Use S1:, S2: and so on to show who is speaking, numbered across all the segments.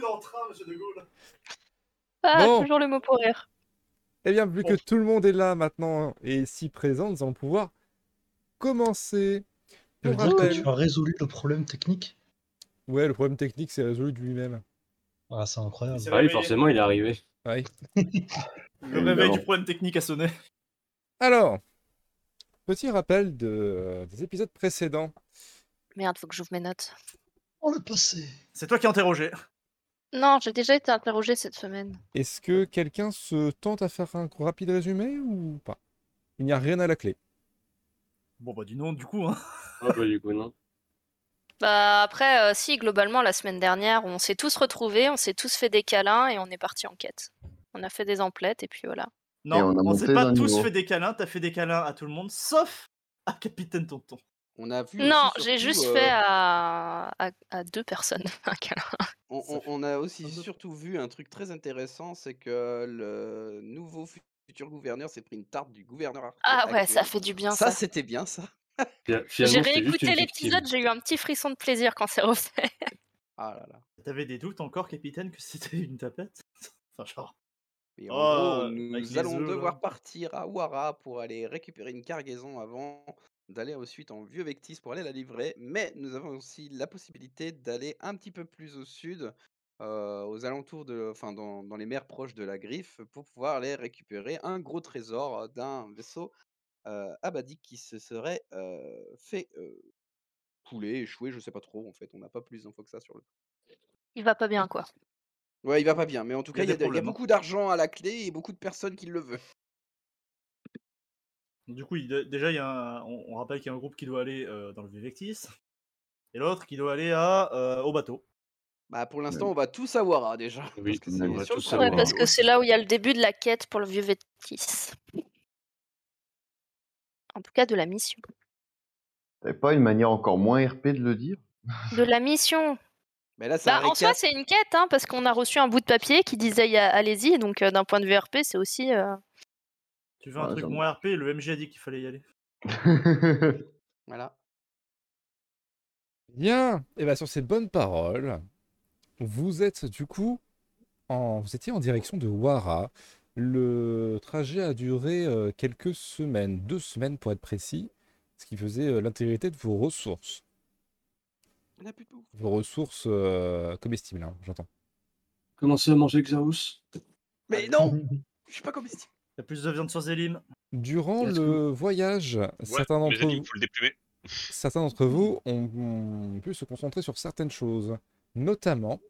S1: dans le train, monsieur De Gaulle.
S2: Ah,
S3: Bon.
S2: toujours le mot pour rire.
S3: Eh bien, vu que
S1: Bon.
S3: tout le monde est là maintenant et si présent, nous allons pouvoir commencer.
S4: Ça veut
S3: Pour
S4: dire que
S3: rappel-
S4: tu as résolu le problème technique
S3: Ouais, le problème technique s'est résolu de lui-même.
S4: Ah, c'est incroyable.
S1: Il s'est
S5: Bah oui,
S1: réveillé.
S5: forcément, il est arrivé.
S3: Ouais.
S1: Le
S5: Évidemment.
S1: réveil du problème technique a sonné.
S3: Alors, petit rappel de, euh, des épisodes précédents.
S2: Merde, faut que j'ouvre mes notes.
S4: Oh, le passé
S1: C'est toi qui as interrogé.
S2: Non, j'ai déjà été interrogée cette semaine.
S3: Est-ce que quelqu'un se tente à faire un rapide résumé ou pas Il n'y a rien à la clé.
S1: Bon, bah, dis non, du coup. Hein.
S5: Ah bah du coup, non.
S2: Bah après, euh, si, globalement, la semaine dernière, on s'est tous retrouvés, on s'est tous fait des câlins et on est parti en quête. On a fait des emplettes et puis voilà.
S1: Non,
S6: on a
S1: on,
S6: monté
S1: s'est pas
S6: d'un
S1: tous
S6: niveau.
S1: fait des câlins. T'as fait des câlins à tout le monde, sauf à Capitaine Tonton.
S6: On a vu.
S2: non,
S6: aussi,
S2: j'ai
S6: surtout,
S2: juste
S6: euh,
S2: fait à... À... à deux personnes un câlin.
S6: On,
S1: Ça
S6: on-
S1: fait
S6: on a aussi
S1: un peu.
S6: surtout vu un truc très intéressant, c'est que le nouveau fu- futur gouverneur s'est pris une tarte du gouverneur. actu-
S2: Ah ouais, ça
S6: actuel.
S2: fait du bien
S6: Ça,
S2: ça.
S6: c'était bien ça.
S5: Fina-
S2: J'ai
S5: finalement, c'était juste
S2: réécouté
S5: une victime.
S2: l'épisode, j'ai eu un petit frisson de plaisir quand c'est refait.
S6: Ah là là.
S1: T'avais des doutes encore, Capitaine, que c'était une tapette Enfin, genre.
S6: Et en
S1: Oh,
S6: gros,
S1: euh, avec
S6: nous
S1: les
S6: allons
S1: œufs, là.
S6: devoir partir à Ouara pour aller récupérer une cargaison avant d'aller ensuite en Vieux Vectis pour aller la livrer. Mais nous avons aussi la possibilité d'aller un petit peu plus au sud, euh, aux alentours de, enfin dans, dans les mers proches de la Griffe, pour pouvoir aller récupérer un gros trésor d'un vaisseau euh, abadique qui se serait euh, fait euh, couler, échouer, je sais pas trop en fait. On n'a pas plus d'infos que ça sur le.
S2: Il va pas bien quoi.
S6: Ouais, il va pas bien, mais en tout
S1: Il y a
S6: cas, il y,
S1: des
S6: a de- il y a
S1: problèmes, hein.
S6: beaucoup d'argent à la clé et beaucoup de personnes qui le veulent.
S1: Du coup, il doit- déjà, il y a un- on, on rappelle qu'il y a un groupe qui doit aller euh, dans le Vivectis et l'autre qui doit aller à, euh, au bateau.
S6: Bah pour l'instant, on va tout savoir hein, déjà.
S5: Oui,
S6: parce que
S5: on
S6: c'est
S5: aimerait
S6: sur le
S5: tous
S6: coup.
S2: Ouais,
S5: savoir.
S2: parce que c'est là où il y a le début de la quête pour le vieux Vétis. En tout cas, de la mission.
S7: T'avais pas une manière encore moins RP de le dire
S2: De la mission
S6: Mais là, Ah, c'est
S2: Bah,
S6: un
S2: en soi,
S6: récap.
S2: c'est une quête, hein, parce qu'on a reçu un bout de papier qui disait y a- allez-y, donc euh, d'un point de vue RP, c'est aussi. euh,
S1: Tu veux un
S7: Ouais,
S1: truc
S7: j'en-
S1: moins RP, le MJ a dit qu'il fallait y aller.
S6: Voilà.
S3: Bien, et bien sur ces bonnes paroles, vous êtes du coup en, vous étiez en direction de Wara. Le trajet a duré euh, quelques semaines, deux semaines pour être précis, ce qui faisait euh, l'intégrité de vos ressources,
S6: On a plus de bouffe.
S3: vos ressources euh, comestibles, hein, j'entends.
S5: Commencez à manger Xaos.
S6: Mais non, je suis pas comestible.
S1: T'as plus de viande sur Zélim.
S3: Durant
S6: Est-ce que
S3: le voyage, certains
S8: mais
S3: d'entre
S8: j'ai dit,
S3: vous,
S8: faut le déplumer.
S3: certains d'entre vous ont, ont pu se concentrer sur certaines choses, notamment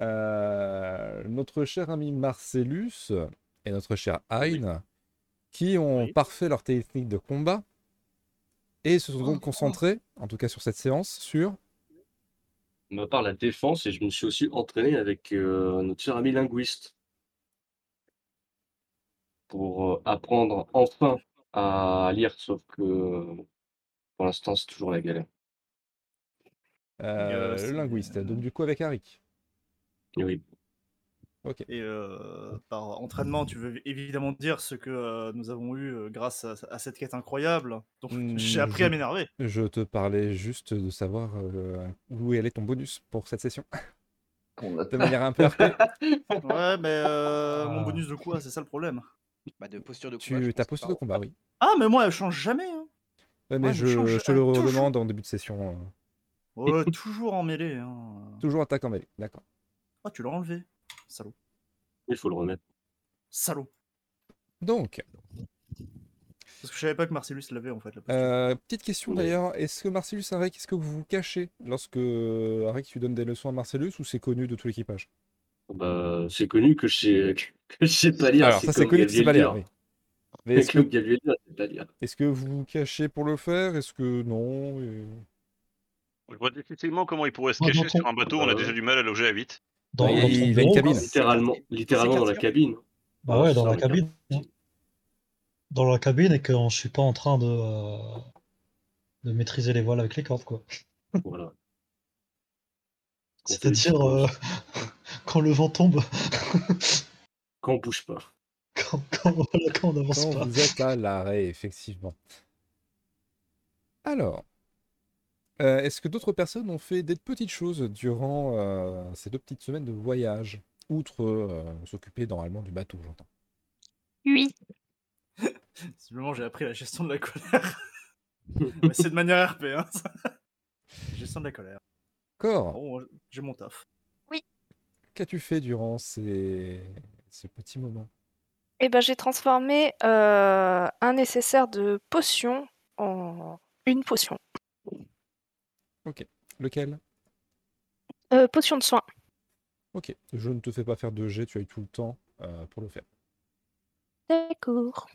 S3: euh, notre cher ami Marcellus et notre cher Hein, qui ont
S1: Oui.
S3: parfait leur technique de combat et se sont donc concentrés, en tout cas sur cette séance, sur
S5: Ma part, la défense, et je me suis aussi entraîné avec euh, notre cher ami linguiste pour euh, apprendre enfin à lire, sauf que euh, pour l'instant, c'est toujours la galère.
S3: euh,
S1: c'est-
S3: le linguiste. Donc du coup avec Harry.
S5: Et oui.
S1: Et euh, par entraînement, tu veux évidemment dire ce que euh, nous avons eu euh, grâce à, à cette quête incroyable. Donc,
S3: Hmm,
S1: j'ai appris à
S3: je-
S1: m'énerver.
S3: Je te parlais juste de savoir euh, où allait ton bonus pour cette session,
S7: On a
S3: de manière un peu RP.
S1: Ouais, mais euh, mon
S4: Ah.
S1: bonus de quoi C'est ça le problème.
S6: Bah de posture de combat. je
S3: Tu
S6: pense,
S3: ta posture de
S6: pardon.
S3: combat, oui.
S1: Ah, mais moi, elle change jamais. hein.
S3: Ouais, mais
S1: Ouais,
S3: je,
S1: je change euh,
S3: je te
S1: à
S3: le
S1: tout jour.
S3: redemande en début de session. euh,
S1: Ouais, toujours en mêlée. hein.
S3: Toujours attaque en mêlée, d'accord.
S1: Ah, tu l'as enlevé. Salaud.
S5: Il faut le remettre.
S1: Salaud.
S3: Donc,
S1: Parce que je savais pas que Marcellus l'avait en fait. La posture.
S3: euh, petite question
S5: Oui.
S3: d'ailleurs, est-ce que Marcellus Arek, est-ce que vous vous cachez lorsque euh, Arek tu donnes des leçons à Marcellus ou c'est connu de tout l'équipage
S5: Bah, c'est connu que je sais, que je sais pas lire.
S3: Alors ça c'est
S5: comme
S3: connu que c'est pas
S5: Gabriel
S3: l'air,
S5: Lire.
S3: oui. Mais
S5: C'est
S3: est-ce que,
S5: comme Gabriel Lire, c'est pas lire.
S3: est-ce que vous vous cachez pour le faire Est-ce que non et-
S8: Je vois difficilement comment il pourrait se
S4: Ouais,
S8: cacher
S4: donc on-
S8: sur un bateau, on
S5: Bah
S8: a
S5: ouais.
S8: déjà du mal à loger à 8.
S4: Dans,
S3: Il-
S4: dans
S3: il
S4: ton
S3: a une
S4: bureau, quoi.
S3: cabine.
S5: Littéralement,
S6: quartier-
S5: littéralement
S6: c'est
S5: dans la
S6: quartier.
S5: cabine.
S4: Bah ouais, dans
S5: Dans
S4: la
S5: la
S4: cabine.
S5: cabine.
S4: Dans la cabine et que euh, je suis pas en train de, euh, de maîtriser les voiles avec les cordes, quoi.
S5: Voilà. Qu'on fait du
S4: C'est-à-dire
S5: silence,
S4: euh, quand le vent tombe,
S5: Qu'on bouge pas.
S4: quand, quand- voilà, quand on n'avance
S3: Quand
S4: pas.
S3: vous êtes à l'arrêt, effectivement. Alors, Euh, Est-ce que d'autres personnes ont fait des petites choses durant euh, ces deux petites semaines de voyage, outre euh, s'occuper normalement du bateau, j'entends
S2: Oui.
S1: Visiblement, j'ai appris la gestion de la colère. Ouais, c'est de manière RP, hein. ça. gestion de la colère.
S3: Cor,
S1: Bon, j'ai mon taf.
S3: qu'as-tu fait durant ces... ce petit moment
S2: Eh ben, j'ai transformé euh, un nécessaire de potion en une potion.
S3: Lequel
S2: Euh, potion de soin.
S3: Ok, je ne te fais pas faire de jet, tu as eu tout le temps euh, pour le faire.
S2: D'accord.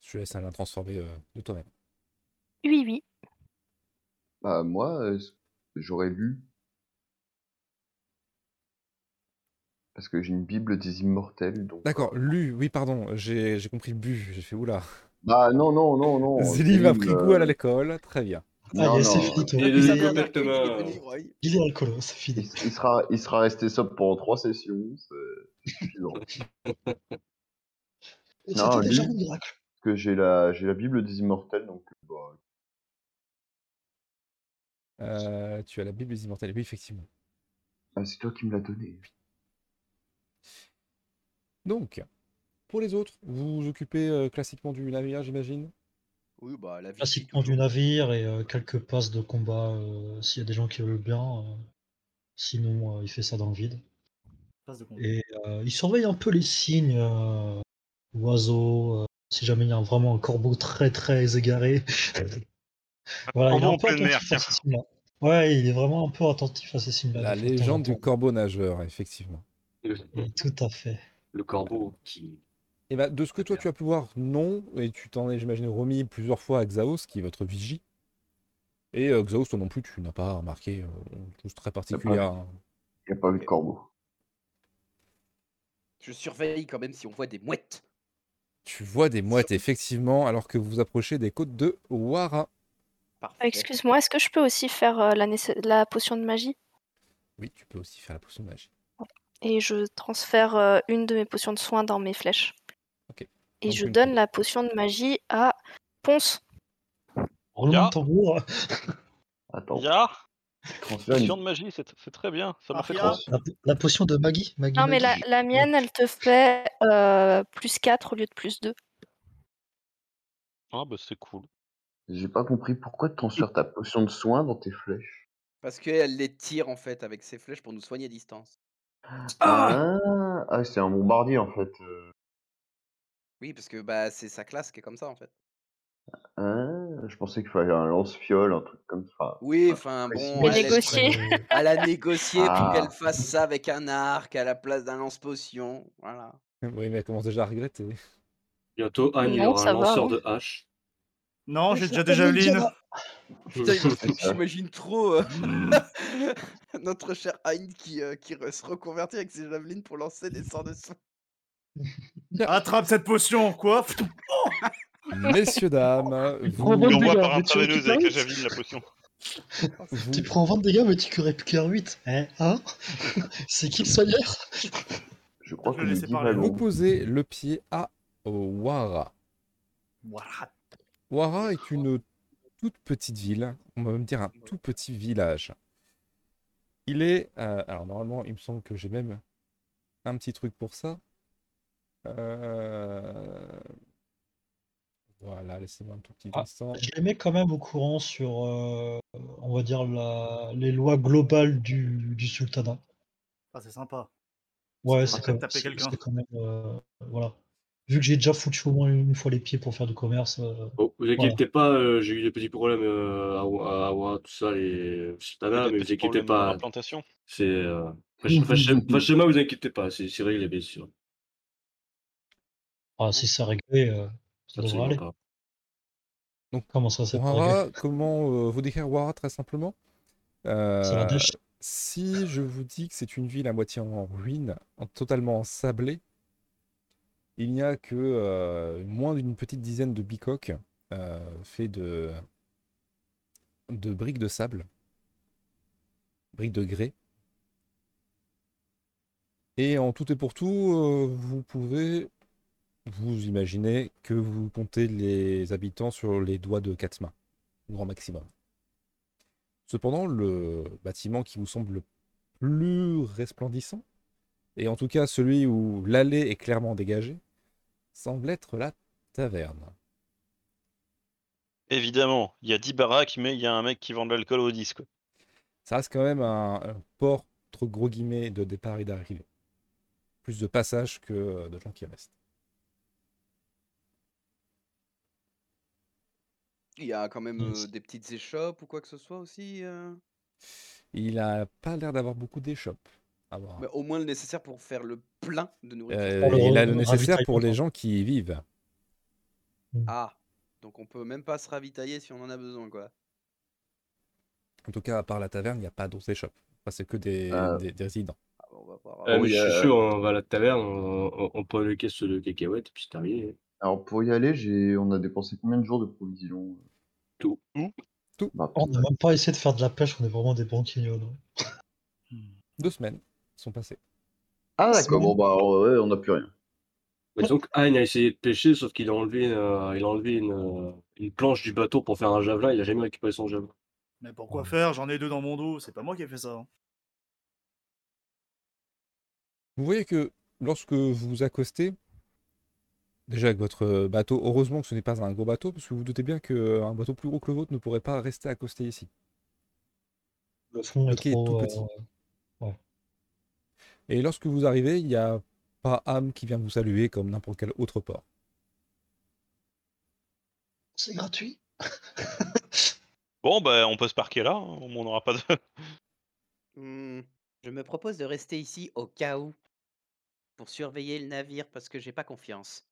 S3: Je te laisse Alain transformer euh, de toi-même.
S2: Oui, oui.
S7: Bah, moi, euh, ce- j'aurais lu. Parce que j'ai une Bible des immortels, donc.
S3: D'accord, lu, oui, pardon, j'ai j'ai compris bu, j'ai fait oula.
S7: Bah, non, non, non, non.
S3: Zélie m'a
S7: Bible,
S3: pris goût à
S7: euh,
S3: l'école, très bien.
S7: non,
S4: Allez, c'est
S7: non,
S4: fini, toi.
S5: Et
S4: Ah, Il,
S5: le-
S4: est,
S5: Exactement.
S4: hein. il est alcoolo, c'est
S7: Il,
S4: fini.
S7: il sera, il sera resté sobre pendant trois sessions. c'est- C'est suffisant.
S4: Et
S7: Non,
S4: C'était déjà
S7: lui-
S4: un miracle.
S7: Parce que j'ai la, j'ai la Bible des immortels, donc. Bah,
S3: Euh, tu as la Bible des immortels, oui, effectivement.
S7: ah, c'est toi qui me l'as donné.
S3: Donc, pour les autres, vous vous occupez euh, classiquement du navire, j'imagine
S9: Oui, bah, la vie.
S4: Classiquement du navire et euh, quelques passes de combat euh, s'il y a des gens qui veulent bien. euh, sinon, euh, il fait ça dans le vide.
S1: Passe de con.
S4: Et euh, il surveille un peu les signes, euh, oiseaux, euh, si jamais il y a vraiment un corbeau très très égaré. voilà, il est
S8: corbeau
S4: un
S8: en
S4: peu
S8: pleine mer,
S4: attentif à
S8: tiens.
S4: ces signes-là. Ouais, il est vraiment un peu attentif à ces signes-là.
S3: La
S4: des fois, de temps en
S3: légende du
S4: temps.
S3: corbeau nageur, effectivement.
S5: Le,
S4: Et Tout à fait.
S5: le corbeau qui.
S3: Et bah, de ce que toi tu as pu voir, non, et tu t'en es, j'imagine, remis plusieurs fois à Xaos, qui est votre vigie. Et euh, Xaos, toi non plus, tu n'as pas remarqué euh, chose très particulière. hein.
S7: Il n'y a pas eu de corbeau.
S9: Je surveille quand même si on voit des mouettes.
S3: Tu vois des mouettes, effectivement, alors que vous vous approchez des côtes de Wara.
S9: Parfait.
S2: Excuse-moi, est-ce que je peux aussi faire euh, la, nécess- la potion de magie
S3: Oui, tu peux aussi faire la potion de magie.
S2: Et je transfère euh, une de mes potions de soin dans mes flèches.
S3: Ok.
S2: Et
S3: Donc
S2: je
S3: une
S2: donne
S3: potion.
S2: la potion de magie à Ponce.
S4: Roulement
S8: Ya.
S4: de tambour.
S7: Attends,
S8: Ya
S7: transfère une-
S8: Potion de magie, c'est c'est très bien. Ça m'a
S1: Ah,
S8: fait
S1: ya.
S8: trop.
S4: La, la potion de Maggie. Maggie,
S2: Non, mais la,
S4: Maggie.
S2: la mienne, elle te fait euh, plus 4 au lieu de plus 2.
S8: Ah bah c'est cool.
S7: J'ai pas compris pourquoi tu transfères ta potion de soin dans tes flèches.
S9: Parce qu'elle les tire en fait avec ses flèches pour nous soigner à distance.
S7: Ah, ah, c'est un bombardier en fait. euh.
S9: Oui, parce que bah c'est sa classe qui est comme ça en fait.
S7: Ah, je pensais qu'il fallait un lance-fiole, un truc comme ça.
S9: Oui, enfin
S7: précis.
S9: bon.
S2: Mais
S9: elle laisse-
S2: négocier.
S4: Euh,
S9: Elle a négocié
S7: Ah.
S9: pour qu'elle fasse ça avec un arc à la place d'un lance-potion. Voilà.
S3: Oui, mais elle commence déjà à regretter.
S5: Bientôt, Anne, il
S2: Non,
S5: aura
S2: ça
S5: un
S2: va, hein.
S5: lanceur
S2: oui.
S5: de hache.
S1: Non, j'ai
S4: je
S1: déjà des
S4: m'appelle
S1: javelines.
S4: Diana.
S9: Putain,
S7: C'est ça.
S9: J'imagine trop euh, notre cher Hein qui, euh, qui re- se reconvertit avec ses javelines pour lancer des sorts de soins.
S1: Attrape cette potion, quoi
S3: Messieurs, dames, vous,
S8: On
S4: Bon,
S8: l'envoie
S4: dégâts,
S8: par
S4: mais
S8: un
S4: tu vois, tu
S8: intraveineuse avec la
S4: parles
S8: javeline, la potion.
S3: vous-
S4: Tu prends 20 dégâts, mais tu curais plus qu'un 8. Eh, hein C'est qui le soigneur
S7: Je crois
S1: Je
S7: que
S1: vais laisser
S7: Mehdi va
S1: parler.
S7: long.
S3: vous posez le pied à Wara.
S1: Voilà.
S3: Wara est une toute petite ville, on va même dire un tout petit village. Il est, euh, alors normalement, il me semble que j'ai même un petit truc pour ça. Euh, Voilà, laissez-moi un tout petit
S4: Ah,
S3: instant.
S4: Je les mets quand même au courant sur, euh, on va dire, la- les lois globales du, du sultanat.
S1: Ah, c'est sympa.
S4: Ouais,
S1: Ça
S4: c'est
S1: pourrait
S4: quand,
S1: taper
S4: c'est-
S1: quelqu'un.
S4: c'est quand même. euh, voilà. Vu que j'ai déjà foutu au moins une fois les pieds pour faire du commerce. euh,
S5: Bon, Oh, vous inquiétez pas, euh, j'ai eu des petits problèmes euh, à Wa- à Wa, tout ça, les Sultana, mais vous inquiétez pas.
S8: Implantation.
S5: C'est. Euh... fâche- fâche- Fâchema, vous inquiétez pas, c'est c'est réglé, bien sûr.
S4: ah, si c'est réglé, euh, ça devrait
S5: Absolument
S4: aller.
S5: pas.
S4: Comment ça, c'est pas réglé
S3: Wara, comment euh, vous décrire Wara très simplement
S4: C'est la
S3: Euh,
S4: dèche.
S3: Si je vous dis que c'est une ville à moitié en ruine, en- totalement ensablée, il n'y a que euh, moins d'une petite dizaine de bicoques euh, faits de, de briques de sable, briques de grès. Et en tout et pour tout, euh, vous pouvez vous imaginer que vous comptez les habitants sur les doigts de quatre mains. au grand maximum. Cependant, le bâtiment qui vous semble le plus resplendissant, et en tout cas celui où l'allée est clairement dégagée, semble être la taverne.
S8: Évidemment, il y a 10 baraques, mais il y a un mec qui vend de l'alcool au disque.
S3: Ça reste quand même un, un port, entre gros guillemets, de départ et d'arrivée. Plus de passages que euh, de gens qui restent.
S9: Il y a quand même
S3: Mmh.
S4: Yes.
S9: euh, des petites échoppes ou quoi que ce soit aussi. euh,
S3: Il a pas l'air d'avoir beaucoup d'échoppes. à voir.
S9: mais au moins le nécessaire pour faire le plein de nourriture.
S3: Euh,
S4: Pour le
S3: il a le
S4: re-
S3: nécessaire pour les
S4: ravitaillement.
S3: gens qui y vivent.
S9: Ah, donc on peut même pas se ravitailler si on en a besoin, quoi.
S3: En tout cas, à part la taverne, il n'y a pas d'autres échoppes. Enfin, c'est que des,
S7: Ah.
S3: des- des résidents.
S9: Ah, bah, on va pas-
S5: Ah,
S7: oui,
S5: mais je
S7: euh,
S5: suis chaud, on va à la taverne, on, on, on prend le caisse de cacahuètes, puis c'est terminé.
S7: Alors pour y aller, j'ai... on a dépensé combien de jours de provisions
S5: Tout.
S3: Tout.
S7: Bah,
S4: On n'a même pas essayé de faire de la pêche, on est vraiment des branquignoles.
S5: Mmh.
S3: Deux semaines sont passées.
S7: Ah
S4: C'est
S7: d'accord, bon bah ouais, on n'a plus rien.
S5: Bah, disons que Hein a essayé de pêcher, sauf qu'il a enlevé, euh, il a enlevé une, euh, une planche du bateau pour faire un javelin, il a jamais récupéré son javelin.
S1: Mais pourquoi faire J'en ai deux dans mon dos, c'est pas moi qui ai fait ça. hein.
S3: Vous voyez que lorsque vous vous accostez, déjà avec votre euh, bateau, heureusement que ce n'est pas un gros bateau, parce que vous vous doutez bien qu'un bateau plus gros que le vôtre ne pourrait pas rester accosté ici.
S4: Le fond est
S3: Ok,
S4: trop,
S3: tout
S4: euh,
S3: petit. Et lorsque vous arrivez, il n'y a pas âme qui vient vous saluer comme n'importe quel autre port.
S4: C'est gratuit.
S8: Bon, bah, on peut se parquer là, hein, au moins on n'aura pas de.
S9: Hmm, je me propose de rester ici au cas où pour surveiller le navire parce que j'ai pas confiance.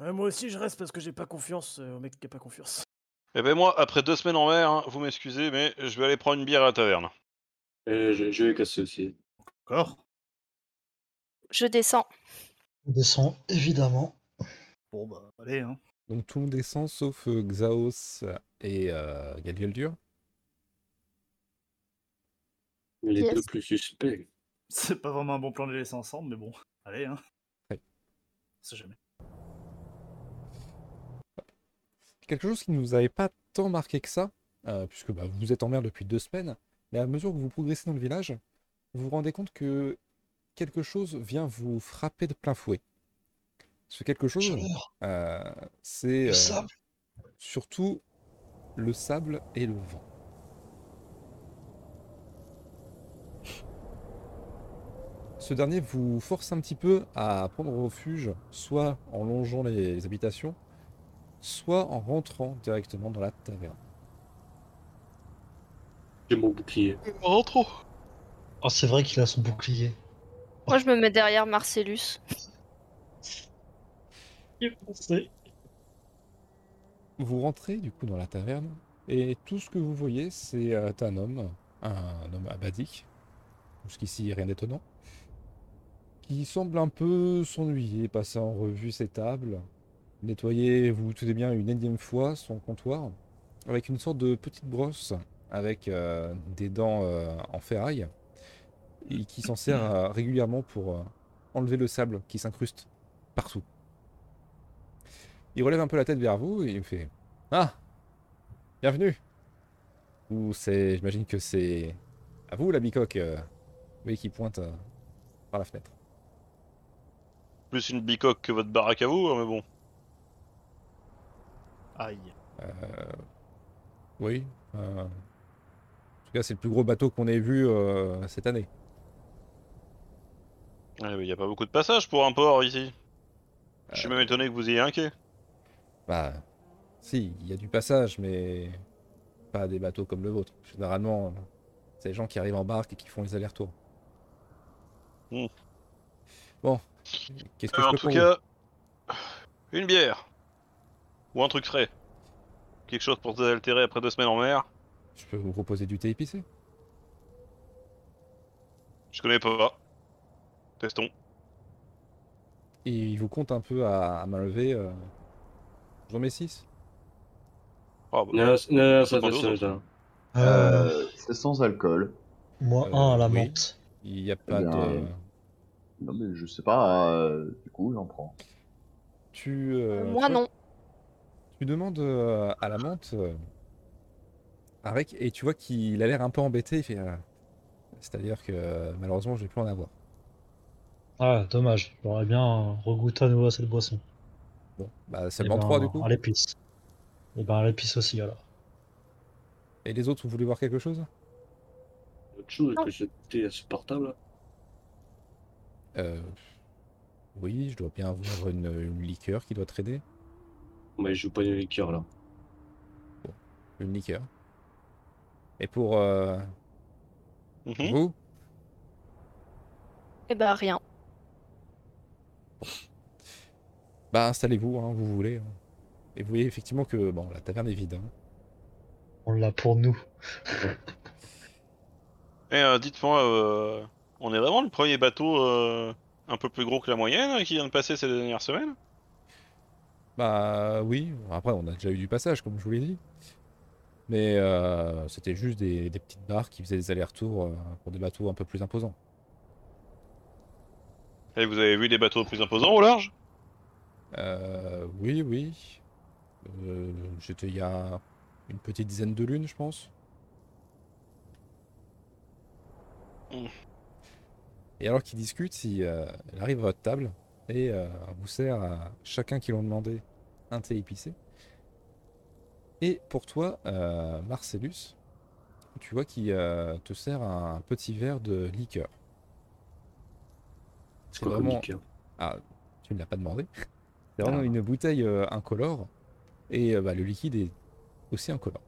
S10: Ouais, moi aussi, je reste parce que j'ai pas confiance euh, au mec qui a pas confiance.
S8: Eh ben moi, après deux semaines en mer, hein, vous m'excusez, mais je vais aller prendre une bière à la taverne.
S5: Et Euh, je, je vais casser aussi.
S1: Encore
S2: Je descends.
S4: On descend évidemment.
S1: Bon bah allez hein.
S3: Donc tout le monde descend sauf euh, Xaos et euh, Galviel Dur.
S5: Les
S11: Yes.
S5: deux plus suspects.
S1: C'est pas vraiment un bon plan de les laisser ensemble, mais bon, allez hein.
S3: Ouais.
S1: On sait jamais.
S3: quelque chose qui ne vous avait pas tant marqué que ça, euh, puisque bah, vous êtes en mer depuis deux semaines, mais à mesure que vous progressez dans le village, vous vous rendez compte que quelque chose vient vous frapper de plein fouet. Ce quelque chose,
S4: Chaleur,
S3: euh, c'est
S4: le
S3: euh,
S4: sable.
S3: surtout le sable et le vent. Ce dernier vous force un petit peu à prendre refuge, soit en longeant les, les habitations, soit en rentrant directement dans la taverne.
S5: J'ai mon bouclier.
S8: Rentrons
S4: Ah, c'est vrai qu'il a son bouclier.
S11: Moi, je me mets derrière Marcellus.
S2: Eh
S3: Vous rentrez du coup dans la taverne et tout ce que vous voyez, c'est euh, un homme, un homme abadique, jusqu'ici rien d'étonnant, qui semble un peu s'ennuyer, passer en revue ses tables, nettoyer, vous vous doutez bien, une énième fois son comptoir, avec une sorte de petite brosse avec euh, des dents euh, en ferraille, et qui s'en sert euh, régulièrement pour euh, enlever le sable qui s'incruste partout. Il relève un peu la tête vers vous et il fait Ah Bienvenue Ou c'est. J'imagine que c'est. À vous la bicoque euh, Oui, qui pointe euh, par la fenêtre.
S8: Plus une bicoque que votre baraque à vous, hein, mais bon.
S1: Aïe.
S3: Euh, Oui. euh, En tout cas, c'est le plus gros bateau qu'on ait vu euh, cette année.
S8: Ah, Il n'y a pas beaucoup de passages pour un port ici. Je
S3: Euh.
S8: suis même étonné que vous ayez un quai.
S3: Bah. Si, il y a du passage, mais. Pas des bateaux comme le vôtre. Généralement, c'est les gens qui arrivent en barque et qui font les allers-retours.
S8: Hmm.
S3: Bon. Qu'est-ce que
S8: Euh,
S3: je
S8: en
S3: peux
S8: tout
S3: pour vous
S8: cas, une bière. Ou un truc frais. Quelque chose pour désaltérer après deux semaines en mer.
S3: Je peux vous proposer du thé épicé
S8: Je connais pas. Testons.
S3: Et il vous compte un peu à, à main levée. euh, J'en mets 6.
S8: Ah, bah,
S5: Non, c- non, non, ça
S8: Prends
S5: fait
S8: deux
S5: ça,
S8: autres.
S5: ça.
S4: Euh,
S7: Euh, c'est sans alcool. Eh
S4: moi,
S3: euh,
S4: un à la
S3: oui.
S4: menthe.
S3: Il n'y a pas
S7: bien,
S3: de.
S7: euh, Non mais je sais pas, euh, du coup j'en prends.
S3: Tu, euh,
S11: Moi,
S3: tu-
S11: non.
S3: Tu demandes euh, à la menthe, euh, Arek, et tu vois qu'il a l'air un peu embêté. il fait, euh, C'est-à-dire que euh, malheureusement, je vais plus en avoir.
S4: Ah, dommage. J'aurais bien regoûté à nouveau à cette boisson. Eh ben,
S3: Bon, bah
S5: Eh ben,
S3: seulement trois, du coup.
S4: À l'épice. Et ben à l'épice aussi alors.
S3: Et les autres, vous voulez voir quelque chose
S5: Autre chose
S7: Ah.
S5: que c'était insupportable.
S3: Euh, Oui, je dois bien avoir une, une liqueur qui doit traîner.
S5: Mais je joue pas de liqueur là.
S3: Une liqueur. Et pour euh, vous,
S11: Eh ben, rien.
S3: bah installez-vous, hein, vous voulez. hein. Et vous voyez effectivement que bon, la taverne est vide. hein.
S4: On l'a pour nous.
S8: Et euh, dites-moi, euh, on est vraiment le premier bateau euh, un peu plus gros que la moyenne hein, qui vient de passer ces dernières semaines
S3: Bah oui, après on a déjà eu du passage comme je vous l'ai dit. Mais euh, c'était juste des, des petites barques qui faisaient des allers-retours euh, pour des bateaux un peu plus imposants.
S8: Et vous avez vu des bateaux plus imposants au large
S3: Euh, oui, oui. Euh, J'étais il y a une petite dizaine de lunes, je pense.
S5: Mmh.
S8: Mm.
S3: Et alors qu'ils discutent, il, euh, elle arrive à votre table et euh, vous sert à chacun qui l'ont demandé un thé épicé. Et pour toi, euh, Marcellus, tu vois qu'il euh, te sert un petit verre de liqueur.
S5: C'est quoi comme liqueur Ah.
S3: Ah, tu ne l'as pas demandé. C'est vraiment une bouteille euh, incolore et euh, bah, le liquide est aussi incolore.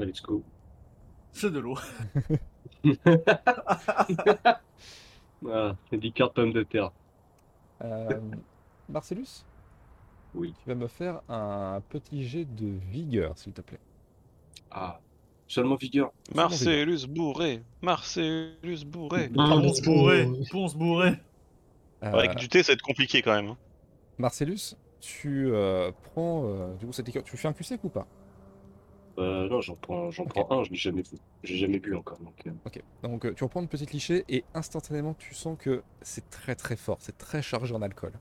S5: Ouais, let's go.
S1: C'est de l'eau.
S5: Ah, c'est liqueur de pommes de terre.
S3: Euh, Marcellus
S5: Oui.
S3: Tu vas me faire un petit jet de vigueur, s'il te plaît.
S5: Ah, seulement vigueur.
S8: Marcellus bourré Marcellus bourré
S3: Ah,
S1: Ponce bourré,
S3: Euh,
S1: Ponce bourré.
S8: Avec du thé, ça va être compliqué quand même. hein.
S3: Marcellus, tu euh, prends euh, du coup cette liqueur. Tu fais un QC ou pas
S5: Euh, non, j'en prends, j'en prends un, je l'ai jamais bu. J'ai jamais bu encore. Donc, euh,
S3: Ok. Donc euh, tu reprends une petite lichée et instantanément tu sens que c'est très très fort, c'est très chargé en alcool.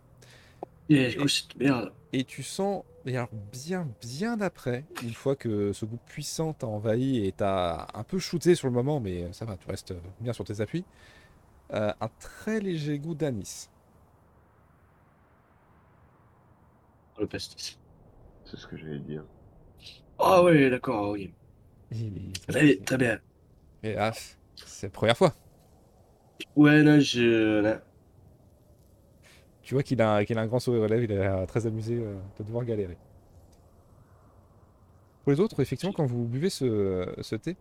S5: Et je goûte cette merde.
S3: Et tu sens, et alors bien, bien après, une fois que ce goût puissant t'a envahi et t'a un peu shooté sur le moment, mais euh, ça va, tu restes bien sur tes appuis, euh, un très léger goût d'anis.
S5: Oh, le pastis.
S7: C'est ce que j'allais dire.
S5: Ah ouais, d'accord, oui. Allez, très bien.
S3: Mais ah, c'est la première fois.
S5: Ouais, là, je... là,
S3: Tu vois qu'il a, qu'il a un grand sourire aux lèvres, il a l'air très amusé euh, de devoir galérer. Pour les autres, effectivement, quand vous buvez ce, ce thé,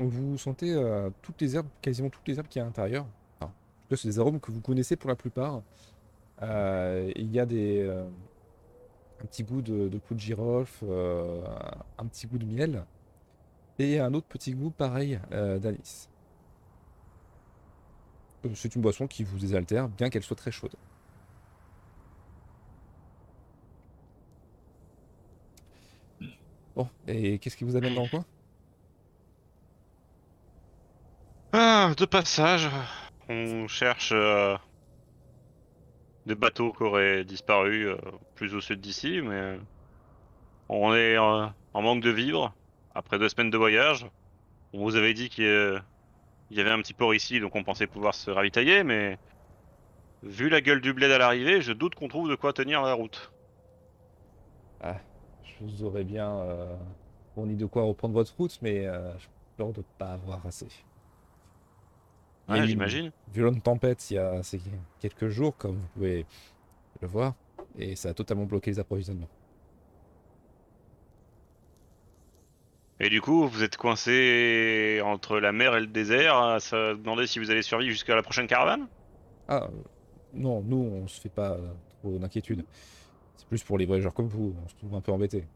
S3: vous sentez euh, toutes les herbes, quasiment toutes les herbes qu'il y a à l'intérieur. Enfin, en tout cas, c'est des arômes que vous connaissez pour la plupart. Euh, il y a des, euh, un petit goût de, de peau de girofle, euh, un petit goût de miel, et un autre petit goût pareil euh, d'anis. Euh, C'est une boisson qui vous désaltère, bien qu'elle soit très chaude. Bon, et qu'est-ce qui vous amène dans le coin
S8: Ah, de passage, on cherche euh, des bateaux qui auraient disparu euh, plus au sud d'ici, mais euh, on est euh, en manque de vivres. Après deux semaines de voyage, on vous avait dit qu'il y a- il y avait un petit port ici, donc on pensait pouvoir se ravitailler, mais vu la gueule du bled à l'arrivée, je doute qu'on trouve de quoi tenir la route.
S3: Ah, je vous aurais bien euh, fourni de quoi reprendre votre route, mais euh, je peur de pas avoir assez. Il y a
S8: Ouais,
S3: eu
S8: j'imagine.
S3: Une violente tempête il y a ces quelques jours, comme vous pouvez le voir, et ça a totalement bloqué les approvisionnements.
S8: Et du coup, vous êtes coincé entre la mer et le désert, à se demander si vous allez survivre jusqu'à la prochaine caravane
S3: Ah, euh, non, nous, on se fait pas euh, trop d'inquiétude. C'est plus pour les voyageurs comme vous, on se trouve un peu embêtés.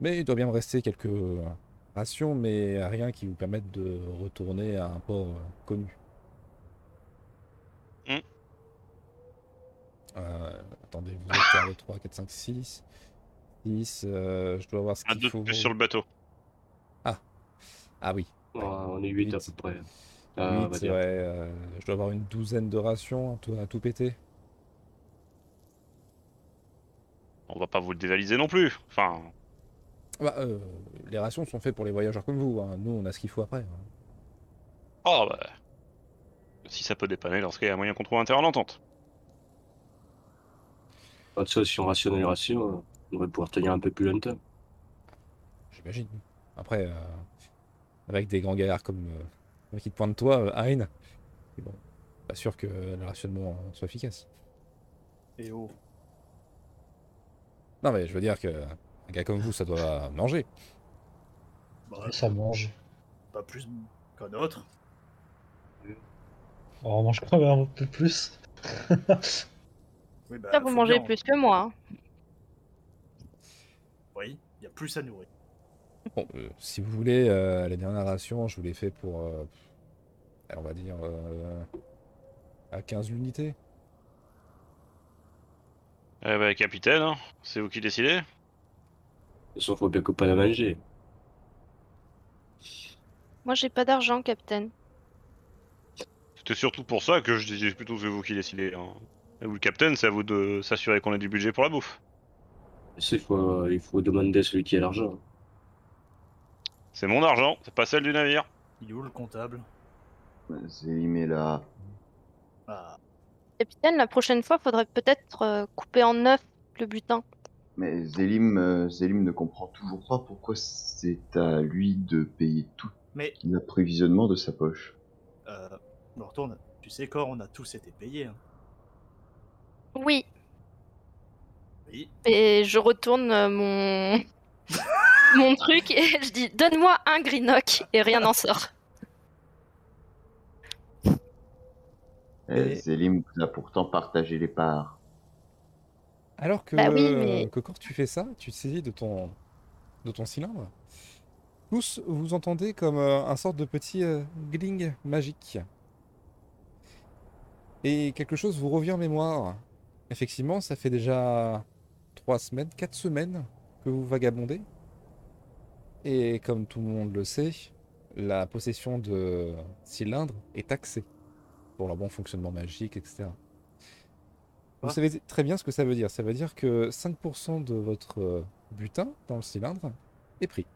S3: Mais il doit bien me rester quelques euh, rations, mais rien qui vous permette de retourner à un port euh, connu.
S8: Hmm.
S3: Euh, attendez, vous êtes à 3, 4, 5, 6. 6, euh, je dois voir ce
S8: Un
S3: qu'il
S8: doute
S3: faut.
S8: plus sur le bateau.
S3: Ah oui.
S5: Ouais, on est 8 à peu près. Ah, on va
S3: Huit,
S5: dire.
S3: ouais, euh, je dois avoir une douzaine de rations à tout, à tout péter.
S8: on va pas vous le dévaliser non plus. Enfin,
S3: Bah, euh, les rations sont faites pour les voyageurs comme vous. hein. Nous, on a ce qu'il faut après.
S8: oh bah. Si ça peut dépanner, dans ce cas, il y a moyen qu'on trouve un terrain d'entente.
S5: Pas de ça, si on rationne les rations, euh, on devrait pouvoir tenir un peu plus longtemps.
S3: J'imagine. Après, euh, avec des grands gaillards comme euh, le mec qui te pointe toi, euh, Hein, c'est bon, pas sûr que le rationnement euh, soit efficace.
S1: Et oh.
S3: Non, mais je veux dire que un gars comme vous, ça doit manger.
S4: Bah, ça mange.
S1: Pas plus qu'un autre.
S4: Alors, on mange quand même un peu plus.
S1: Oui, bah,
S11: Ça, vous
S1: faut
S11: mangez
S1: bien,
S11: plus que moi. hein.
S1: Oui, il y a plus à nourrir.
S3: Bon, euh, si vous voulez, euh, la dernière ration, je vous l'ai fait pour, euh, allez, on va dire, euh, à 15 l'unité.
S8: Eh bah, capitaine, hein, c'est vous qui décidez.
S5: Sauf faut bien qu'on pas la manger.
S11: Moi, j'ai pas d'argent, capitaine.
S8: C'était surtout pour ça que je disais plutôt c'est vous qui décidez. Hein. Et vous, le capitaine, c'est à vous de s'assurer qu'on ait du budget pour la bouffe.
S5: Ça, il faut, il faut demander à celui qui a l'argent.
S8: C'est mon argent, c'est pas celle du navire.
S1: Il est où le comptable
S7: Vas-y, mais là.
S1: Ah,
S11: Capitaine, la prochaine fois, faudrait peut-être euh, couper en neuf le butin.
S7: Mais Zélim, euh, Zélim ne comprend toujours pas pourquoi c'est à lui de payer tout
S1: Mais-
S7: l'approvisionnement de sa poche.
S1: euh, on retourne. Tu sais, Cor, on a tous été payés. hein.
S11: Oui,
S1: Oui.
S11: et je retourne euh, mon... mon truc et je dis Donne-moi un greenock et rien n'en sort.
S7: Eh,
S1: Et-
S7: Zélim vous a pourtant partagé les parts.
S3: Alors que,
S11: Bah oui, mais-
S3: que quand tu fais ça, tu te saisis de ton, de ton cylindre. Tous, vous entendez comme euh, un sorte de petit euh, gling magique. Et quelque chose vous revient en mémoire. Effectivement, ça fait déjà trois semaines, quatre semaines que vous vagabondez. Et comme tout le monde le sait, la possession de cylindres est taxée pour leur bon fonctionnement magique, etc. Vous
S1: Quoi
S3: savez très bien ce que ça veut dire. Ça veut dire que 5% de votre euh, butin dans le cylindre est pris.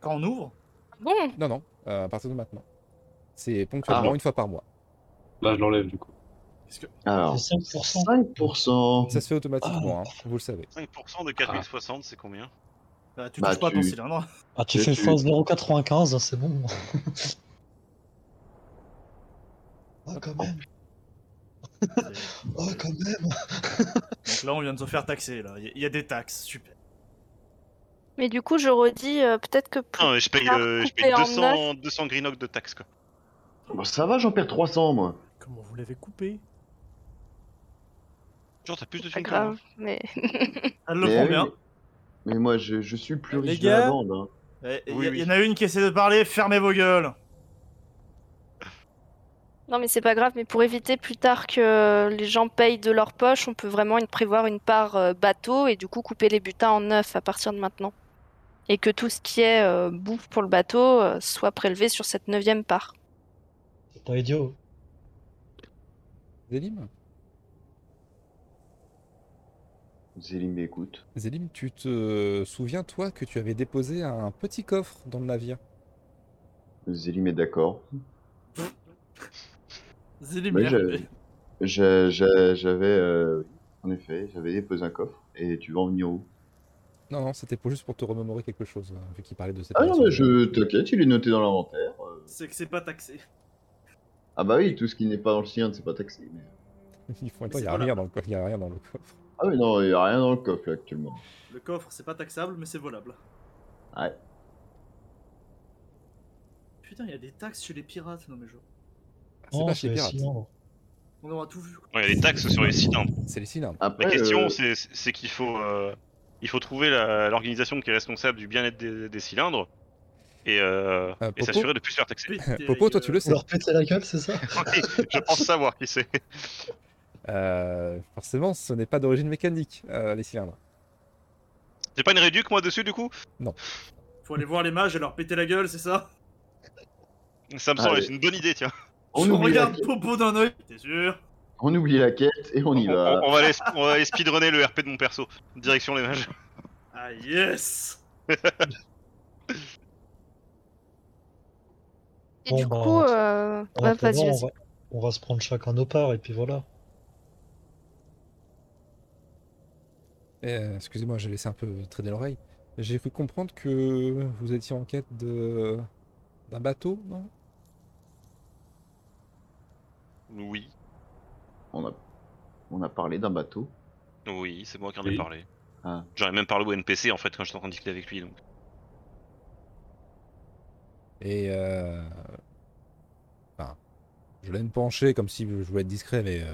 S1: Quand on ouvre
S11: Bon,
S3: Non, non, euh, à partir de maintenant. C'est ponctuellement
S5: Ah.
S3: une fois par mois.
S5: Bah, je l'enlève du coup.
S7: Alors,
S4: C'est 5%.
S7: 5%.
S3: Ça se fait automatiquement, hein, vous le savez.
S8: 5% de 4060, c'est combien
S1: Bah, Tu
S7: Bah,
S1: touches pas à ton
S7: tu-
S1: cylindre.
S4: Ah, tu
S7: Et
S4: fais
S7: tu-
S4: fois 0,95, hein, c'est bon. Ah, quand même,
S1: C'est-
S4: ah, quand même.
S1: Donc là, on vient de se faire taxer. là. Il y a- il y, a des taxes. Super.
S2: Mais du coup, je redis, euh, peut-être que plus-
S8: Non, mais je paye,
S2: Ah,
S8: euh, je
S2: coupé
S8: paye
S2: en
S8: 200, 200 greenock de taxes, quoi.
S7: Bon, Bah, ça va, j'en perds 300, moi.
S10: Comment vous l'avez coupé
S8: Genre, t'as plus de
S2: pas
S8: thunes que moi.
S2: grave, mais
S1: Elle le
S7: Mais
S1: prend
S7: oui,
S1: bien.
S7: Mais moi, je, je suis le plus
S1: Les
S7: riche de la
S1: gars
S7: bande. hein.
S1: Eh, Il
S8: Oui,
S1: y, a-
S8: oui.
S1: il y en a une qui essaie de parler. Fermez vos gueules.
S2: non, mais c'est pas grave. Mais pour éviter plus tard que les gens payent de leur poche, on peut vraiment une- prévoir une part euh, bateau et du coup couper les butins en neuf à partir de maintenant, et que tout ce qui est euh, bouffe pour le bateau euh, soit prélevé sur cette neuvième part.
S4: C'est pas idiot.
S3: Zélim
S7: Zélim bah, m'écoute.
S3: Zélim, tu te euh, souviens, toi, que tu avais déposé un petit coffre dans le navire
S7: Zélim est d'accord.
S1: Zélim,
S7: Moi,
S1: il a-
S7: je- je- je- J'avais, euh, en effet, j'avais déposé un coffre. Et tu vas en venir où
S3: Non, non, c'était pour, juste pour te remémorer quelque chose, euh, vu qu'il parlait de cette
S7: Ah non,
S3: personne.
S7: mais je t'inquiète, il est noté dans l'inventaire. euh.
S1: C'est que c'est pas taxé.
S7: Ah bah oui, tout ce qui n'est pas dans le cylindre, c'est pas taxé. mais-
S3: Il faut-
S1: Mais
S3: attends, il y
S1: c'est
S3: a
S1: pas là.
S3: rien dans le coffre, il y a rien dans le coffre.
S7: Ah oui, non, il n'y a rien dans le coffre là, actuellement.
S1: Le coffre, c'est pas taxable, mais c'est volable.
S7: Ouais.
S1: Putain, il y a des taxes chez les pirates. Non, mais je.
S3: C'est
S4: Non,
S3: pas chez
S4: c'est
S3: les pirates,
S4: cylindre.
S1: On aura tout vu.
S8: Ouais, Il y a des taxes sur les cylindres.
S3: c'est les cylindres.
S7: Après,
S8: La question,
S7: euh,
S8: c'est- c'est qu'il faut, euh, il faut trouver la- l'organisation qui est responsable du bien-être des, des cylindres et, euh,
S3: Euh,
S8: et
S3: Popo
S8: s'assurer de plus se faire taxer.
S3: Popo, toi, tu le
S1: euh,
S4: Faut
S3: sais.
S4: leur péter la gueule, c'est ça
S8: Oui, je pense savoir qui c'est.
S3: Euh, forcément, ce n'est pas d'origine mécanique, euh, les cylindres.
S8: J'ai pas une réduc moi dessus du coup
S1: Faut aller voir les mages et leur péter la gueule, c'est ça
S8: Ça me semble
S7: Allez.
S8: être une bonne idée, tiens.
S7: on
S1: Je
S7: oublie la-
S1: regarde Popo d'un œil, t'es sûr
S7: on oublie la quête et on y
S8: On,
S7: va.
S8: on- on va aller, on va aller speedrunner le RP de mon perso. Direction les mages.
S1: Ah yes
S2: Et
S4: Bon,
S2: du
S4: bah,
S2: coup, euh,
S4: On
S2: bah,
S4: va, prévoir,
S2: vas-y,
S4: on,
S2: vas-y.
S4: va, on va se prendre chacun nos parts et puis voilà.
S3: Euh, Excusez-moi, j'ai laissé un peu traîner l'oreille. J'ai cru comprendre que vous étiez en quête de d'un bateau, non
S8: Oui,
S7: On a, on a parlé d'un bateau.
S8: oui, c'est moi qui en ai
S5: Oui.
S8: parlé.
S7: Ah.
S8: J'aurais même parlé au NPC en fait quand j'étais en train de discuter avec lui. Donc.
S3: Et euh... enfin, je l'ai me pencher comme si je voulais être discret, mais euh,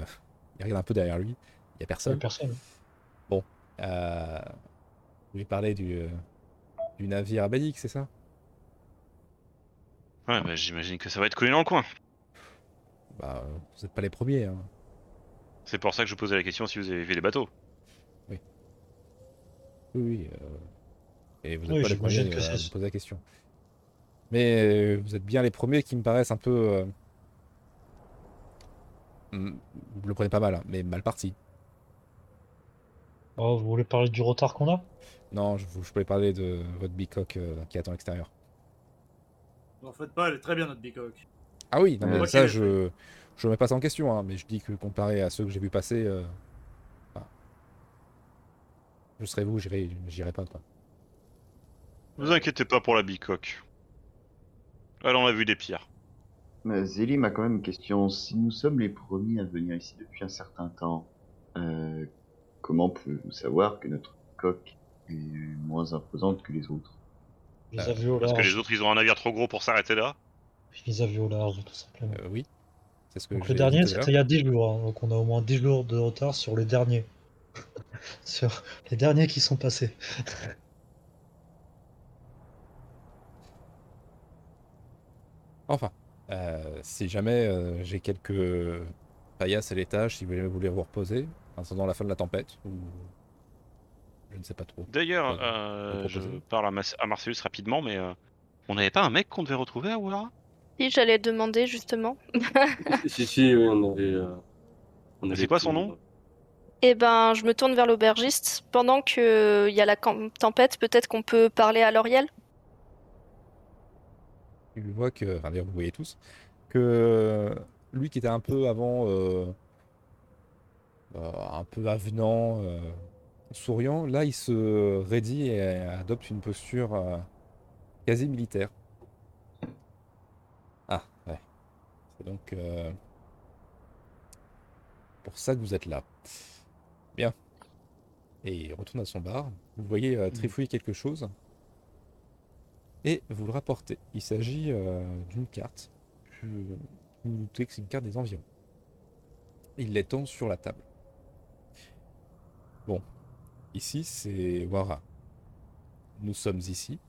S3: il regarde un peu derrière lui. Il y a
S4: Ça,
S3: personne.
S4: personne.
S3: Euh, Je lui parlais du euh, du navire abadique, c'est ça
S8: Ouais, bah, j'imagine que ça va être collé dans le coin.
S3: Bah, euh, vous n'êtes pas les premiers. hein.
S8: C'est pour ça que je posais la question si vous avez vu les bateaux.
S3: Oui, oui. euh, Et vous n'êtes
S4: Oui,
S3: pas les
S4: j'imagine
S3: premiers
S4: que
S3: à
S4: c'est-
S3: me poser la question. Mais euh, vous êtes bien les premiers qui me paraissent un peu. euh, hmm, Vous le prenez pas mal, hein, mais mal parti.
S4: Oh, vous voulez parler du retard qu'on a
S3: Non, je, vous- je pouvais parler de votre bicoque euh, qui attend à l'extérieur.
S1: Vous en faites pas, elle est très bien notre bicoque.
S3: Ah oui, non,
S7: Ouais.
S3: mais
S1: Ouais,
S3: ça,
S1: ouais.
S3: je je remets pas ça en question, hein, mais je dis que comparé à ceux que j'ai vu passer, euh, enfin, je serais vous, j'irai j'irai pas. Quoi.
S8: vous inquiétez pas pour la bicoque. Elle en a vu des pires.
S7: Mais Zélim a Euh, quand même une question. Si nous sommes les premiers à venir ici depuis un certain temps, euh, comment pouvez-vous savoir que notre coque est euh, moins imposante que les autres
S4: Je
S3: Euh,
S4: les ai vus au
S8: Parce que
S4: large.
S8: les autres ils ont un navire trop gros pour s'arrêter là.
S4: Je les ai vus au large, tout simplement.
S3: Euh, oui, c'est ce que
S4: Donc
S3: j'ai
S4: le
S3: dit
S4: dernier,
S3: tout à l'heure.
S4: c'était il y a 10 jours, hein, donc on a au moins 10 jours de retard sur le dernier. sur les derniers qui sont passés.
S3: Enfin, euh, si jamais euh, j'ai quelques paillasses à l'étage, si vous voulez- vous voulez vous reposer, en attendant la fin de la tempête, ou... je ne sais pas trop.
S8: D'ailleurs,
S3: Ouais,
S8: euh,
S3: vous
S8: je
S3: proposez
S8: parle à, Mas- à Marcellus rapidement, mais euh, on n'avait pas un mec qu'on devait retrouver à Ouara
S2: Si, j'allais demander justement.
S5: si, si, oui, on avait. euh, on
S8: C'est quoi son nom
S2: Eh ben, je me tourne vers l'aubergiste. Pendant que euh, il y a la cam- tempête, peut-être qu'on peut parler à L'Oriel
S3: Tu vois que, enfin d'ailleurs vous voyez tous, que euh, lui qui était un peu avant, euh, euh, un peu avenant, euh, souriant, là il se raidit et adopte une posture euh, quasi militaire. Ah ouais. C'est donc euh, pour ça que vous êtes là. Bien. Et il retourne à son bar. Vous le voyez euh, trifouiller quelque chose et vous le rapportez. Il s'agit euh, d'une carte. Je- Vous vous doutez que c'est une carte des environs. Il l'étend sur la table. Bon, ici c'est Wara. Nous sommes ici.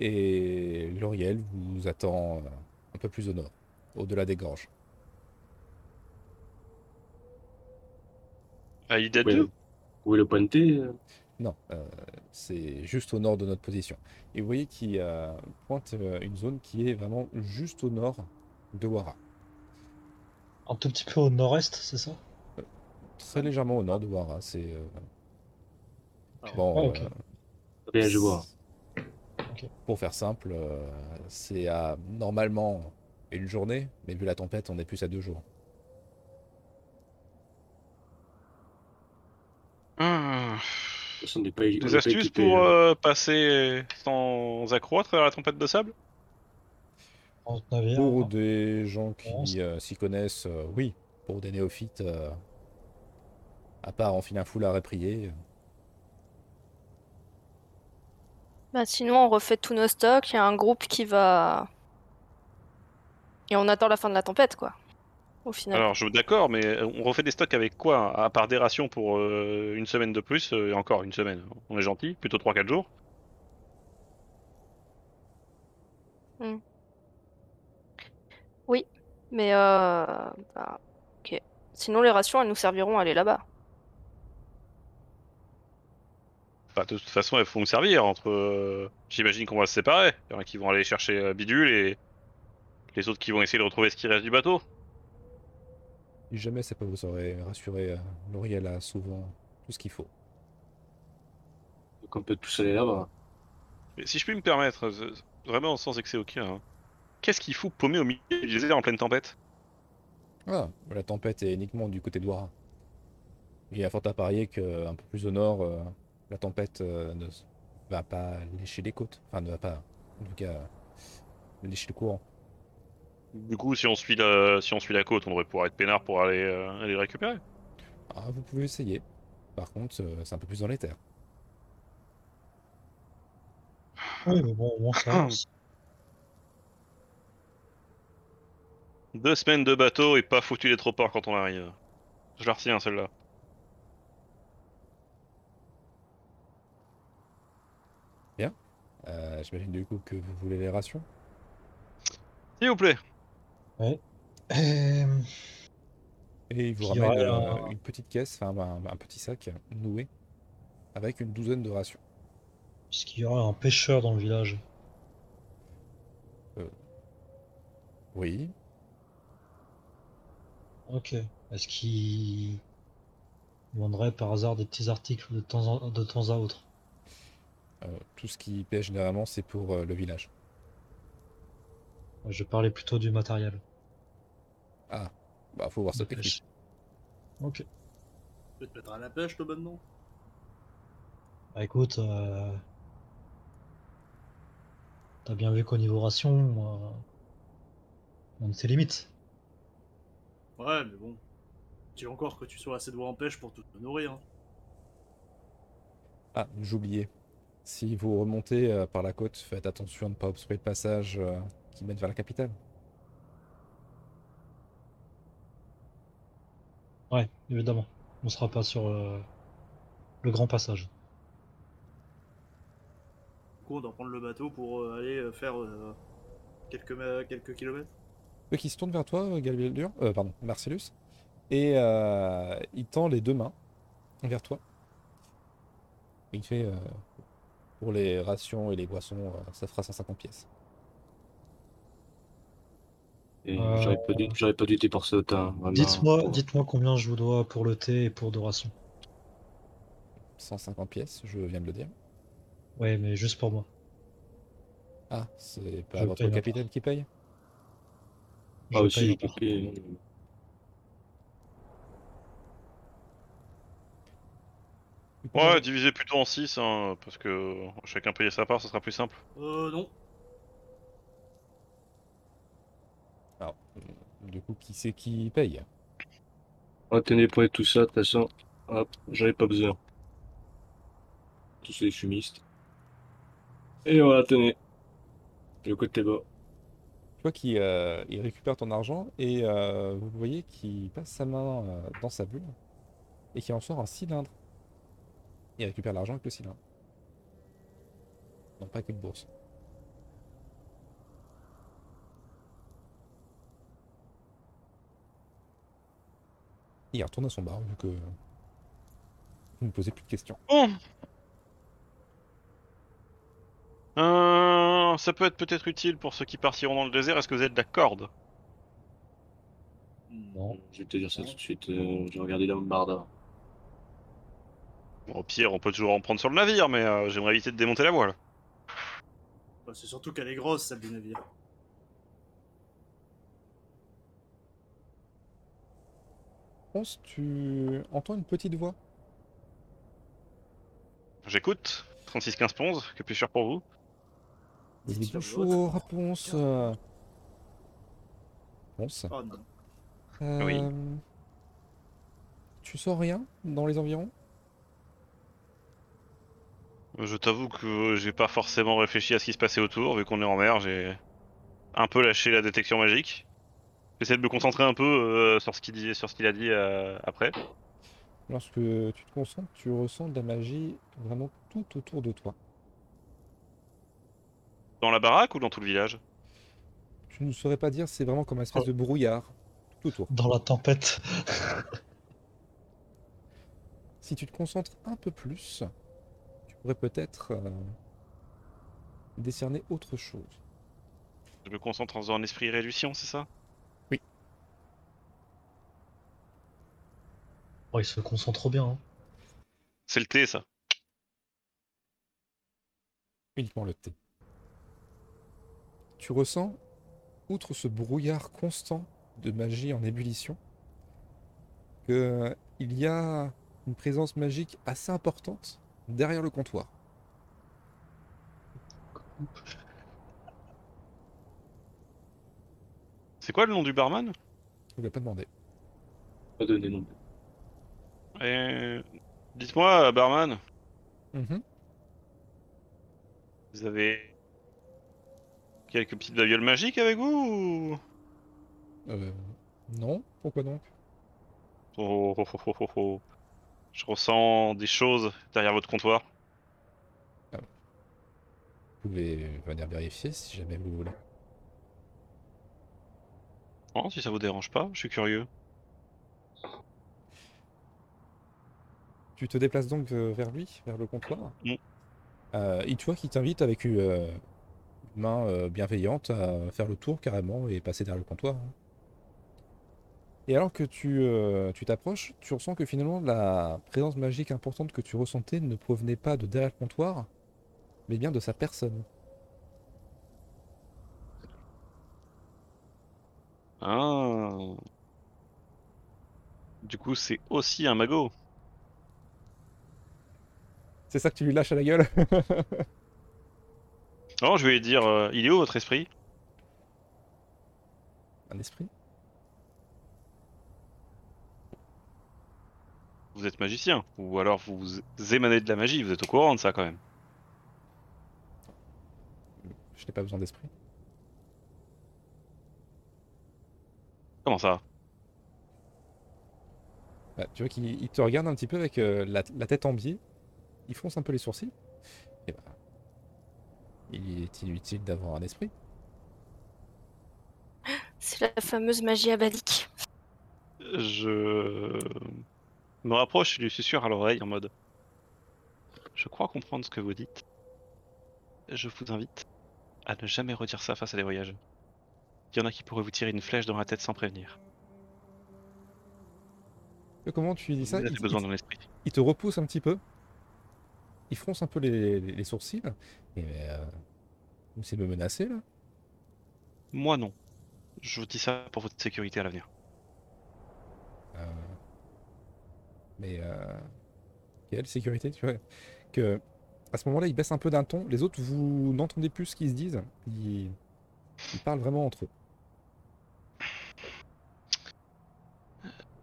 S3: Et L'Oriel vous attend euh, un peu plus au nord, au-delà des gorges.
S8: À Ida
S5: Oui, le- oui, le pointé. euh,
S3: Non, euh, c'est juste au nord de notre position. Et vous voyez qu'il euh, pointe euh, une zone qui est vraiment juste au nord de Wara.
S4: Un tout petit peu au nord-est, c'est ça
S3: Euh, Très légèrement au nord de Wara. C'est. euh,
S1: Ah,
S3: Bon,
S4: ah, ok.
S3: euh,
S5: Rien, je vois.
S3: Pour faire simple, euh, c'est à normalement une journée, mais vu la tempête, on est plus à deux jours.
S5: De toute façon, on n'est pas- on n'est
S8: Ah. Des
S5: pas
S8: astuces
S5: équipé,
S8: pour
S5: euh,
S8: euh, passer sans accroc à travers la tempête de sable
S4: Dans notre navire
S3: Pour des gens
S4: On
S3: qui euh, s'y connaissent, euh, oui. Pour des néophytes, euh, à part enfiler un foulard et prier, euh,
S2: Bah, sinon, on refait tous nos stocks. Il y a un groupe qui va. Et on attend la fin de la tempête, quoi. Au final.
S8: Alors, je d'accord, mais euh, on refait des stocks avec quoi À part des rations pour euh, une semaine de plus, euh, et encore une semaine, on est gentil, plutôt 3-4 jours.
S2: Mais euh. bah, ok. Sinon, les rations, elles nous serviront à aller là-bas.
S8: Enfin, de toute façon, elles vont nous servir entre. euh, J'imagine qu'on va se séparer. Il y en a qui vont aller chercher euh, Bidule et les autres qui vont essayer de retrouver ce qui reste du bateau.
S3: Si jamais ça peut vous aurait rassuré, euh, Lauriel a souvent tout ce qu'il faut.
S5: Donc on peut tous aller là-bas.
S8: Mais si je puis me permettre, euh, vraiment sans excès aucun, hein, qu'est-ce qu'il faut paumer au milieu du désert en pleine tempête
S3: Ah, la tempête est uniquement du côté de Wara. Il y a fort à parier que un peu plus au nord, euh, la tempête euh, ne s- va pas lécher les côtes. Enfin, ne va pas, en tout cas, euh, lécher le courant.
S8: Du coup, si on suit la, si on suit la côte, on devrait pouvoir être peinard pour aller, euh, aller le récupérer.
S3: Ah, vous pouvez essayer. Par contre, euh, c'est un peu plus dans les terres.
S4: Oui, mais bon, au moins ça avance.
S8: Deux semaines de bateau et pas foutu les trop port quand on arrive. Je la retiens celle-là.
S3: Euh, J'imagine du coup que vous voulez les rations.
S8: S'il vous plaît.
S4: Euh,
S3: Et il vous
S4: Qui
S3: ramène
S4: aurait
S3: euh,
S4: un-
S3: une petite caisse, enfin un, un petit sac noué, avec une douzaine de rations.
S4: Est-ce qu'il y aura un pêcheur dans le village
S3: Euh, Oui.
S4: Ok. Est-ce qu'il demanderait par hasard des petits articles de temps, en- de temps à autre
S3: euh, tout ce qui pêche généralement, c'est pour euh, le village.
S4: Je parlais plutôt du matériel.
S3: Bah, faut voir
S4: de
S3: ça technique.
S4: pêche. Ok.
S1: Tu peux te mettre à la pêche, le bon nom
S4: Bah écoute, euh, t'as bien vu qu'au niveau ration, euh, on a ses limites.
S1: Ouais, mais bon. Tu veux encore que tu sois assez doué en pêche pour tout te nourrir. hein.
S3: Ah, j'oubliais. Si vous remontez euh, par la côte, faites attention à ne pas obstruer le passage euh, qui mène vers la capitale.
S4: Ouais, évidemment. On sera pas sur euh, le grand passage.
S1: Du coup, on doit prendre le bateau pour euh, aller euh, faire euh, quelques, ma- quelques kilomètres.
S3: Eux qui se tourne vers toi, euh, Galbildur, euh, pardon, Marcellus, et euh, il tend les deux mains vers toi. Il fait euh, pour les rations et les boissons, euh, ça fera 150 pièces.
S5: Et
S4: Euh,
S5: j'aurais pas dû, j'aurais pas dû dépenser autant. hein, vraiment.
S4: Dites-moi,
S5: Ah bah, Pour-
S4: dites-moi combien je vous dois pour le thé et pour de ration.
S3: 150 pièces, je viens de le dire.
S4: Ouais, mais juste pour moi.
S3: Ah, c'est pas
S4: Je
S3: votre
S4: paye la part.
S3: capitaine qui paye?
S5: Ah
S4: Je
S5: aussi,
S4: paye
S5: j'ai
S4: la part.
S5: compris.
S8: Ouais, divisez plutôt en 6, parce que chacun payer sa part, ça sera plus simple.
S1: Euh, non.
S3: Alors, du coup, qui c'est qui paye?
S5: Ah, tenez, prenez tout ça, de toute façon. Hop, j'avais pas besoin. Tous les fumistes. Et voilà, tenez. Le côté bas.
S3: Tu vois qu'il euh, il récupère ton argent et euh, vous voyez qu'il passe sa main euh, dans sa bulle et qu'il en sort un cylindre. Il récupère l'argent avec le cylindre. Non, pas qu'une bourse. Il retourne à son bar vu que vous ne posez plus de questions.
S8: Bon. Euh, ça peut être peut-être utile pour ceux qui partiront dans le désert. Est-ce que vous êtes d'accord
S4: Non.
S5: Je vais te dire ça tout de suite. euh, j'ai regardé la Lombarda.
S8: Bon, Au pire, on peut toujours en prendre sur le navire, mais euh, j'aimerais éviter de démonter la voile.
S1: Bah, c'est surtout qu'elle est grosse, celle du navire.
S3: Ponce, tu entends une petite voix.
S8: J'écoute. 36 15 11, que puis-je faire pour vous
S3: Il est
S1: Dites-le à
S3: bonjour,
S1: votre.
S3: Raponce. euh. Ponce.
S1: Oh non.
S8: Oui.
S3: Euh, Tu sens rien dans les environs
S8: Je t'avoue que j'ai pas forcément réfléchi à ce qui se passait autour, vu qu'on est en mer, j'ai un peu lâché la détection magique. J'essaie de me concentrer un peu euh, sur ce qu'il dit- sur ce qu'il a dit euh, après.
S3: Lorsque tu te concentres, tu ressens de la magie vraiment tout autour de toi.
S8: Dans la baraque ou dans tout le village
S3: Tu ne saurais pas dire, c'est vraiment comme un espèce de brouillard tout autour.
S4: Dans la tempête.
S3: Si tu te concentres un peu plus, tu pourrais peut-être euh, décerner autre chose.
S8: Je me concentre en faisant un esprit réduction, c'est ça
S4: Oh, il se concentre bien. hein.
S8: C'est le thé, ça.
S3: uniquement le thé. Tu ressens, outre ce brouillard constant de magie en ébullition, qu'il y a une présence magique assez importante derrière le comptoir.
S8: C'est quoi le nom du barman
S3: Je ne l'ai pas demandé.
S5: Pas donné non plus.
S8: Et... Dites-moi, barman,
S3: Mhm.
S8: vous avez quelques petites babioles magiques avec vous ou-
S3: Euh, non, pourquoi donc
S8: Oh, oh, oh, oh, oh, oh. Je ressens des choses derrière votre comptoir.
S3: Vous pouvez venir vérifier si jamais vous voulez.
S8: Oh, si ça vous dérange pas, je suis curieux.
S3: Tu te déplaces donc euh, vers lui, vers le comptoir.
S8: Mm.
S3: Euh, et tu vois qu'il t'invite avec une euh, une main euh, bienveillante à faire le tour carrément et passer derrière le comptoir. hein. Et alors que tu euh, tu t'approches, tu ressens que finalement la présence magique importante que tu ressentais ne provenait pas de derrière le comptoir, mais bien de sa personne.
S8: Ah. Du coup, c'est aussi un magot.
S3: C'est ça que tu lui lâches à la gueule
S8: Non, je vais dire, euh, il est où votre esprit
S3: Un esprit
S8: Vous êtes magicien, ou alors vous émanez de la magie, vous êtes au courant de ça quand même.
S3: Je n'ai pas besoin d'esprit.
S8: Comment ça
S3: Bah, tu vois qu'il il te regarde un petit peu avec euh, la, la tête en biais. Il fronce un peu les sourcils. Et bah, il est inutile d'avoir un esprit.
S2: C'est la fameuse magie abadique.
S8: Je me rapproche et lui susurre à l'oreille en mode Je crois comprendre ce que vous dites. Je vous invite à ne jamais redire ça face à des voyageurs. Il y en a qui pourraient vous tirer une flèche dans la tête sans prévenir.
S3: Et comment tu lui dis
S8: Vous
S3: ça
S8: avez
S3: il, te-
S8: besoin
S3: il te-
S8: d'un esprit.
S3: il te repousse un petit peu. Il fronce un peu les, les- les sourcils. Et mais, euh, vous essayez de me menacer là
S8: Moi non. Je vous dis ça pour votre sécurité à l'avenir.
S3: Euh, Mais euh, quelle sécurité, tu vois Que à ce moment-là, ils baissent un peu d'un ton. Les autres, vous n'entendez plus ce qu'ils se disent. Ils, ils parlent vraiment entre eux.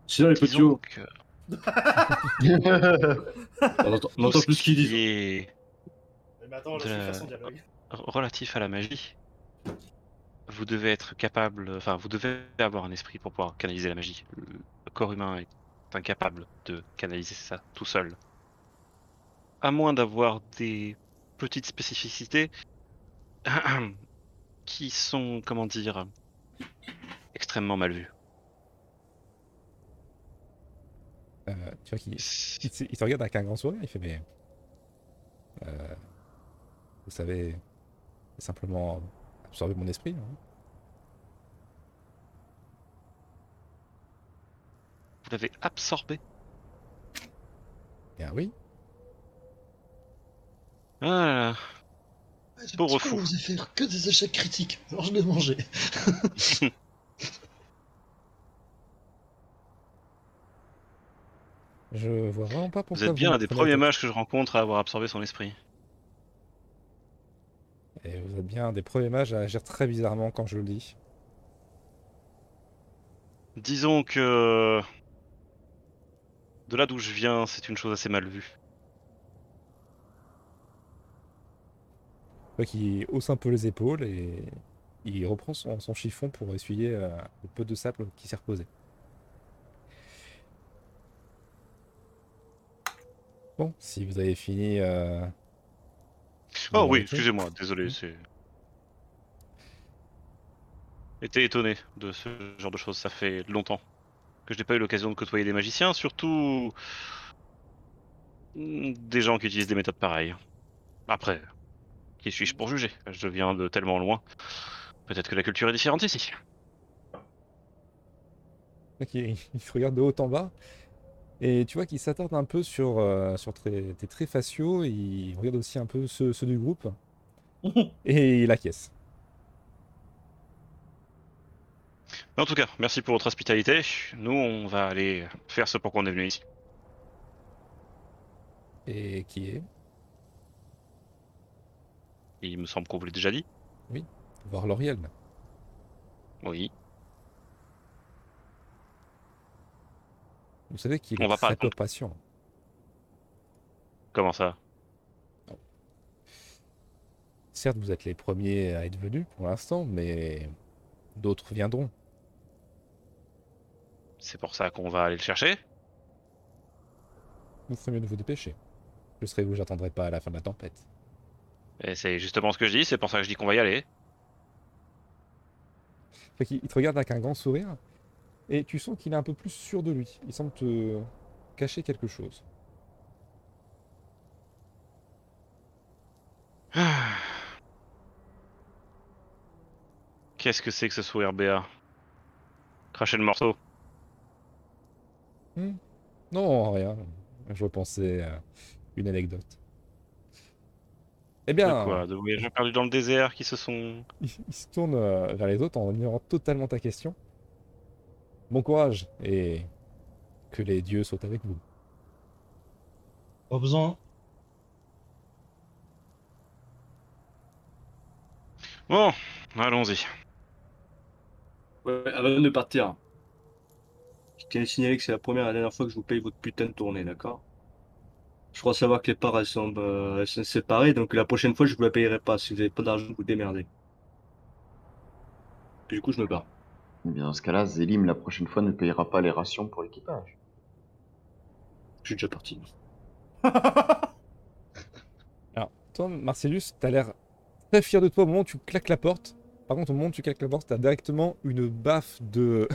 S5: C'est là les petits
S8: Disons
S5: hauts.
S8: que
S5: On entend, on entend
S8: tout
S5: plus
S8: ce
S5: ce qu'ils
S8: qui
S5: disent.
S8: est
S1: Mais attends, laisse-le faire son dialogue.
S8: relatif à la magie, vous devez être capable, enfin, vous devez avoir un esprit pour pouvoir canaliser la magie. Le corps humain est incapable de canaliser ça tout seul. À moins d'avoir des petites spécificités qui sont, comment dire, extrêmement mal vues.
S3: Euh, tu vois qu'ils Il te, il te regarde avec un grand sourire, il fait mais... euh, vous savez, simplement absorber mon esprit. hein.
S8: Vous l'avez absorbé.
S3: Eh Bien oui,
S8: Ah là là.
S4: Ce
S8: Pauvre
S4: petit con
S8: fou.
S4: vous faisait faire que des échecs critiques. Alors je l'ai mangé.
S3: je vois vraiment pas
S8: Vous
S3: pourquoi
S8: êtes bien
S3: me
S8: un des
S3: prenez la
S8: premiers mages que je rencontre à avoir absorbé son esprit.
S3: tête. Et Eh, vous êtes bien un des premiers mages à agir très bizarrement quand je le dis.
S8: Disons que de là d'où je viens, c'est une chose assez mal vue.
S3: Tu vois qu'il hausse un peu les épaules et il reprend son, son chiffon pour essuyer euh, le peu de sable qui s'est reposé. Bon, si vous avez fini... euh, Vous
S8: Oh oui,
S3: l'avez fait
S8: excusez-moi, désolé, c'est. J'étais étonné de ce genre de choses, ça fait longtemps que je n'ai pas eu l'occasion de côtoyer des magiciens, surtout des gens qui utilisent des méthodes pareilles. Après, qui suis-je pour juger Je viens de tellement loin. Peut-être que la culture est différente ici.
S3: Donc il, il te regarde de haut en bas. Et Et tu vois qu'il s'attarde un peu sur, euh, sur tes, tes traits faciaux, il regarde aussi un peu ceux, ceux du groupe, et il acquiesce.
S8: Mais en tout cas, merci pour votre hospitalité. Nous, on va aller faire ce pour quoi on est venu ici.
S3: Et qui est
S8: Il me semble qu'on vous l'a déjà dit.
S3: Voir L'Oriel.
S8: Oui.
S3: Vous savez qu'il
S8: On
S3: est
S8: va pas
S3: très peu
S8: attendre.
S3: patient.
S8: Comment ça
S3: Certes, vous êtes les premiers à être venus pour l'instant, mais d'autres viendront.
S8: C'est pour ça qu'on va aller le chercher
S3: Vous ferez mieux de vous dépêcher. Je serai vous, j'attendrai pas à la fin de la tempête.
S8: Et c'est justement ce que je dis, c'est pour ça que je dis qu'on va y aller.
S3: Fait qu'il il te regarde avec un grand sourire, et tu sens qu'il est un peu plus sûr de lui. Il semble te cacher quelque chose.
S8: Qu'est-ce que c'est que ce sourire BA Cracher le morceau.
S3: Non, rien. Je pensais à une anecdote. Eh bien,
S8: De quoi De voyageurs perdus dans le désert qui se sont.
S3: il, il se tourne euh, vers les autres en ignorant totalement ta question. Bon courage et que les dieux soient avec vous.
S4: Pas besoin.
S8: Bon, allons-y.
S5: Ouais, avant de partir, je tiens à signaler que c'est la première et la dernière fois que je vous paye votre putain de tournée, d'accord? Je crois savoir que les parts, elles sont, euh, elles sont séparées, donc la prochaine fois, je vous la payerai pas. Si vous n'avez pas d'argent, vous vous démerdez. Puis du coup, je me barre.
S7: Eh bien, dans ce cas-là, Zélim, la prochaine fois, ne payera pas les rations pour l'équipage.
S5: Je suis déjà parti.
S3: Alors, toi, Marcellus, t'as l'air très fier de toi au moment où tu claques la porte. Par contre, au moment où tu claques la porte, t'as directement une baffe de.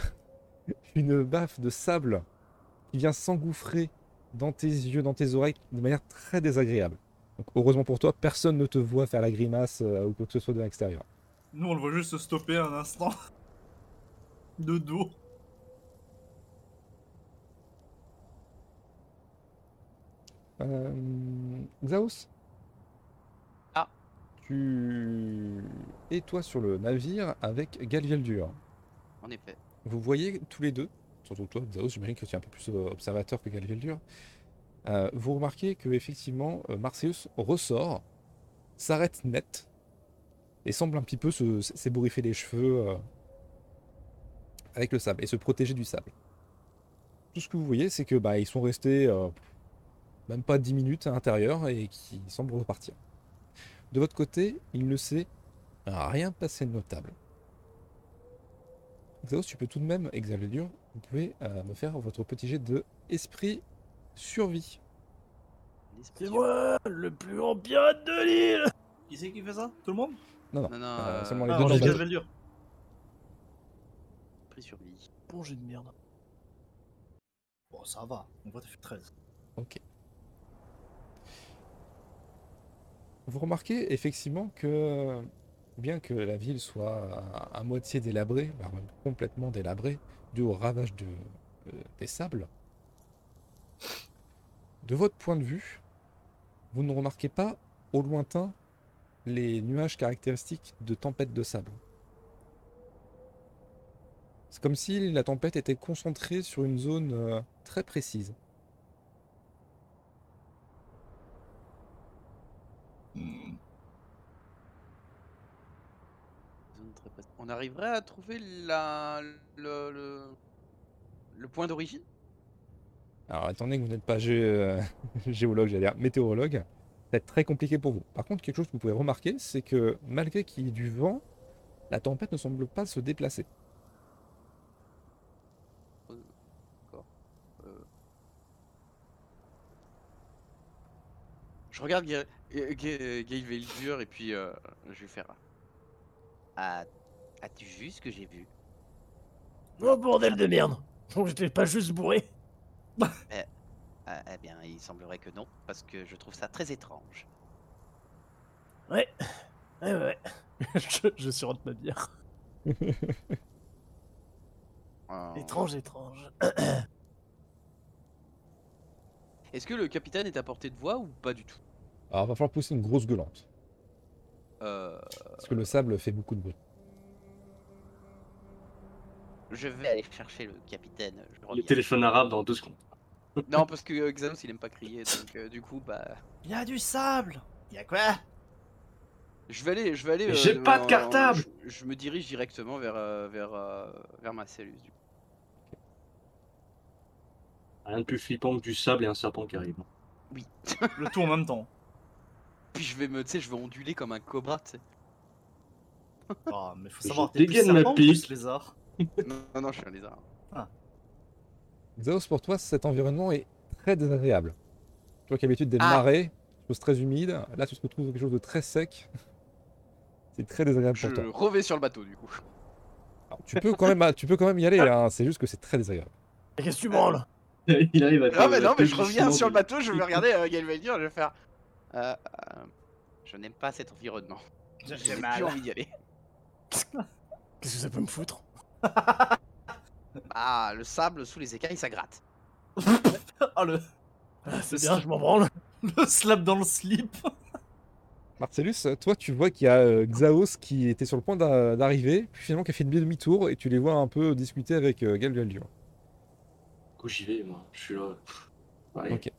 S3: une baffe de sable qui vient s'engouffrer dans tes yeux, dans tes oreilles, de manière très désagréable. Donc, heureusement pour toi, personne ne te voit faire la grimace euh, ou quoi que ce soit de l'extérieur.
S1: Nous, on le voit juste se stopper un instant. De dos.
S3: Euh... Xaos
S9: Ah.
S3: Tu. Et toi sur le navire avec Galviel Dur.
S9: En effet.
S3: Vous voyez tous les deux, surtout toi, Xaos, j'imagine que tu es un peu plus euh, observateur que Galveldur, euh, vous remarquez que effectivement euh, Marseilleuse ressort, s'arrête net, et semble un petit peu se- s'ébouriffer les cheveux euh, avec le sable, et se protéger du sable. Tout ce que vous voyez, c'est que bah, ils sont restés euh, même pas 10 minutes à l'intérieur, et qui semblent repartir. De votre côté, il ne s'est rien passé de notable. Xaos, tu peux tout de même, et Xavier Dur, vous pouvez euh, me faire votre petit jet de esprit survie.
S10: C'est moi, le plus grand pirate de l'île
S1: Qui c'est qui fait ça Tout le monde
S9: Non, non,
S3: Euh,
S9: euh,
S3: seulement les
S1: Ah,
S3: deux
S1: Roger
S3: jambes.
S1: Valdur.
S9: prix survie.
S10: Bon j'ai de merde.
S1: Bon, ça va. On voit, t'as fait 13.
S3: Ok. Vous remarquez effectivement que, bien que la ville soit à, à moitié délabrée, voire même complètement délabrée, dû au ravage de, euh, des sables, de votre point de vue, vous ne remarquez pas au lointain les nuages caractéristiques de tempête de sable. C'est comme si la tempête était concentrée sur une zone euh, très précise.
S4: Hmm.
S9: Zone très précise. On arriverait à trouver la... le... le... le point d'origine
S3: Alors, attendez que vous n'êtes pas gé- euh, géologue, j'allais dire météorologue, ça va être très compliqué pour vous. Par contre, quelque chose que vous pouvez remarquer, c'est que malgré qu'il y ait du vent, la tempête ne semble pas se déplacer.
S9: Euh, Je regarde Gail Veldur et puis euh, je vais faire. Ah, As-tu vu ce que j'ai vu
S10: Oh bordel de merde Donc j'étais pas juste bourré
S9: Ah, Eh bien, il semblerait que non, parce que je trouve ça très étrange.
S10: Ouais. Ouais ouais. je, je surrente ma bière.
S9: Euh,
S11: Oh.
S10: Étrange, étrange.
S9: Est-ce que le capitaine est à portée de voix ou pas du tout
S3: Alors, va falloir pousser une grosse gueulante.
S9: Euh,
S3: Parce que le sable fait beaucoup de bruit.
S9: Je vais aller chercher le capitaine. Je
S5: Le
S9: reviens.
S5: téléphone arabe dans deux secondes.
S9: Non, parce que euh, Xanos il aime pas crier, donc euh, du coup, bah.
S1: Il y a du sable Il y a quoi
S9: Je vais aller. Je vais aller
S5: Mais j'ai pas de
S9: en-
S5: cartable
S9: je, je me dirige directement vers, euh, vers, euh, vers ma cellule. du coup.
S5: Rien de plus flippant que du sable et un serpent qui arrive.
S9: Oui.
S1: Le tout en même temps.
S9: Puis je vais me. Tu sais, je vais onduler comme un cobra, tu sais.
S1: Ah, mais faut
S5: Je
S1: savoir, t'es plus
S5: dégaine ma
S1: serpent ou plus
S5: pique.
S1: lézard
S9: non, non, non, je suis un lézard.
S3: Xaos, pour toi, cet environnement est très désagréable. Toi qui as l'habitude des
S9: Ah.
S3: marées, chose très humide, là tu te retrouves dans quelque chose de très sec. C'est très désagréable
S9: Je
S3: pour toi.
S9: revais sur le bateau, du coup.
S3: Alors, tu, peux quand même, ah, tu peux quand même y aller, là, hein, c'est juste que c'est très désagréable.
S10: Mais Qu'est-ce que tu branles
S5: Il arrive à
S9: Non,
S5: faire
S9: mais
S5: le
S9: non, mais je reviens
S5: publicement
S9: sur le
S5: de-
S9: bateau, je vais regarder euh, Galvaldur, je vais faire. Euh, euh, je n'aime pas cet environnement. J'ai plus envie d'y aller.
S10: Qu'est-ce que ça peut me foutre
S9: Ah, le sable sous les écailles, ça gratte.
S1: Ah, le,
S10: Ah, C'est bien, je m'en branle.
S1: le slap dans le slip
S3: Marcellus, toi tu vois qu'il y a euh, Xaos qui était sur le point d'a- d'arriver, puis finalement qui a fait demi-tour et tu les vois un peu discuter avec euh, Galgaldur.
S5: Du coup, j'y vais, moi. Je suis là. Pff, allez.
S3: Ok.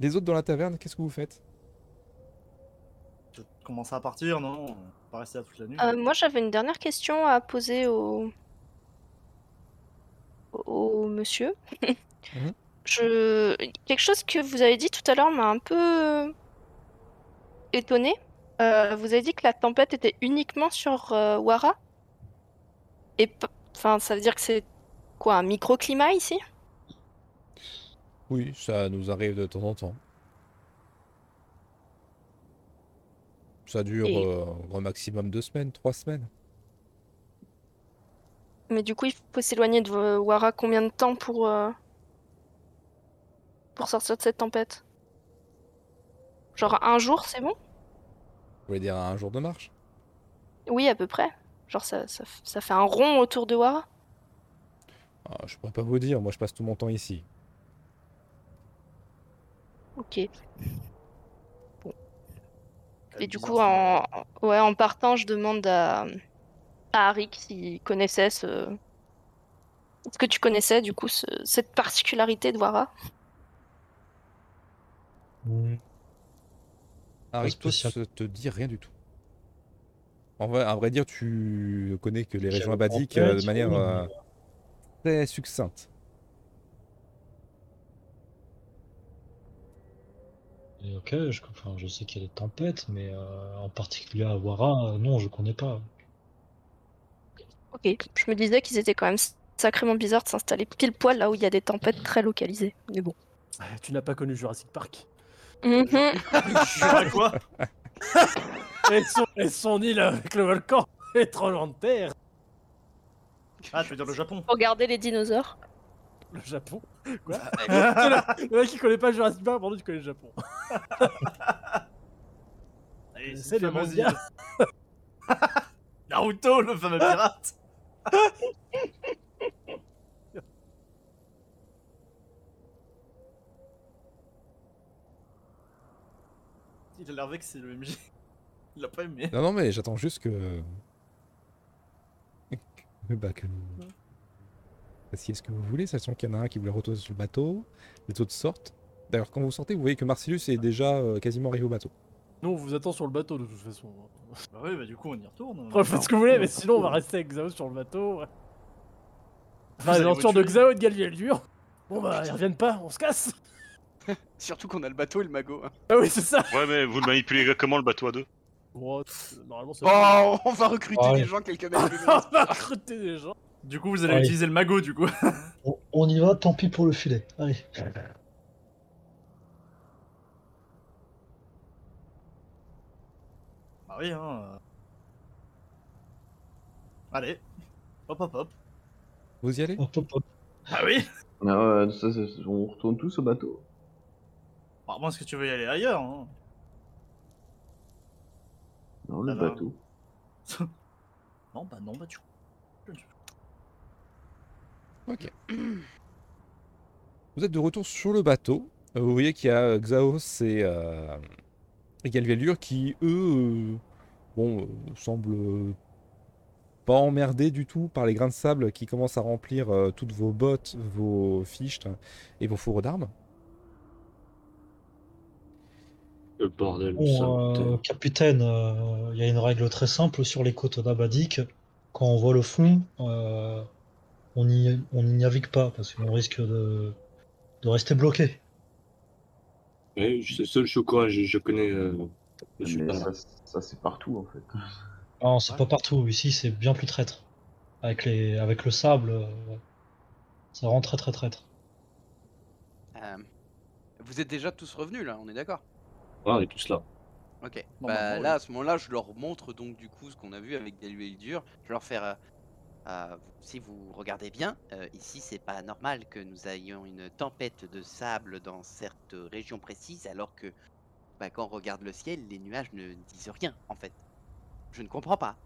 S3: Les autres dans la taverne, qu'est-ce que vous faites
S1: Je commence à partir, non On va pas rester là toute la nuit.
S2: Euh, moi, j'avais une dernière question à poser au, au monsieur.
S3: Mhm.
S2: Je... Quelque chose que vous avez dit tout à l'heure m'a un peu étonné. vous avez dit que la tempête était uniquement sur euh, Wara. Et p- enfin, ça veut dire que c'est quoi un microclimat ici
S3: Oui, ça nous arrive de temps en temps. Ça dure euh,
S2: Et-
S3: un maximum deux semaines, trois semaines.
S2: Mais du coup, il faut s'éloigner de euh, Wara combien de temps pour euh, pour sortir de cette tempête Genre un jour, c'est bon
S3: Vous voulez dire un jour de marche
S2: Oui, à peu près. Genre, ça, ça, f- ça fait un rond autour de Wara.
S3: Ah, Je pourrais pas vous dire, moi je passe tout mon temps ici.
S2: Ok.
S1: Quand
S2: Et
S1: même
S2: du
S1: bizarre,
S2: coup,
S1: ça.
S2: en, en- ouais, en partant, je demande à, à Arik s'il connaissait ce. Est-ce que tu connaissais, du coup, ce- cette particularité de Wara
S4: Hmm.
S3: Aristos
S4: spécial.
S3: te dit rien du tout. En vrai, à vrai dire, tu connais que les
S4: J'avais
S3: régions
S4: en
S3: abadiques
S4: tête,
S3: euh, de manière
S4: oui, mais,
S3: euh, très succincte.
S4: Et ok, je, enfin, je sais qu'il y a des tempêtes, mais euh, en particulier à Wara, euh, non, je connais pas.
S2: Ok. Je me disais qu'ils étaient quand même sacrément bizarres de s'installer pile poil là où il y a des tempêtes très localisées. Mais bon.
S10: Ah, Tu n'as pas connu Jurassic Park.
S2: Mhm.
S1: Ah, quoi
S10: et, son, et son île avec le volcan est en terre.
S1: Ah, tu veux dire le Japon
S2: Regardez les dinosaures.
S10: Le Japon. Ah,
S9: Allez,
S10: Le mec qui connaît pas Jurassic Park, pendant tu connais le Japon.
S1: Allez,
S10: C'est
S1: une
S10: le
S1: fameuse
S10: manga.
S1: île. Naruto, le
S5: ah
S1: fameux
S10: Ah.
S1: pirate Il a l'air vexé, le MJ. Il l'a pas aimé.
S3: Non, non, mais j'attends juste que. que- Bah, que nous. Fassiez ce que vous voulez, sachant qu'il y en a un qui voulait retourner sur le bateau, les autres sortent. D'ailleurs, quand vous sortez, vous voyez que Marcellus est déjà euh, quasiment arrivé au bateau.
S10: Nous, on vous attend sur le bateau de toute façon.
S1: Bah oui, bah du coup, on y retourne.
S10: Après, faites ce que vous voulez, mais sinon, on va rester avec Xao sur le bateau.
S1: Vous
S10: Enfin,
S1: allez
S10: les aventures
S1: vous
S10: de
S1: tuer.
S10: Xao et de Galvieldur. Bon, bah, ils reviennent pas, on se casse.
S9: Surtout qu'on a le bateau et le magot. hein.
S10: Ah oui, c'est ça.
S8: Ouais, mais vous le manipulez comment le bateau à deux
S10: Bon, euh, normalement, ça va.
S9: Bon, Oh, on va recruter
S4: Ouais.
S9: des gens quelques mètres. plus loin.
S10: On va recruter des gens.
S1: Du coup, vous allez
S4: Ouais.
S1: utiliser le magot, du coup.
S4: On, on y va, tant pis pour le filet. Allez.
S1: Bah oui, hein. euh. Allez. Hop, hop, hop.
S3: Vous y allez
S4: Hop, hop, hop.
S1: Ah oui
S7: Non, euh, ça, ça, ça, on retourne tous au bateau.
S1: Bah, moi, est-ce que tu veux y aller ailleurs hein
S7: Non, le
S1: Ah, non.
S7: bateau.
S1: Non, bah non, bah tu.
S3: Ok. Vous êtes de retour sur le bateau. Euh, Vous voyez qu'il y a euh, Xaos et, euh, et Galvalure qui, eux, euh, bon, euh, semblent euh, pas emmerdés du tout par les grains de sable qui commencent à remplir euh, toutes vos bottes, vos fiches hein, et vos fourreaux d'armes.
S5: Le bordel, le
S4: Bon,
S5: sale.
S4: euh, capitaine, euh, il y a une règle très simple sur les côtes d'Abadik. Quand on voit le fond, euh, on n'y on n'y navigue pas parce qu'on risque de, de rester bloqué.
S5: Ouais, c'est seul je suis au courant, je, je connais. euh, je suis
S7: Mais
S5: pas-
S7: ça, ça, c'est partout en fait.
S4: Non, c'est pas partout. Ici, c'est bien plus traître. Avec, les, avec le sable, euh, ça rend très très traître.
S9: Euh, vous êtes déjà tous revenus là, on est d'accord
S5: Ouais, Ah, on est tous là.
S9: Ok.
S1: Normalement,
S9: Bah,
S1: oui.
S9: là, à ce moment-là, je leur montre donc du coup ce qu'on a vu avec des huiles dures. Je vais leur faire. euh, euh, si vous regardez bien, euh, ici, c'est pas normal que nous ayons une tempête de sable dans certes régions précises, alors que bah, quand on regarde le ciel, les nuages ne disent rien en fait. Je ne comprends pas.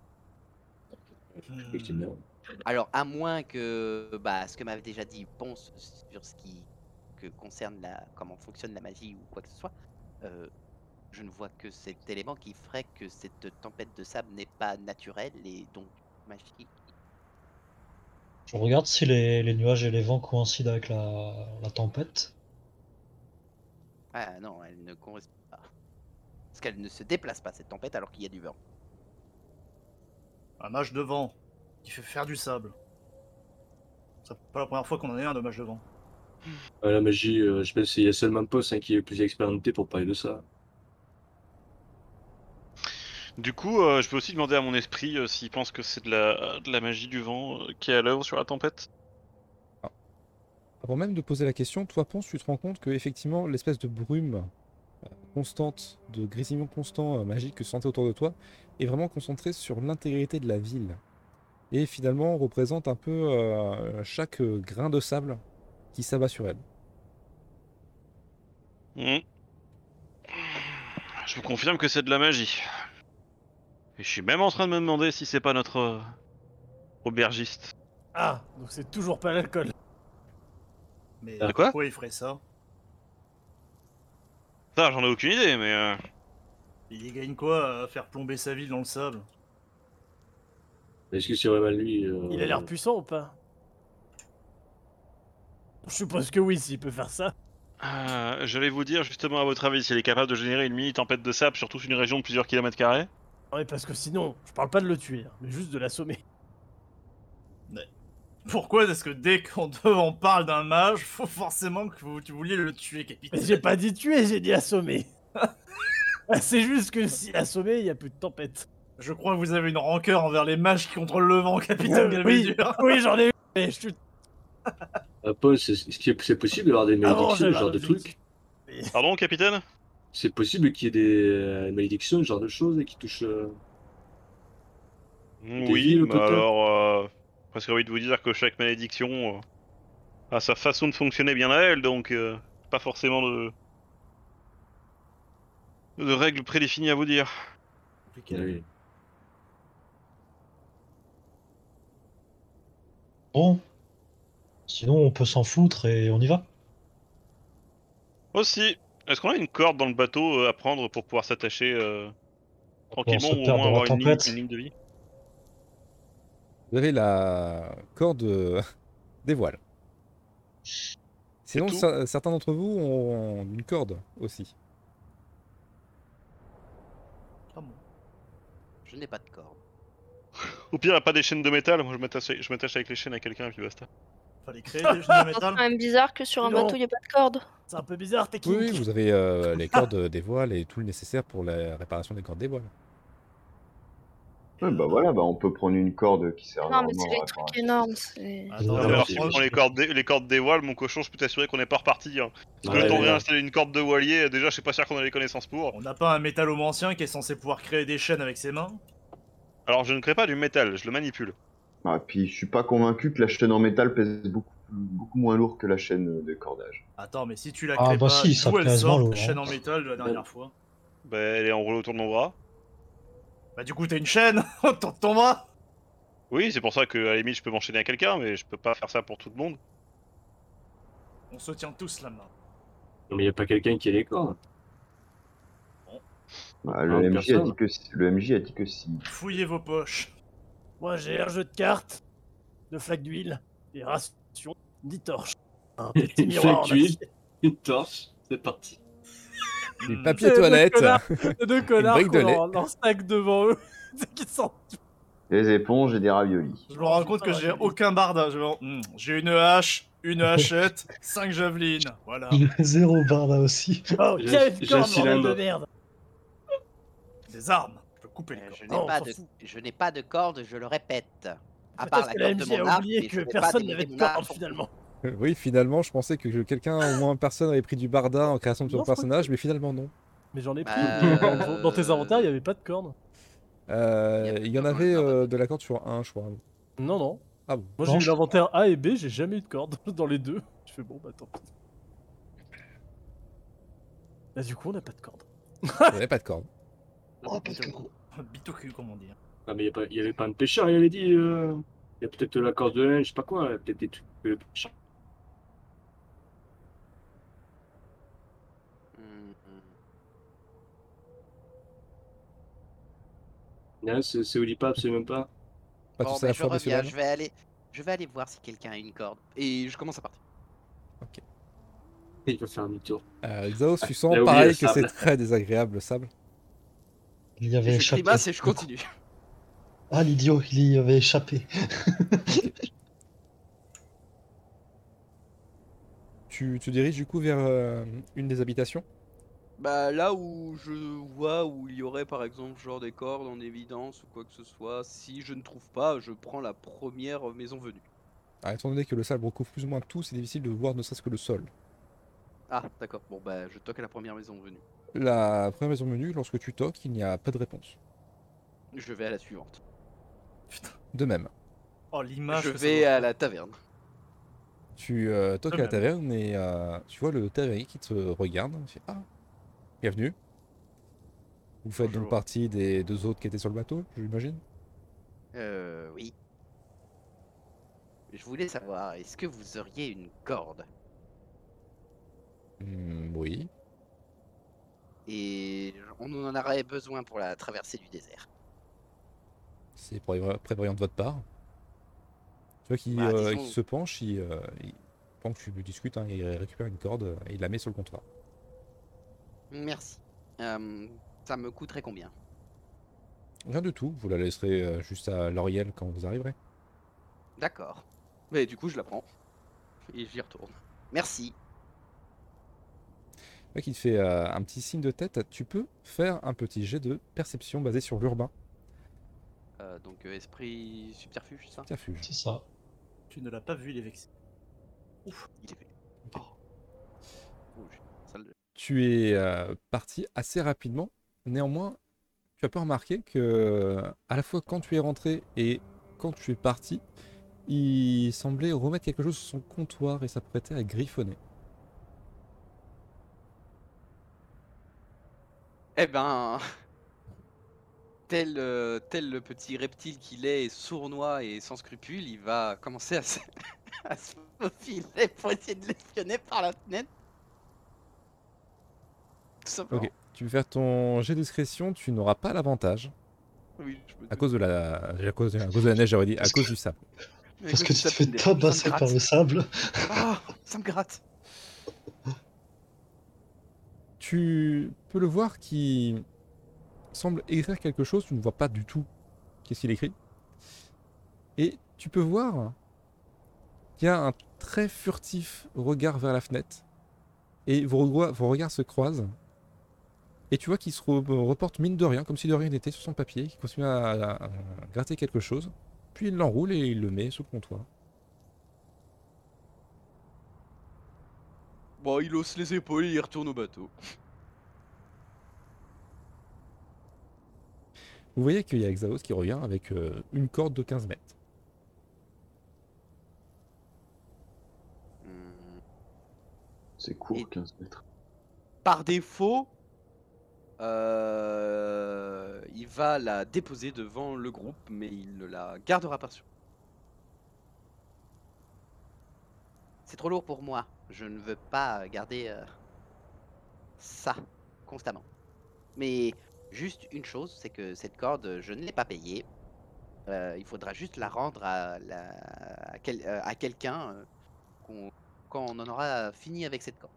S10: Hmm.
S5: Effectivement.
S9: Alors, à moins que bah, ce que m'avait déjà dit Ponce sur ce qui que concerne la, comment fonctionne la magie ou quoi que ce soit, euh, je ne vois que cet élément qui ferait que cette tempête de sable n'est pas naturelle et donc magique.
S4: Je regarde si les, les nuages et les vents coïncident avec la, la tempête.
S9: Ah non, elle ne correspond pas. Parce qu'elle ne se déplace pas, cette tempête, alors qu'il y a du vent.
S1: Un mage de vent qui fait faire du sable. C'est pas la première fois qu'on en est un de mage de vent.
S5: Ouais, la magie, euh, je pense qu'il y a seulement Post hein, qui est plus expérimenté pour parler de ça.
S8: Du coup, euh, je peux aussi demander à mon esprit euh, s'il pense que c'est de la, de la magie du vent euh, qui est à l'œuvre sur la tempête.
S3: Avant même de poser la question, toi, Ponce, tu te rends compte que effectivement l'espèce de brume euh, constante, de grésillement constant euh, magique que tu sentais autour de toi, est vraiment concentrée sur l'intégralité de la ville. Et finalement représente un peu euh, chaque euh, grain de sable qui s'abat sur elle.
S8: Hmm. Je vous confirme que c'est de la magie. Et je suis même en train de me demander si c'est pas notre euh, aubergiste.
S10: Ah, donc c'est toujours pas l'alcool.
S1: Mais
S8: Ah, quoi
S1: pourquoi il ferait ça
S8: Ça, j'en ai aucune idée, mais euh,
S1: Il y gagne quoi à faire plomber sa ville dans le sable
S5: Est-ce que c'est vraiment lui euh,
S10: Il a l'air puissant ou pas Je suppose que oui, s'il peut faire ça.
S8: euh, j'allais vous dire justement à votre avis s'il est capable de générer une mini tempête de sable sur toute une région de plusieurs kilomètres carrés.
S10: Non, mais parce que sinon, je parle pas de le tuer, hein, mais juste de l'assommer.
S1: Pourquoi est-ce que dès qu'on te- on parle d'un mage, faut forcément que vous, tu vouliez le tuer,
S10: Mais
S1: capitaine
S10: j'ai pas dit tuer, j'ai dit assommer. Ah, c'est juste que si assommer, il y a plus de tempête.
S1: Je crois que vous avez une rancœur envers les mages qui contrôlent le vent, capitaine
S10: Euh, oui,
S1: Galvaldur.
S10: oui, j'en ai eu. Mais je suis
S5: Ah, Post, est-ce est-ce que c'est possible d'avoir des
S10: Ah bon,
S5: malédictions,
S10: j'ai
S5: ce genre de
S10: la
S5: trucs
S8: Pardon, capitaine
S5: C'est possible qu'il y ait des euh, malédictions, ce genre de choses qui touchent. euh, Des
S8: Mm, Oui,
S5: îles,
S8: mais
S5: peut-être
S8: alors, euh, presque envie de vous dire que chaque malédiction euh, a sa façon de fonctionner bien à elle, donc euh, pas forcément de de règles prédéfinies à vous dire.
S5: oui.
S4: Bon. Sinon, on peut s'en foutre et on y va.
S8: Aussi, est-ce qu'on a une corde dans le bateau euh, à prendre pour pouvoir s'attacher euh, tranquillement
S4: se
S8: ou au
S4: perdre
S8: moins
S4: dans la
S8: avoir une ligne,
S4: tempête.
S8: une ligne de vie
S3: Vous avez la corde euh, des voiles. Sinon,
S8: tout
S3: cer- certains d'entre vous ont une corde aussi.
S9: Je n'ai pas de corde.
S8: Au pire, y a pas des chaînes de métal, moi je m'attache je m'attache avec les chaînes à quelqu'un et puis basta.
S1: Fallait créer des jeux de
S2: C'est quand
S1: métal.
S2: même bizarre que sur un
S10: Non.
S2: bateau, il n'y a pas de corde.
S10: C'est un peu bizarre, t'es
S3: Oui, oui, vous avez euh, les cordes des voiles et tout le nécessaire pour la réparation des cordes des voiles.
S7: Ouais, bah voilà, bah on peut prendre une corde qui sert
S2: Non, mais
S7: normalement
S2: c'est les
S7: à
S2: trucs
S7: réparation.
S2: énormes. c'est-
S1: Attends,
S4: Non, mais
S8: Non, mais
S1: on
S8: alors,
S1: va
S8: si
S1: prendre-
S8: on prend les cordes, des- les cordes des voiles, mon cochon, je peux t'assurer qu'on n'est pas reparti. hein. Parce que
S5: Ouais,
S8: le temps de
S5: ouais,
S8: réinstaller une corde de voilier, euh, déjà, je suis pas sûr qu'on a les connaissances pour.
S1: On n'a pas un métallomancien qui est censé pouvoir créer des chaînes avec ses mains
S8: Alors, je ne crée pas du métal, je le manipule.
S7: Ah, puis je suis pas convaincu que la chaîne en métal pèse beaucoup, beaucoup moins lourd que la chaîne de cordage.
S1: Attends, mais si tu la
S4: Ah,
S1: crées
S4: bah
S1: pas,
S4: si, ça
S1: d'où elle
S4: pèse
S1: sort
S4: moins
S1: ta
S4: lourd,
S1: chaîne
S4: hein.
S1: en métal de la dernière fois
S8: Bah, elle est enroulée autour de mon bras.
S1: Bah du coup t'as une chaîne autour de ton bras
S8: Oui, c'est pour ça que à la limite, je peux m'enchaîner à quelqu'un, mais je peux pas faire ça pour tout le monde.
S1: On se tient tous la main.
S5: Non, mais il n'y a pas quelqu'un qui ait les cordes.
S7: Bah,
S5: Ah,
S7: le, MJ a
S5: personne.
S7: dit que, si- le MJ a dit que si.
S1: Fouillez vos poches.
S10: Moi, j'ai un jeu de cartes, de flaques d'huile, des rations, 10 torches. Un petit
S5: Une
S10: miroir en
S5: flaque d'huile.
S10: acier.
S5: Une torche, c'est parti.
S3: Des
S10: C'est
S3: papiers
S10: deux
S3: toilettes.
S10: connards-
S5: euh,
S10: c'est Deux connards
S3: brique de
S10: qu'on
S3: lait.
S10: en, en stack devant eux. C'est qu'ils sont-
S7: Des éponges et des raviolis.
S1: Je me rends compte que j'ai aucun barda. Je me rends- Hmm, J'ai une hache, une hachette, 5 javelines. Voilà.
S4: Zéro barre là aussi.
S10: Oh,
S5: J'ai-
S10: quel
S5: j'ai un
S10: corps, bordel de
S5: cylindre.
S10: merde
S1: Des armes. Je peux couper les
S9: Euh,
S1: cordes.
S9: Je
S10: Oh,
S9: n'ai
S10: on
S9: pas,
S10: s'en
S9: de...
S10: fout.
S9: je n'ai pas de corde, je le répète. À part
S10: Parce
S9: la
S10: que la
S9: corde de
S10: MJ a
S9: mon arme,
S10: oublié
S9: mais je
S10: que
S9: n'ai pas
S10: personne
S9: délivré
S10: n'avait de
S9: mon
S10: corps
S9: arme.
S10: finalement.
S3: Oui, finalement, je pensais que que quelqu'un, au moins personne, avait pris du barda en création de
S10: Non,
S3: son
S10: je crois
S3: personnage, mais finalement non.
S10: Mais j'en ai pris.
S9: Bah,
S10: Dans- Dans tes inventaires, il n'y avait pas de cornes.
S3: Euh,
S9: Il y a pas
S3: Il y en
S9: de barda.
S3: avait euh, de la corde sur un, je crois.
S10: Non, non.
S3: Ah bon.
S10: Moi,
S4: Non,
S10: j'ai eu
S4: je-
S10: l'inventaire A et B, j'ai jamais eu de corde dans les deux. Je fais bon, bah tant pis. Bah, du coup, on n'a pas de corde.
S3: Il n'y avait pas de corde.
S4: Oh, pas de corde.
S1: Bitoku, comme on dit. hein.
S5: Ah, mais il n'y avait pas un pêcheur, il avait dit. euh, Il y a peut-être la corde de linge, je sais pas quoi, peut-être des trucs. que le pêcheur-
S9: Hmm, hmm.
S5: Non, Ah, c'est c'est Olipap, c'est même pas.
S3: Pas
S9: Bon,
S3: tous à
S9: ben,
S3: la
S9: je
S3: fois, monsieur
S9: reviens,
S3: Lane.
S9: je vais aller, je vais aller voir si quelqu'un a une corde. Et je commence à partir.
S5: Il va faire un demi-tour.
S3: Euh, Xaos, tu sens
S5: J'ai oublié
S3: pareil
S5: Ah, le
S3: que c'est
S5: sable.
S3: très désagréable le sable.
S4: Il y avait
S9: Je fais
S4: échappé.
S9: grimace et je continue.
S4: Ah, l'idiot, il y avait échappé.
S3: Tu te diriges du coup vers euh, une des habitations.
S9: Bah là où je vois où il y aurait par exemple genre des cordes en évidence ou quoi que ce soit, si je ne trouve pas, je prends la première maison venue.
S3: Ah, étant donné que le sable recouvre plus ou moins tout, c'est difficile de voir ne serait-ce que le sol.
S9: Ah d'accord, bon bah je toque à la première maison venue.
S3: La première maison menu, lorsque tu toques, il n'y a pas de réponse.
S9: Je vais à la suivante.
S3: De même,
S1: Oh, l'image.
S9: je
S1: que ça
S9: vais
S1: doit
S9: à
S1: faire.
S9: la taverne.
S3: tu euh, toques
S1: De
S3: à la
S1: même.
S3: taverne et euh, tu vois le tavernier qui te regarde. Il fait, ah, bienvenue. Vous faites donc
S9: Bonjour.
S3: partie des deux autres qui étaient sur le bateau, j'imagine.
S9: Euh oui. Je voulais savoir, est-ce que vous auriez une corde
S3: Hmm, oui.
S9: Et on en aurait besoin pour la traversée du désert.
S3: C'est pré- prévoyant de votre part. Tu vois qu'il
S9: Bah,
S3: euh,
S9: disons-
S3: qu'il se penche, il, euh, il- pendant que tu discutes, hein, il récupère une corde euh, et il la met sur le comptoir.
S9: Merci. Euh, ça me coûterait combien
S3: Rien du tout, vous la laisserez euh, juste à Lauriel quand vous arriverez.
S9: D'accord. Mais du coup, je la prends. Et j'y retourne. Merci.
S3: Le mec il te fait euh, un petit signe de tête, tu peux faire un petit jet de perception basé sur l'urbain.
S9: Euh, donc, euh, esprit subterfuge, c'est ça
S3: Subterfuge.
S4: C'est ça.
S1: Tu ne l'as pas vu, il est vexé.
S9: Il est fait.
S3: Ok.
S9: Oh. Ouh, j'ai- ça le-
S3: Tu es euh, parti assez rapidement, néanmoins tu as pu remarquer que euh, à la fois quand tu es rentré et quand tu es parti, il semblait remettre quelque chose sur son comptoir et s'apprêtait à griffonner.
S9: Eh ben. Tel, euh, tel le petit reptile qu'il est, sournois et sans scrupules, il va commencer à se, à se faufiler pour essayer de l'espionner par la fenêtre. Tout simplement.
S3: Ok, tu veux faire ton jet de discrétion, tu n'auras pas l'avantage
S9: Oui, je me
S3: à
S9: doute.
S3: cause de la, à cause, à cause de la neige, j'aurais dit, à
S4: Parce
S3: cause
S4: que-
S3: du sable.
S9: Mais
S4: Parce
S9: écoute,
S4: que tu
S9: ça
S4: te fais
S9: me- ça me
S4: tabasser par
S9: gratte.
S4: le sable.
S9: Ah, ça me gratte.
S3: Tu peux le voir qui semble écrire quelque chose, tu ne vois pas du tout qu'est-ce qu'il écrit. Et tu peux voir qu'il y a un très furtif regard vers la fenêtre. Et vos, regro- vos regards se croisent. Et tu vois qu'il se re- reporte mine de rien, comme si de rien n'était, sur son papier, qu'il continue à, à- à gratter quelque chose. Puis il l'enroule et il le met sous le comptoir.
S9: Bon, il hausse les épaules et il retourne au bateau.
S3: Vous voyez qu'il y a Exaos qui revient avec euh, une corde de 15 mètres.
S9: Hmm.
S7: C'est court,
S9: Et-
S7: 15 mètres.
S9: Par défaut, euh, il va la déposer devant le groupe, mais il ne la gardera pas sur. C'est trop lourd pour moi. Je ne veux pas garder euh, ça constamment. Mais juste une chose, c'est que cette corde, je ne l'ai pas payée. Euh, il faudra juste la rendre à, la... à, quel- euh, à quelqu'un euh, qu'on- quand on en aura fini avec cette corde.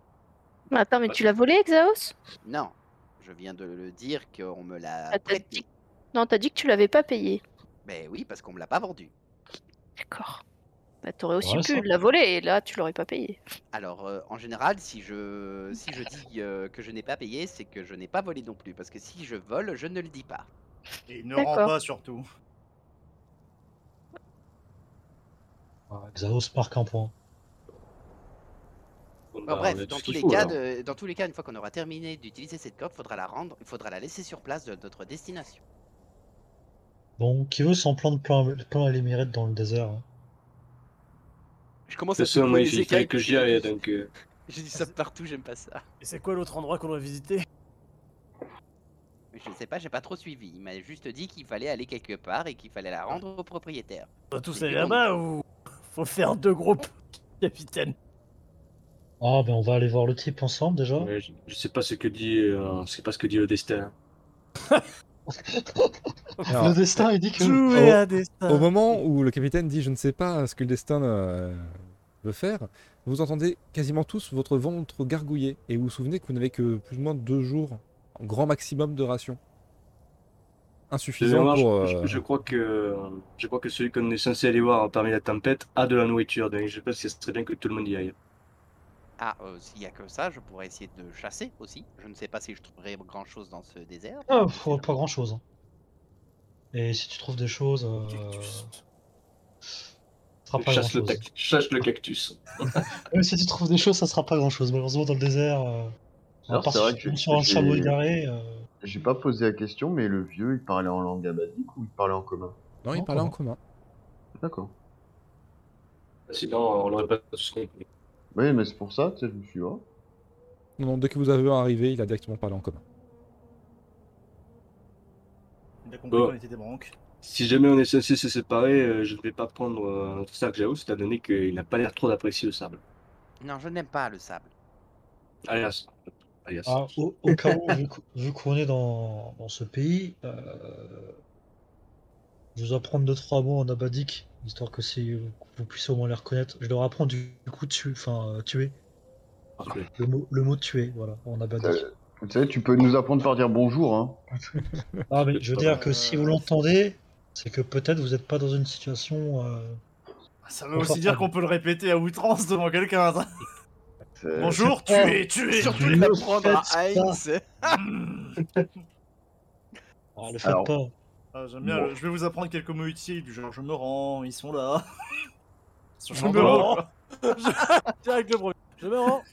S2: Mais attends, mais tu l'as volé, Exaos
S9: Non, je viens de le dire qu'on me l'a
S2: Ah, t'as
S9: prêté.
S2: dit- Non, t'as dit que tu l'avais pas payé.
S9: Mais Ben oui, parce qu'on me l'a pas vendue.
S2: D'accord. Bah, t'aurais aussi
S4: Ouais, ça.
S2: pu la voler, et là, tu l'aurais pas payé.
S9: Alors, euh, en général, si je, si je dis euh, que je n'ai pas payé, c'est que je n'ai pas volé non plus. Parce que si je vole, je ne le dis pas.
S1: Et ne rend
S2: D'accord.
S1: pas surtout.
S4: Ah, Xaos marque un point.
S5: Bon,
S9: Enfin,
S5: bah, on a
S9: bref,
S5: tout
S9: dans
S5: ce
S9: tous,
S5: qu'il
S9: les
S5: faut,
S9: cas,
S5: alors.
S9: de- dans tous les cas, une fois qu'on aura terminé d'utiliser cette corde, faudra la rendre, il faudra la laisser sur place de notre destination.
S4: Bon, qui veut s'en prendre plein, plein les mirettes dans le désert hein
S9: Je commence
S5: C'est
S9: à
S5: ça,
S9: secouer
S5: moi,
S9: les
S5: il fallait
S9: écailles
S5: que
S9: parce
S5: j'y
S9: j'ai-
S5: aille, donc. euh,
S9: J'ai dit ça partout, j'aime pas ça.
S10: Et c'est quoi l'autre endroit qu'on doit visiter
S9: Je sais pas, j'ai pas trop suivi. Il m'a juste dit qu'il fallait aller quelque part et qu'il fallait la rendre au propriétaire.
S1: Bah,
S10: On doit tous
S9: Mais
S10: aller
S9: du monde.
S10: là-bas ou faut faire deux groupes, capitaine
S4: Ah, ben on va aller voir le type ensemble déjà.
S5: ouais, je, je sais pas ce que dit, euh, je sais pas ce que dit le destin.
S3: Alors,
S4: le destin, il dit que.
S10: Tout
S3: Oh.
S10: est à destin.
S3: Au moment où le capitaine dit je ne sais pas ce que le destin euh, veut faire, vous entendez quasiment tous votre ventre gargouiller et vous vous souvenez que vous n'avez que plus ou moins deux jours, en grand maximum de ration.
S5: De
S3: Insuffisant
S5: mémoire,
S3: pour.
S5: je,
S3: euh,
S5: je- je crois que je crois que celui qu'on est censé aller voir parmi la tempête a de la nourriture, donc je pense que ce serait bien que tout le monde y aille.
S9: Ah, euh, s'il y a que ça, je pourrais essayer de chasser aussi. Je ne sais pas si je trouverai grand chose dans ce désert.
S4: Ah, faut pas grand chose. Et si tu trouves des choses. Euh...
S10: Cactus.
S4: ça sera pas
S5: Chasse le,
S4: grand-chose.
S5: tac- chasse le cactus.
S4: Même si tu trouves des choses, ça sera pas grand chose. Malheureusement, dans le désert, euh, à
S7: Alors,
S4: part
S7: c'est vrai
S4: si tu
S7: que
S4: tombes sur un
S7: j'ai-
S4: chameau égaré, euh,
S7: J'ai pas posé la question, mais le vieux, il parlait en langue abadique ou il parlait en commun
S3: Non, il
S4: Non,
S3: parlait en
S4: comment
S3: commun.
S7: D'accord.
S5: Sinon, on l'aurait pas tous compris.
S7: Oui, mais c'est pour ça, tu sais, je me suis dit, oh,
S3: Non, non, dès que vous avez arrivé, il a directement parlé en commun.
S1: Il a compris
S5: Bon.
S1: qu'on était des branques.
S5: Si jamais on est censé se séparer, euh, je ne vais pas prendre euh, notre sac Jao, étant donné qu'il n'a pas l'air trop d'apprécier le sable.
S9: Non, je n'aime pas le sable.
S5: Alias. Alias.
S4: ah, au, au cas où, vu, qu'- vu qu'on est dans, dans ce pays, euh, je vais vous apprendre deux trois mots en abadique, histoire que si euh, vous puissiez au moins les reconnaître. Je leur apprends du du coup tu, enfin euh, tuer,
S5: Parfait.
S4: le mot, le mot tuer, voilà, en abadique.
S7: euh, tu sais, tu peux nous apprendre par dire bonjour, hein.
S4: Ah, mais je veux dire que si vous
S1: Euh,
S4: l'entendez, c'est que peut-être vous n'êtes pas dans une situation. euh,
S1: Ah, Ça veut aussi dire qu'on peut le répéter à outrance devant quelqu'un. ça.
S7: Euh, C'est-
S1: Bonjour, tu es, tu es. Hmm.
S9: Surtout
S4: ne
S9: de la prendre à
S4: faites pas.
S9: Heinz.
S4: Ah, le faites
S7: Alors,
S4: pas.
S1: Ah, J'aime bien.
S7: Bon.
S1: le- Je vais vous apprendre quelques mots utiles du genre je me rends, ils sont là. Ce
S10: Je
S1: genre
S10: me
S1: de mots,
S10: rends.
S1: quoi.
S10: Direct le premier. Je me rends.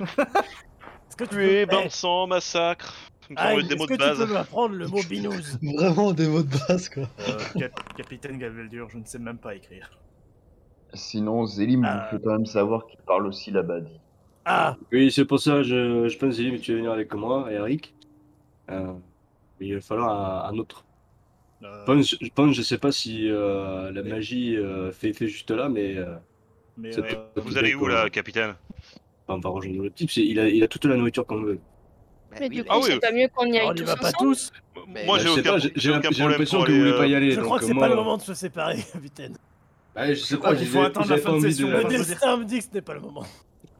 S10: Est-ce que tu
S8: Tuer,
S10: peux...
S8: bain
S10: Eh,
S8: de sang, massacre. Nous
S10: Aïe,
S8: avons des
S10: est-ce
S8: mots
S10: que
S8: de
S10: tu
S8: base.
S10: peux m'apprendre le mot binouze
S4: Vraiment des mots de base, quoi.
S1: Euh, cap- Capitaine Gaveldur, je ne sais même pas écrire.
S7: Sinon, Zélim
S10: Euh.
S7: vous fait quand même savoir qu'il parle aussi l'abadi.
S10: Ah,
S5: Oui, c'est pour ça, je, je pense, Zélie, mais tu vas venir avec moi, et Eric. Euh, il va falloir un, un autre.
S1: Euh,
S5: Je pense, je pense, je sais pas si euh, la magie euh, fait effet juste là, mais euh,
S1: mais
S5: c'est
S1: euh,
S5: tout-
S8: Vous allez où là, capitaine
S5: hein. enfin, on va rejoindre le type, c'est- il a, il a toute la nourriture qu'on veut.
S9: Bah
S2: Mais
S9: oui,
S2: du
S9: mais-
S2: coup,
S8: Ah oui.
S2: c'est pas mieux qu'on y aille
S10: on y
S2: tous
S10: va pas
S2: ensemble.
S10: tous.
S9: Mais-
S8: Moi
S5: Bah,
S8: j'ai
S5: je sais
S8: aucun,
S5: pas, j'ai- j'ai
S8: j'ai aucun
S5: j'ai
S8: problème
S5: l'impression
S8: pour
S5: que
S8: aller.
S5: vous voulez pas y
S8: euh,
S5: aller,
S10: Je crois
S5: donc
S10: que c'est
S5: moi,
S10: pas le moment de se séparer, capitaine.
S5: Ouais, je sais
S1: crois
S5: pas,
S1: qu'il
S5: vous
S1: faut
S5: avez-
S1: attendre
S5: vous
S1: la
S5: avez
S1: fin
S5: pas
S1: de
S5: envie
S1: session.
S5: de-
S1: Euh,
S10: Le
S1: je veux dire-
S10: destin me dit que ce n'est pas le moment.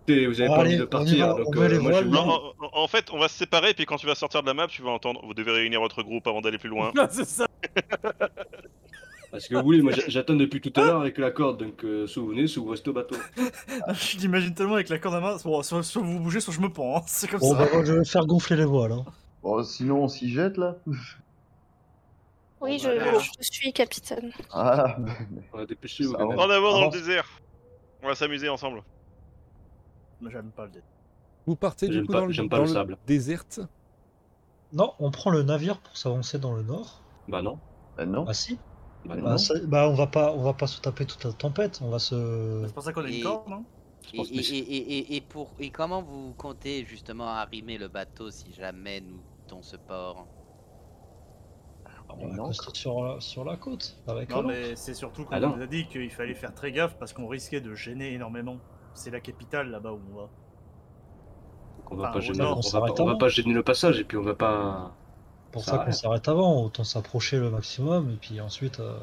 S5: Et vous avez pas
S4: Allez,
S5: envie de
S4: on y va,
S5: partir, donc
S4: on va
S5: euh,
S4: les
S5: moi je
S4: voir.
S5: veux-
S4: Non.
S8: en, en- en fait, on va se séparer, et puis quand tu vas sortir de la map, tu vas entendre. Vous devez réunir votre groupe avant d'aller plus loin.
S10: Non, c'est ça.
S5: parce que vous voulez, moi j'a- j'attends depuis tout à l'heure avec la corde, donc euh, soit vous venez, soit vous restez au bateau.
S1: Ah, je l'imagine tellement avec la corde à main. Bon, soit, soit vous bougez, soit je me pends. hein. C'est comme
S4: Bon,
S1: ça.
S4: bah, moi, je vais faire gonfler les voiles. Hein.
S7: Bon, sinon, on s'y jette, là
S2: Oui, je,
S1: Bon, bah, alors.
S2: je te suis, capitaine.
S7: Ah, bah,
S5: On a dépêché vous
S7: Ça
S5: quand
S7: va.
S5: même.
S8: En avant dans le
S7: avance.
S8: désert. On va s'amuser ensemble.
S1: Mais J'aime pas le dé-
S3: Vous partez du
S5: J'aime
S3: coup
S5: pas-
S3: dans le,
S5: j'aime pas
S3: dans
S5: le
S3: le
S5: sable.
S3: déserte.
S4: Non, on prend le navire pour s'avancer dans le nord.
S5: Bah non,
S7: bah non.
S4: Ah si.
S5: bah
S7: Mais
S5: non.
S4: Bah, ça- bah, on va pas, on va pas se taper toute la tempête. On va se.
S1: Bah, C'est pour ça qu'on a
S9: Et-
S1: une corde, non
S5: Je
S9: Et,
S5: pense que
S9: et-
S5: c'est-
S9: et- et- et pour, et comment vous comptez justement arrimer le bateau si jamais nous quittons ce port
S4: On
S7: Une
S4: va
S7: ancre.
S4: rester sur la, sur la côte avec
S1: Non,
S4: l'eau.
S1: mais c'est surtout qu'on
S5: Ah non.
S1: nous a dit qu'il fallait faire très gaffe parce qu'on risquait de gêner énormément. C'est la capitale là-bas où on va.
S5: On va
S1: Ah,
S5: pas
S1: on
S5: gêner,
S1: va-
S5: on
S4: on
S5: va pas-
S4: s'arrête
S5: on va
S4: avant.
S5: pas gêner le passage et puis on va pas.
S4: pour
S5: Ça
S4: ça, qu'on
S5: arrête.
S4: s'arrête avant, autant s'approcher le maximum, et puis ensuite, euh,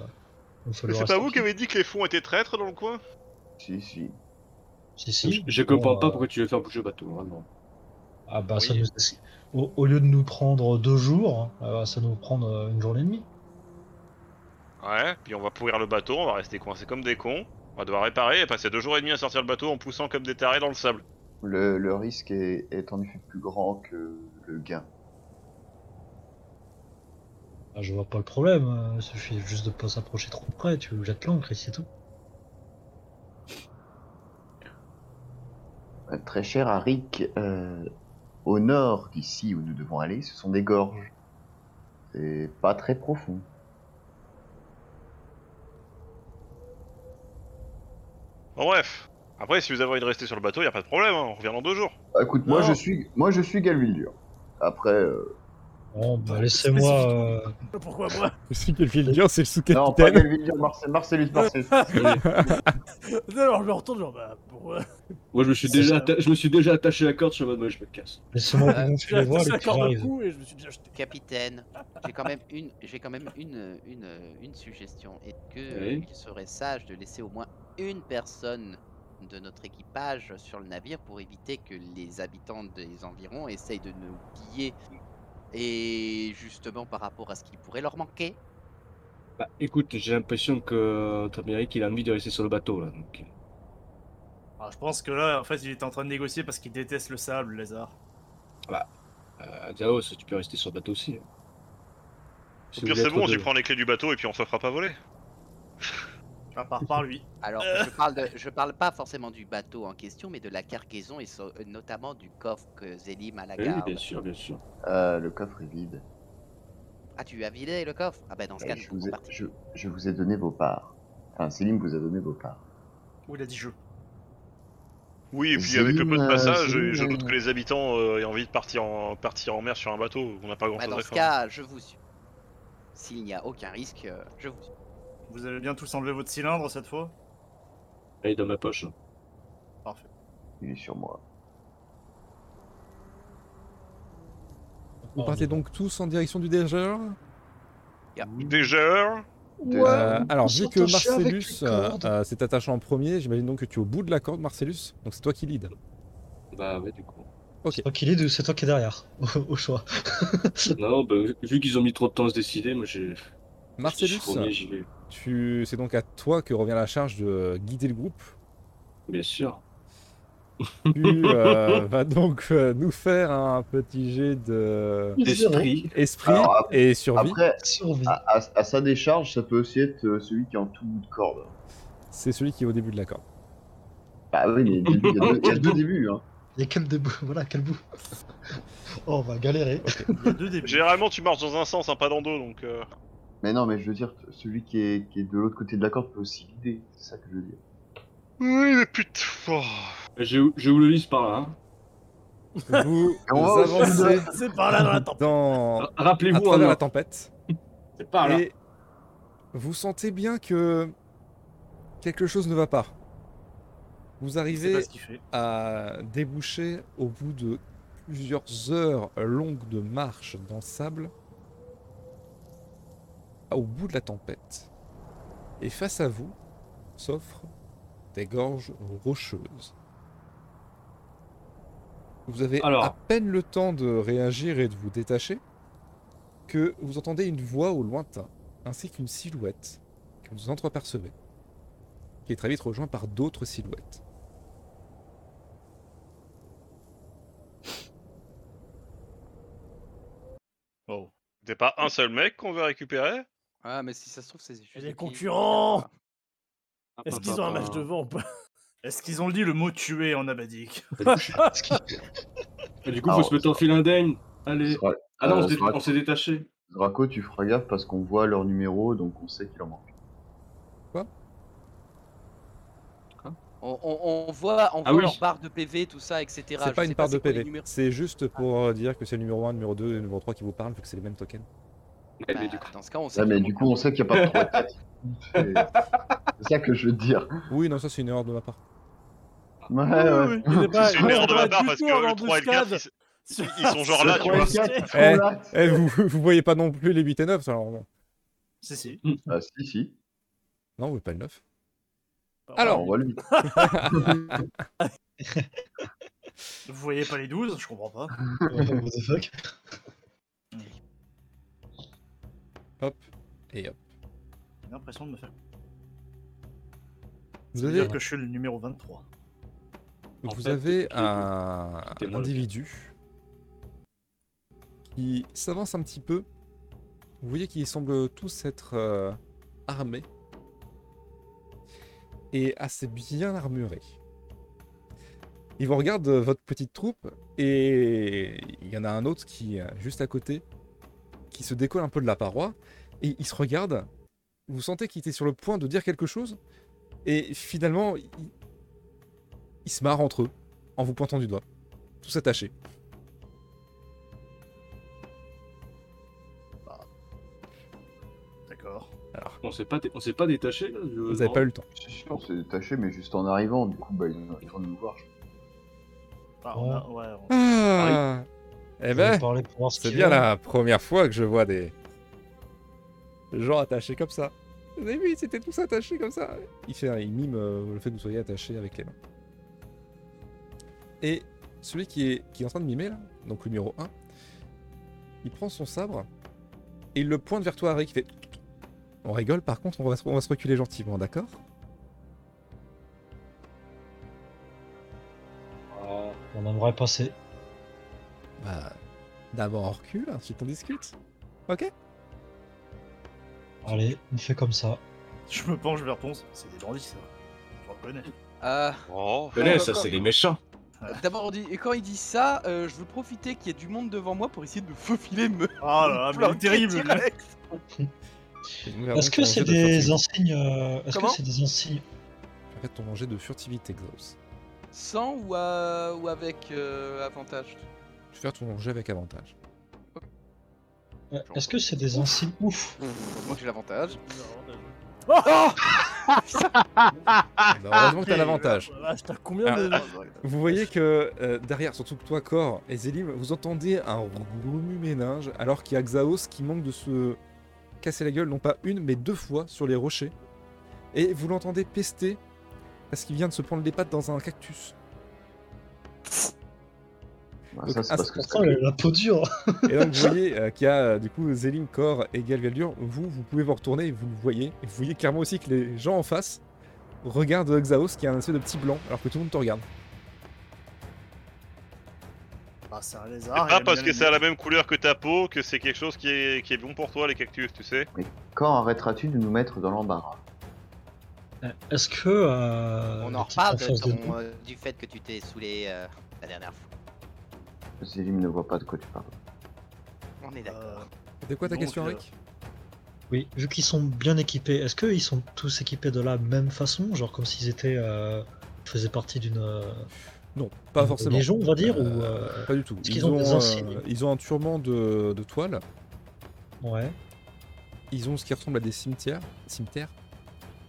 S4: il faut
S8: Mais
S4: le
S8: c'est
S4: reste
S8: pas vous
S4: tranquille.
S8: qui avez dit que les fonds étaient traîtres dans le coin
S7: Si, si.
S4: Si,
S5: Je,
S4: si.
S5: je
S4: Bon,
S5: comprends pas
S4: euh,
S5: pourquoi tu veux faire bouger le bateau, vraiment.
S4: Ah bah, ça
S8: Oui.
S4: nous... au, au lieu de nous prendre deux jours, euh, ça nous prend euh, une journée et demie.
S8: Ouais, puis on va pourrir le bateau, on va rester coincé comme des cons. On va devoir réparer et passer deux jours et demi à sortir le bateau en poussant comme des tarés dans le sable.
S7: Le, le risque est, est en effet plus grand que le gain.
S4: Ah, je vois pas le problème, euh, il suffit juste de pas s'approcher trop près, tu jettes l'encre et c'est tout.
S7: Euh, Très cher Arik, euh, au nord d'ici où nous devons aller, ce sont des gorges. C'est pas très profond.
S8: Bon, bref, après si vous avez envie de rester sur le bateau, y a pas de problème, hein, on revient dans deux jours.
S7: Bah, écoute, moi
S10: Non.
S7: je suis, moi je suis Galvildur. Après, euh,
S4: Bon, bah,
S1: Ouais,
S4: laissez-moi. euh,
S10: Pourquoi moi
S3: C'est c'est le
S7: non pas
S3: sous-capitaine.
S7: Galvildur, Marcel, Marcellus, Marcellus.
S10: Alors je me retourne, genre, bah, pourquoi
S5: Moi, je me suis
S10: C'est
S5: déjà,
S10: ça.
S5: atta- je me suis déjà attaché la corde, je suis en mode, ouais, je me casse.
S4: Laissez-moi
S10: J'ai
S8: Euh,
S4: gonfler
S5: Oh,
S4: les voiles
S10: attaché
S4: et
S10: la
S4: puis
S10: corde au
S4: j'arrive.
S10: cou et je me suis déjà jeté.
S9: Capitaine, j'ai quand même une, j'ai quand même une, une, une suggestion. Est-ce que euh,
S5: Oui.
S9: il serait sage de laisser au moins une personne de notre équipage sur le navire pour éviter que les habitants des environs essayent de nous piller et justement par rapport à ce qui pourrait leur manquer.
S5: Bah, écoute, j'ai l'impression que Taméric, il a envie de rester sur le bateau, là. Donc...
S1: Ah, je pense que là, en fait, il était en train de négocier parce qu'il déteste le sable, le lézard.
S5: Ah Euh, Diaos, tu peux rester sur le bateau aussi. hein. Si
S8: Au
S5: vous
S8: pire
S5: voulez
S8: c'est
S5: être
S8: bon, j'y
S5: deux.
S8: prends les clés du bateau et puis on se fera pas voler.
S1: À part par lui. Euh.
S9: Alors je parle de, je parle pas forcément du bateau en question, mais de la cargaison et so- euh, notamment du coffre que Zélim a à la
S5: Oui,
S9: garde.
S5: bien sûr, bien sûr.
S7: Euh, le coffre est vide.
S9: ah tu as vidé le coffre Ah ben dans ce cas,
S7: je,
S9: nous
S7: vous
S9: pouvons
S7: ai,
S9: partir.
S7: je- je vous ai donné vos parts. Enfin, Céline vous a donné vos parts.
S1: Ou il a dit je.
S8: Oui, et puis
S7: Zélim,
S8: avec le peu de
S7: euh,
S8: passage,
S7: Zélim,
S8: je doute
S7: euh,
S8: que les habitants euh, aient envie de partir en, partir en mer sur un bateau, on n'a pas grand
S9: Bah,
S8: chose
S9: dans
S8: à
S9: ce
S8: faire.
S9: cas, je vous suis. S'il n'y a aucun risque, euh, je vous suis.
S1: Vous avez bien tous enlevé votre cylindre cette fois
S5: Elle est dans ma poche.
S1: Parfait.
S7: Il est sur moi.
S3: Vous partez donc tous en direction du déjeur
S8: Déjà
S7: Deux-
S3: Euh, Alors,
S4: on
S3: vu
S4: s'est
S3: que
S4: attaché avec
S3: Marcellus
S4: les
S3: euh,
S4: cordes.
S3: euh, s'est attaché en premier, j'imagine donc que tu es au bout de la corde, Marcellus. Donc c'est toi qui lead.
S5: Bah, ouais, du coup.
S4: C'est toi qui l'es ou c'est toi qui est derrière Au au choix.
S5: Non, bah, vu- vu qu'ils ont mis trop de temps à se décider, moi, j'ai. je suis
S3: Marcellus,
S5: premier, j'y vais.
S3: tu... c'est donc à toi que revient la charge de guider le groupe.
S5: Bien sûr.
S3: Tu euh, vas donc euh, nous faire un petit jet de
S5: D'esprit.
S3: esprit
S7: Alors, ap-
S3: et survie.
S7: Après,
S4: Survie.
S7: à, à- à sa décharge, ça peut aussi être euh, celui qui est en tout bout de corde.
S3: C'est celui qui est au début de la corde.
S7: Ah oui, mais il y a deux- il y, a deux- il y a deux débuts. Hein.
S4: Il y a quel debout Voilà, quel bout. Oh, on va galérer.
S1: Il y a deux débuts.
S8: Généralement, tu marches dans un sens, hein, pas dans deux, donc. euh,
S7: Mais non, mais je veux dire, celui qui est, qui est de l'autre côté de la corde peut aussi guider. C'est ça que je veux dire.
S8: Oui, mais putain. oh.
S5: Bah, Je, je vous le lise par là. hein.
S3: Vous
S7: On va au
S3: avancez
S10: C'est par là dans la tempête.
S3: dans...
S5: Ra-
S3: à
S5: Rappelez-vous,
S3: travers
S5: hein,
S3: la tempête.
S5: c'est par là.
S3: Et vous sentez bien que quelque chose ne va pas. Vous
S1: Je sais
S3: arrivez
S1: pas ce qu'il fait.
S3: à déboucher au bout de plusieurs heures longues de marche dans le sable au bout de la tempête. Et face à vous s'offrent des gorges rocheuses. Vous avez
S5: Alors.
S3: à peine le temps de réagir et de vous détacher que vous entendez une voix au lointain ainsi qu'une silhouette que vous entreapercevez qui est très vite rejointe par d'autres silhouettes.
S1: Oh.
S8: C'est pas un seul mec qu'on veut récupérer
S9: Ah, mais si ça se trouve, c'est juste.
S10: les
S9: des petits-
S10: concurrents
S9: Ah,
S5: ah,
S10: Est-ce qu'ils ont un match devant ou pas
S1: Est-ce qu'ils ont dit le mot tuer en abadique
S4: Parce qu'il-
S5: Et Ah, Du coup, faut
S7: Alors,
S5: se mettre en fil indemne. Allez.
S7: Dra-
S5: Ah non, on
S7: euh,
S5: s'est dé-
S7: Drac-
S5: on s'est détaché.
S7: Draco, tu feras gaffe parce qu'on voit leur numéro, donc on sait qu'il en manque.
S9: On, on- on voit, on
S5: Ah
S9: voit
S5: oui.
S9: leur barre de PV, tout ça, etc.
S3: C'est
S9: Je
S3: pas
S9: sais
S3: une part de
S9: c'est quoi les
S3: PV.
S9: numéros.
S3: C'est juste pour euh, dire que c'est le numéro 1, le numéro 2 et le numéro 3 qui vous parlent, vu que c'est les mêmes tokens.
S5: Eh,
S9: Bah,
S5: mais du coup,
S9: dans ce cas, on sait.
S7: Ah, mais
S9: qu'il
S7: du
S9: manque
S7: coup,
S9: un.
S7: on sait qu'il n'y a pas de trois têtes. C'est c'est ça que je veux dire.
S3: Oui, non, ça c'est une erreur de ma part.
S7: Ouais,
S10: Oui,
S7: ouais.
S10: oui, il est pas-
S8: Euh, C'est
S10: on
S8: une erreur de
S10: doit
S8: ma
S10: être
S8: part
S10: du
S8: parce que
S10: tout en
S8: le 3 et le 4,
S10: embuscade.
S8: ils- ils sont genre là, tu
S10: Ouais,
S8: vois.
S10: c'est-
S3: Eh, eh, vous, vous voyez pas non plus les 8 et 9 alors Non,
S1: Si, si.
S7: Ah, si, si.
S3: vous voyez pas le 9.
S7: Alors,
S3: Alors.
S7: on voit le huit.
S1: Vous voyez pas les 12 Je comprends pas.
S4: What the fuck
S3: Hop. Et hop.
S1: J'ai l'impression de me faire.
S3: Vous
S1: Ça veut dire
S3: avez,
S1: que je suis le numéro
S5: En
S1: 23.
S3: vous
S5: fait,
S3: avez
S5: tout est-
S3: un,
S5: tout est
S3: un
S5: dans le
S3: individu qui s'avance un petit peu. Vous voyez qu'ils semblent tous être euh, armés et assez bien armurés. Ils vous regardent euh, votre petite troupe et il y en a un autre qui euh, juste à côté qui se décolle un peu de la paroi et il se regarde. Vous sentez qu'il était sur le point de dire quelque chose et finalement il- ils se marrent entre eux en vous pointant du doigt, tous attachés.
S1: D'accord.
S5: On s'est pas, dé- on s'est pas détaché là je-
S3: Vous n'avez
S5: non.
S3: pas eu le temps.
S7: Je suis sûr, c'est détaché, mais juste en arrivant, du coup, bah, ils ils vont nous voir. je pense.
S1: Ah, on a- ouais, on-
S3: Ah, eh
S4: Je vais
S3: ben,
S4: parler pour voir ce
S3: c'est
S4: qu'il
S3: bien
S4: veut.
S3: la première fois que je vois des gens attachés comme ça. Vous avez vu, ils étaient tous attachés comme ça. Il fait, il mime euh, le fait que vous soyez attachés avec les mains. Et celui qui est, qui est en train de mimer là, donc le numéro 1, il prend son sabre et il le pointe vers toi, Harry, qui fait. On rigole, par contre, on va, se- on va se reculer gentiment, d'accord
S5: Ah,
S4: On aimerait passer.
S3: Bah, d'abord on recule, ensuite on discute. Ok
S4: Allez, on fait comme ça.
S1: Je me penche vers Ponce. C'est des bandits, ça. Je reconnais.
S9: Euh,
S8: Oh,
S5: je connais, ça, c'est les méchants.
S9: D'abord, on dit- et quand il dit ça, euh, je veux profiter qu'il y a du monde devant moi pour essayer de me faufiler, me.
S1: Oh là là, mais il est
S9: planquer
S1: terrible. lui.
S9: direct.
S4: Est-ce que c'est des enseignes euh, Est-ce que
S9: Comment
S4: c'est des enseignes
S3: En fait, ton manger de furtivité, Xaos.
S9: Sans ou, à- ou avec euh, avantage
S3: Tu fais ton manger avec avantage.
S4: euh, Est-ce que c'est des enseignes ouf
S9: Moi j'ai l'avantage.
S10: Oh
S3: Ah bah, heureusement que t'as l'avantage.
S10: Ah, t'as combien de.
S3: Vous voyez que euh, derrière, surtout que toi, Cor et Zélim, vous entendez un remue méninge alors qu'il y a Xaos qui manque de se casser la gueule, non pas une, mais deux fois sur les rochers. Et vous l'entendez pester parce qu'il vient de se prendre les pattes dans un cactus.
S7: Bah, ça, c'est
S3: Ah,
S7: parce que ça
S4: Pourtant, elle a la peau dure
S3: Et donc vous voyez euh, qu'il y a euh, du coup Zélim, Cor et Galgaldur. Vous, vous pouvez vous retourner et vous le voyez. Et vous voyez clairement aussi que les gens en face regardent Xaos qui a un espèce de petit blanc alors que tout le monde te regarde.
S1: Ah, c'est un
S8: C'est
S1: lézard. il
S8: pas
S1: aime
S8: parce
S1: bien
S8: que
S1: les-
S8: ça a la même couleur que ta peau que c'est quelque chose qui est, qui est bon pour toi, les cactus, tu sais.
S7: Quand arrêteras-tu de nous mettre dans l'embarras
S4: Euh, Est-ce que. euh,
S6: On
S4: la
S6: en
S4: petite
S6: reparle de
S4: enfance de
S6: ton,
S4: nous-
S6: euh, du fait que tu t'es saoulé euh, la dernière fois.
S7: Zélim ne voit pas de quoi tu parles.
S6: On est d'accord.
S1: Euh,
S3: C'était quoi ta
S1: Donc,
S3: question,
S1: euh,
S3: Eric
S4: Oui, vu qu'ils sont bien équipés, est-ce qu'ils sont tous équipés de la même façon Genre comme s'ils étaient. euh, faisaient partie d'une. euh,
S3: Non, pas
S4: d'une
S3: forcément.
S4: Légion, Euh, on va dire ou,
S3: Euh,
S4: euh,
S3: Pas du tout.
S4: est-ce
S3: Ils
S4: qu'ils ont
S3: ont,
S4: des
S3: euh,
S4: enseignes
S3: ils ont un turban de, de toile.
S4: Ouais,
S3: Ils ont ce qui ressemble à des cimetières. cimetières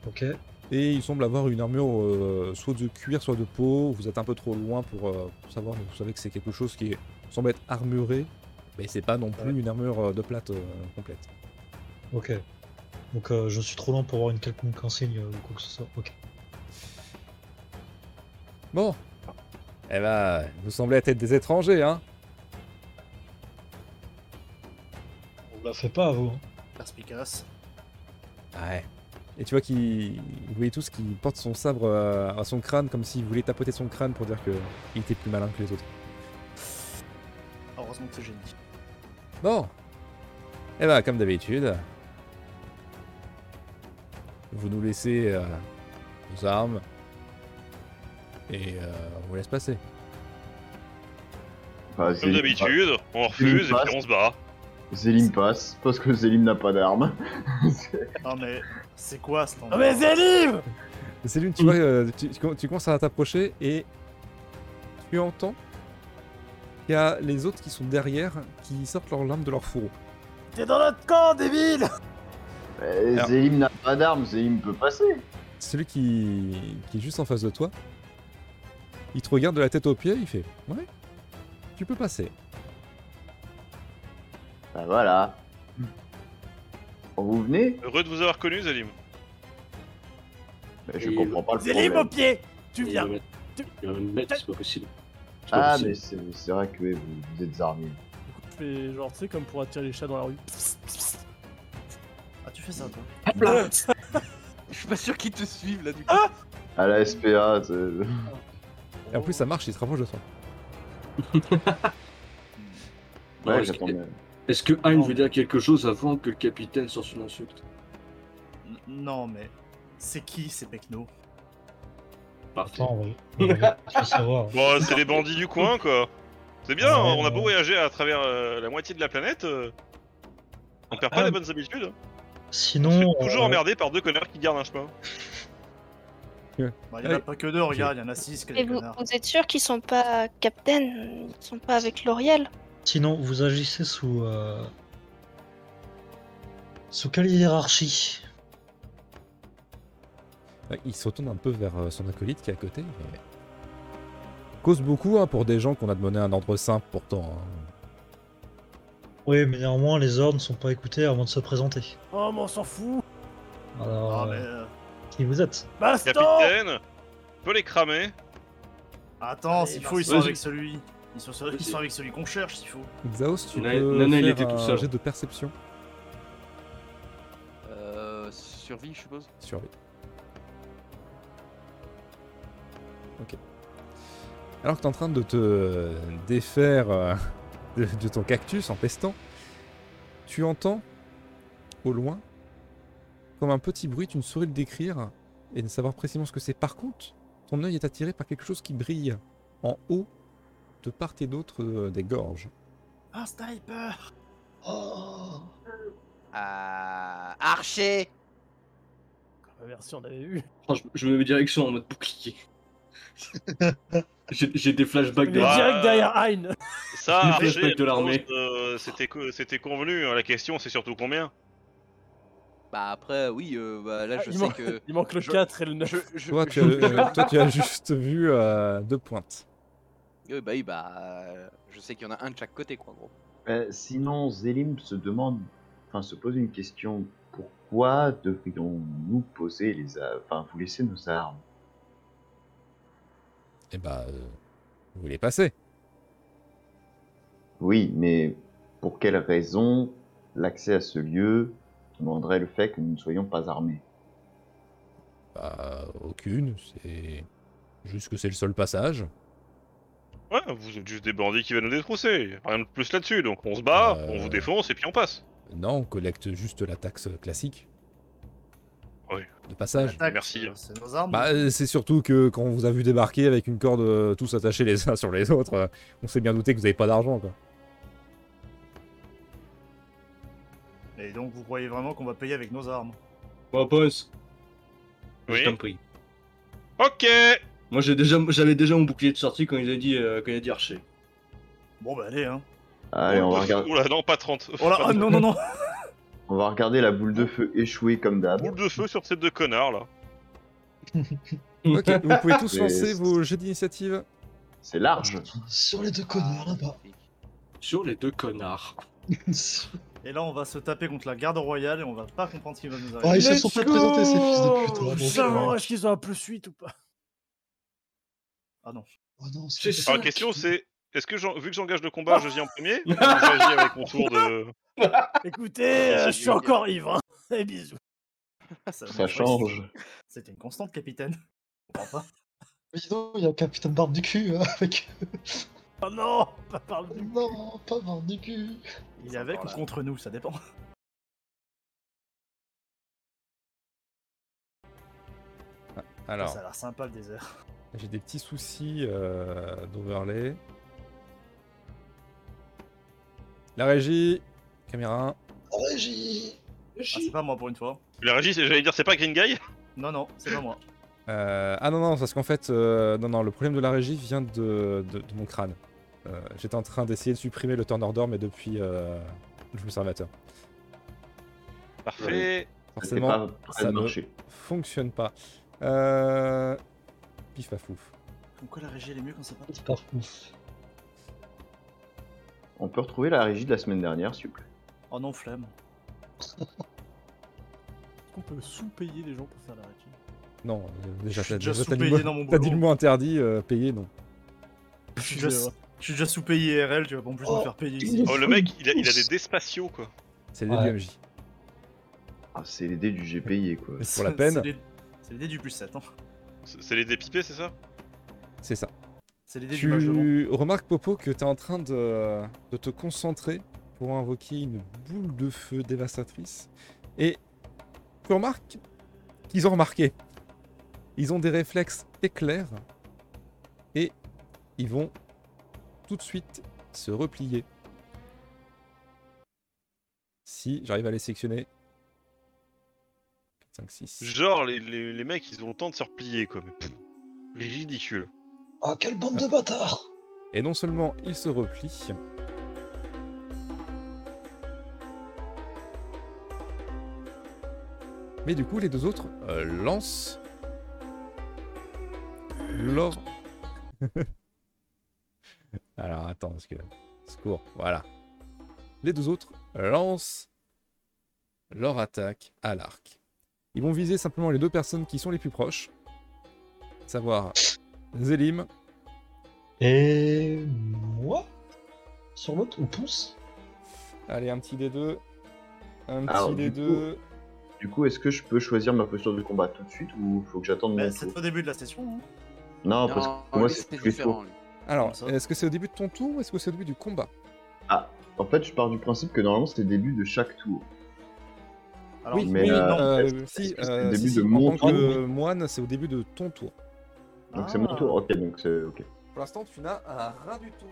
S4: ok.
S3: et il semble avoir une armure euh, soit de cuir, soit de peau. Vous êtes un peu trop loin pour, euh, pour savoir, mais vous savez que c'est quelque chose qui est- semble être armuré, mais c'est pas non plus une armure euh, de plate euh, complète.
S4: Ok. Donc euh, je suis trop lent pour avoir une quelconque enseigne euh, ou quoi que ce soit. Ok.
S3: Bon. Eh ben, vous semblez être des étrangers, hein
S4: On la fait pas, vous. hein.
S1: Perspicace.
S3: Ouais. Et tu vois qu'il... Vous voyez tous qu'il porte son sabre euh, à son crâne comme s'il voulait tapoter son crâne pour dire qu'il était plus malin que les autres.
S1: Heureusement que c'est génie.
S3: Bon. Eh ben, comme d'habitude. Vous nous laissez euh, vos armes. Et euh, on vous laisse passer.
S7: Bah,
S8: Comme
S7: Zélim-
S8: d'habitude, on refuse et puis on se bat.
S7: bah, Zélim passe, parce que Zélim n'a pas d'arme.
S1: Non, mais c'est quoi ce temps
S10: Ah, mais Zélim
S3: Céline, tu vois, euh, tu, tu com- tu commences à t'approcher et tu entends qu'il y a les autres qui sont derrière qui sortent leurs lames de leur fourreau.
S10: T'es dans notre camp, débile
S7: Euh,
S8: Ah.
S3: Alors.
S7: Zélim n'a pas d'arme, Zélim peut passer.
S3: Celui qui, qui est juste en face de toi, Il te regarde de la tête aux pieds, il fait Ouais, tu peux passer.
S7: Bah voilà. Bon, vous venez
S8: Heureux de vous avoir connu, Zalim.
S7: Bah, Je
S5: Et-
S7: comprends pas le
S10: Zélim
S7: problème.
S10: au pied Tu
S5: Il va
S10: viens
S5: me mettre- il va me mettre, c'est pas possible. C'est pas
S7: Ah,
S5: possible.
S7: mais c'est c'est vrai que oui, vous, vous êtes armés.
S10: Je fais genre, tu sais, comme pour attirer les chats dans la rue. Psst, psst.
S1: Ah, tu fais ça, toi
S9: Hop là Je suis pas sûr qu'ils te suivent là du coup.
S10: Ah
S7: À la SPA, c'est-
S3: Et en plus, ça marche, il se rapproche de toi.
S5: Non,
S7: ouais,
S5: est-ce que-
S7: j'attendais.
S5: Est-ce que Hein veut dire quelque chose avant que le capitaine sorte son insulte
S1: N- Non, mais c'est qui ces technos
S5: Parfait.
S4: Attends, on va- on va vite le savoir.
S8: Bon, c'est les bandits du coin, quoi. C'est bien,
S4: Ouais,
S8: on a
S4: ouais.
S8: beau voyager à travers euh, la moitié de la planète. euh, on perd pas
S4: Ah.
S8: les bonnes habitudes. On se
S4: Sinon,
S8: fait toujours
S4: euh,
S8: emmerdé par deux connards qui gardent un chemin.
S1: Bah, il y en a
S3: Ouais.
S1: pas que deux, regarde, il y en a six, que
S2: Et
S1: les
S2: vous,
S1: connards.
S2: vous êtes sûr qu'ils sont pas Captain Ils sont pas avec L'Oriel
S4: sinon, vous agissez sous. euh, Sous quelle hiérarchie
S3: Ouais, Il se retourne un peu vers euh, son acolyte qui est à côté. mais- Cause beaucoup hein, pour des gens qu'on a demandé un ordre simple pourtant. hein.
S4: Oui, mais néanmoins, les ordres ne sont pas écoutés avant de se présenter.
S10: Oh, mais on s'en fout
S4: Alors,
S1: Ah, mais. euh,
S4: euh,
S1: Bah,
S4: qui vous êtes
S10: Baston
S8: Capitaine, on peut les cramer.
S1: Attends,
S10: Allez,
S1: s'il
S10: bah,
S1: faut, ils sont
S5: vas-y.
S1: avec celui. Ils sont, sur- ils sont avec celui qu'on cherche, s'il faut.
S3: Xaos, tu
S5: Nana-
S3: peux
S5: Nana, il
S3: faire
S5: était tout
S3: un
S5: seul.
S3: jet de perception
S9: Euh. Survie, je suppose.
S3: sur lui. Ok. Alors que t'es en train de te euh, défaire euh, de, de ton cactus en pestant, tu entends au loin, comme un petit bruit, tu ne saurais le décrire et ne savoir précisément ce que c'est. Par contre, ton œil est attiré par quelque chose qui brille en haut de part et d'autre euh, des gorges.
S1: Euh, Un sniper
S4: Oh
S6: Ah, archer
S10: Ah, Merci, on avait eu.
S5: Franchement, Je me mets direction en mode bouclier. J'ai j'ai des flashbacks de
S10: Mais
S8: Ah,
S5: la...
S10: direct derrière Hein
S8: Ça,
S5: Le
S8: Archer,
S5: flashback de l'armée.
S8: euh, c'était co- c'était convenu. hein. La question, c'est surtout combien
S9: Bah après, oui, euh, bah, là
S10: Ah,
S9: je
S10: il
S9: sais
S10: manque-
S9: que.
S10: Il manque le
S9: Je-
S10: 4 et le 9.
S9: Je, je,
S3: Toi, tu
S9: je-
S3: as, euh, toi, tu as juste vu euh, deux pointes.
S9: Oui, bah oui, bah. euh, Je sais qu'il y en a un de chaque côté, quoi, en gros.
S7: Euh, sinon, Zélim se demande, enfin se pose une question. Pourquoi devrions-nous poser les, a- enfin vous laisser nos armes
S3: Et bah, vous voulez passer.
S7: Oui, mais pour quelle raison l'accès à ce lieu demanderait le fait que nous ne soyons pas armés
S3: Bah, aucune, c'est juste que c'est le seul passage.
S8: Ouais, vous êtes juste des bandits qui veulent nous détrousser. Rien de plus là-dessus. Donc on se bat,
S3: Euh.
S8: on vous défonce et puis on passe.
S3: Non, on collecte juste la taxe classique.
S8: Oui.
S3: De passage.
S1: Attaque,
S8: merci.
S1: euh, C'est nos armes.
S3: Bah, euh, c'est surtout que quand on vous a vu débarquer avec une corde euh, tous attachés les uns sur les autres, euh, on s'est bien douté que vous n'avez pas d'argent, quoi.
S1: Et donc, vous croyez vraiment qu'on va payer avec nos armes
S5: Bon, boss,
S8: Oui.
S5: je t'en prie.
S8: Ok.
S5: Moi, j'ai déjà- j'avais déjà, mon bouclier de sortie quand il a dit, euh, quand il a dit archer.
S1: Bon, bah, allez, hein.
S7: Allez, on va,
S8: Ouf,
S7: regarder,
S8: Oula, non, pas 30.
S1: Oh là, oh, non, non, non
S7: on va regarder la boule de feu échouer comme d'hab.
S8: Boule de feu sur ces deux connards là.
S3: Ok, vous pouvez tous
S7: Mais
S3: lancer
S7: c'est-
S3: vos jets d'initiative.
S7: C'est large.
S4: Sur les deux connards là-bas
S5: Sur les deux connards.
S1: Et là, on va se taper contre la garde royale et on va pas comprendre ce qui va nous
S4: Ah,
S1: arriver.
S4: ils se
S10: Let's
S4: sont pas
S10: go
S4: présentés, ces fils de pute, hein, donc,
S10: Putain,
S4: euh,
S10: est-ce qu'ils ont un plus 8 ou pas
S4: Oh non, c'est-
S5: C'est ça.
S8: Alors, la question c'est est-ce que j'en- vu que j'engage le combat, je vis en premier ou j'agis avec mon tour de.
S10: Écoutez,
S8: Ah,
S10: euh,
S8: c'est
S10: je suis encore ivre. hein. Et bisous.
S1: Ça,
S7: Ça change.
S1: C'était une constante, capitaine. Je comprends pas.
S4: Mais dis donc, il y a un capitaine barbe du cul hein, avec.
S10: Oh non, pas par le cul.
S4: Non, pas barbe du cul
S1: Il est avec ou contre nous, ça dépend.
S3: Ah, Alors,
S1: Ça a l'air sympa le désert.
S3: j'ai des petits soucis euh, d'overlay. La régie, caméra 1.
S4: Régie
S1: Ah, c'est pas moi pour une fois.
S8: La régie, c'est- j'allais dire, c'est pas Green Guy
S1: Non, non, c'est pas moi.
S3: Euh, ah non, non, parce qu'en fait, euh, non, non, le problème de la régie vient de, de- de mon crâne. Euh, J'étais en train d'essayer de supprimer le turn order, mais depuis euh, le serveur.
S8: Parfait.
S7: C'est
S3: Forcément,
S7: pas prêt
S3: ça
S7: de
S3: ne
S7: marcher.
S3: fonctionne pas. Euh... Pif à fouf.
S1: Comme quoi la régie elle est mieux quand ça part.
S4: C'est pas fou.
S7: On peut retrouver la régie de la semaine dernière, s'il vous plaît.
S1: Oh non, flemme.
S10: Est-ce qu'on peut sous-payer les gens pour faire la régie
S3: Non, euh, déjà,
S1: suis
S3: t'as
S1: déjà
S3: déjà- t'as dit,
S1: sous-payé
S3: le
S1: dans
S3: mot-
S1: mon
S3: t'as dit
S1: boulot.
S3: le mot interdit, euh, payer, non.
S1: Je suis déjà, euh, je suis déjà sous-payé RL, tu vas pas en plus me
S4: Oh,
S1: faire payer
S4: il
S1: ici.
S4: est
S8: Oh, le mec, il a, il a des dés spatiaux, quoi.
S3: C'est les
S4: Ouais.
S3: DMJ.
S7: Ah, c'est les dés du GPI, quoi.
S3: pour la peine.
S1: C'est les- C'est les dés du plus 7, hein.
S8: C'est c'est les dés pipés, c'est ça
S3: C'est ça.
S1: C'est les dés du mage de vent.
S3: Tu remarques, Popo, que tu es en train de, de te concentrer pour invoquer une boule de feu dévastatrice. Et tu remarques qu'ils ont remarqué. Ils ont des réflexes éclairs. Et ils vont tout de suite se replier. Si j'arrive à les sectionner. 5, 6.
S8: Genre, les, les- les mecs, ils ont le temps de se replier, quoi. Mais, pff, ridicule.
S4: Ah, quelle bande de bâtards
S3: Et non seulement ils se replient, mais du coup les deux autres euh, lancent leur. Alors attends, parce que. Secours, voilà. Les deux autres lancent leur attaque à l'arc. Ils vont viser simplement les deux personnes qui sont les plus proches, à savoir Zélim
S4: Et moi Sur l'autre, on pousse
S3: Allez, un petit D2. Un petit
S7: Alors, du
S3: D2.
S7: Du coup, est-ce que je peux choisir ma posture de combat tout de suite ou faut que
S4: Oh,
S7: j'attende mon
S1: Bah, c'est
S7: tour
S1: au début de la session. hein.
S7: Non,
S9: Non,
S7: parce que moi,
S9: lui,
S7: c'est
S9: c'était
S7: tous les tours.
S9: différent. lui.
S3: Alors,
S1: Comme ça.
S3: est-ce que c'est au début de ton tour ou est-ce que c'est au début du combat
S7: Ah, en fait, je pars du principe que normalement, c'est le début de chaque tour.
S1: Alors,
S7: mais,
S1: oui,
S7: euh,
S1: non.
S3: euh,
S7: est-ce que
S3: si,
S7: c'est le
S3: euh,
S7: début
S3: si, si,
S7: de
S3: en
S7: mon
S3: tant que
S7: tour
S3: moine, c'est au début de ton tour.
S7: Donc, c'est mon
S1: Ah.
S7: tour. Ok, donc c'est ok.
S3: Pour l'instant, tu n'as un rat du tout.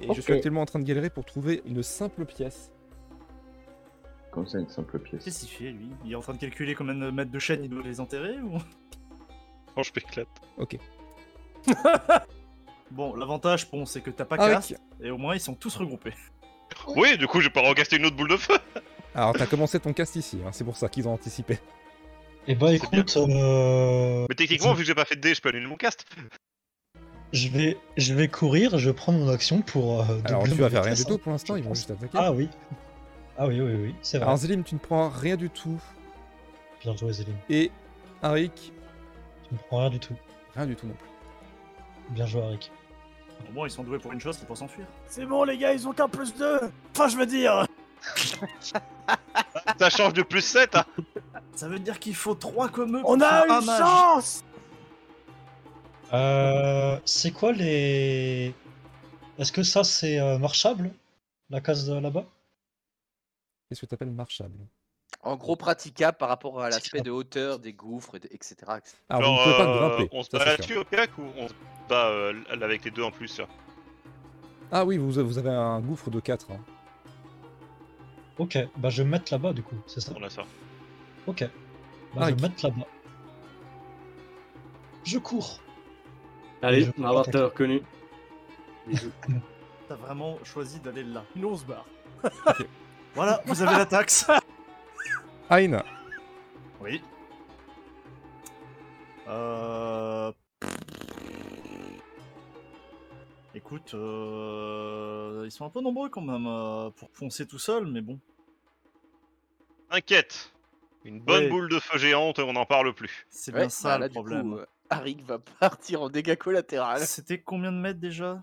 S3: Et je
S4: Ok.
S3: suis actuellement en train de galérer pour trouver une simple pièce.
S7: Comme ça, une simple pièce.
S1: Qu'est-ce qu'il fait lui Il est en train de calculer combien de mètres de chaîne il doit les enterrer ou
S8: Oh, je m'éclate.
S1: Bon, l'avantage, bon, c'est que t'as pas
S3: Avec-
S1: cast, et au moins ils sont tous regroupés.
S8: Oui, du coup, je vais pas regaster une autre boule de feu.
S3: Alors, t'as commencé ton cast ici, hein, c'est pour ça qu'ils ont anticipé.
S4: Eh ben écoute, euh,
S8: Mais techniquement, vu que j'ai pas fait de dés, je peux annuler mon cast.
S4: je, vais, je vais courir, je vais prendre mon action pour. euh,
S3: Alors,
S4: doubler
S3: tu vas
S4: ma
S3: faire rien du
S4: vitesse,
S3: tout
S4: hein.
S3: pour l'instant,
S4: je
S3: ils vont
S4: pense.
S3: juste attaquer.
S4: Ah oui. Ah oui, oui, oui, c'est vrai.
S3: Alors, Zélim, tu ne prends rien du tout.
S4: Bien joué, Zélim.
S3: Et Arik,
S4: Tu ne prends rien du tout.
S3: rien du tout non plus.
S4: Bien joué, Arik.
S1: Au moins ils sont doués pour une chose, c'est pour s'enfuir.
S10: C'est bon, les gars, ils ont qu'un plus 2 Enfin, je veux dire
S8: Ça change de plus 7, hein.
S1: Ça veut dire qu'il faut trois comme eux.
S10: On
S1: pour
S10: a
S1: faire un
S10: une
S1: mage.
S10: chance
S4: Euh, c'est quoi les. Est-ce que ça c'est euh, marchable La case de là-bas
S3: Qu'est-ce que t'appelles marchable
S9: En gros, praticable par rapport à l'aspect
S4: ça.
S9: de hauteur, des gouffres, et de- etc. etc.
S3: Alors, vous
S8: Genre,
S3: ne pouvez
S8: euh,
S3: pas grimper.
S8: On se
S3: ça,
S8: bat
S3: c'est sûr.
S8: là-dessus au kayak ou on se bat euh, l- avec les deux en plus hein. là
S3: Ah oui, vous, vous avez un gouffre de hein. 4.
S4: Ok, bah je vais me mettre là-bas du coup, c'est ça
S8: On a ça.
S4: Ok. Bah, je
S3: Arik.
S4: vais me mettre là-bas. Je cours
S5: Allez,
S4: Je-
S5: on va voir, t'as reconnu. Bisous.
S1: T'as vraiment choisi d'aller là.
S10: Une on se barre.
S1: Voilà, vous avez la taxe.
S3: Aïn,
S1: Oui. Euh... Écoute, euh, ils sont un peu nombreux quand même euh, pour foncer tout seul, mais bon.
S8: Inquiète Une bonne
S1: Ouais.
S8: boule de feu géante, on n'en parle plus.
S1: C'est
S9: Ouais,
S1: bien ça
S9: bah là,
S1: le
S9: du
S1: problème.
S9: coup, euh, Arik va partir en dégâts collatéraux.
S1: C'était combien de mètres déjà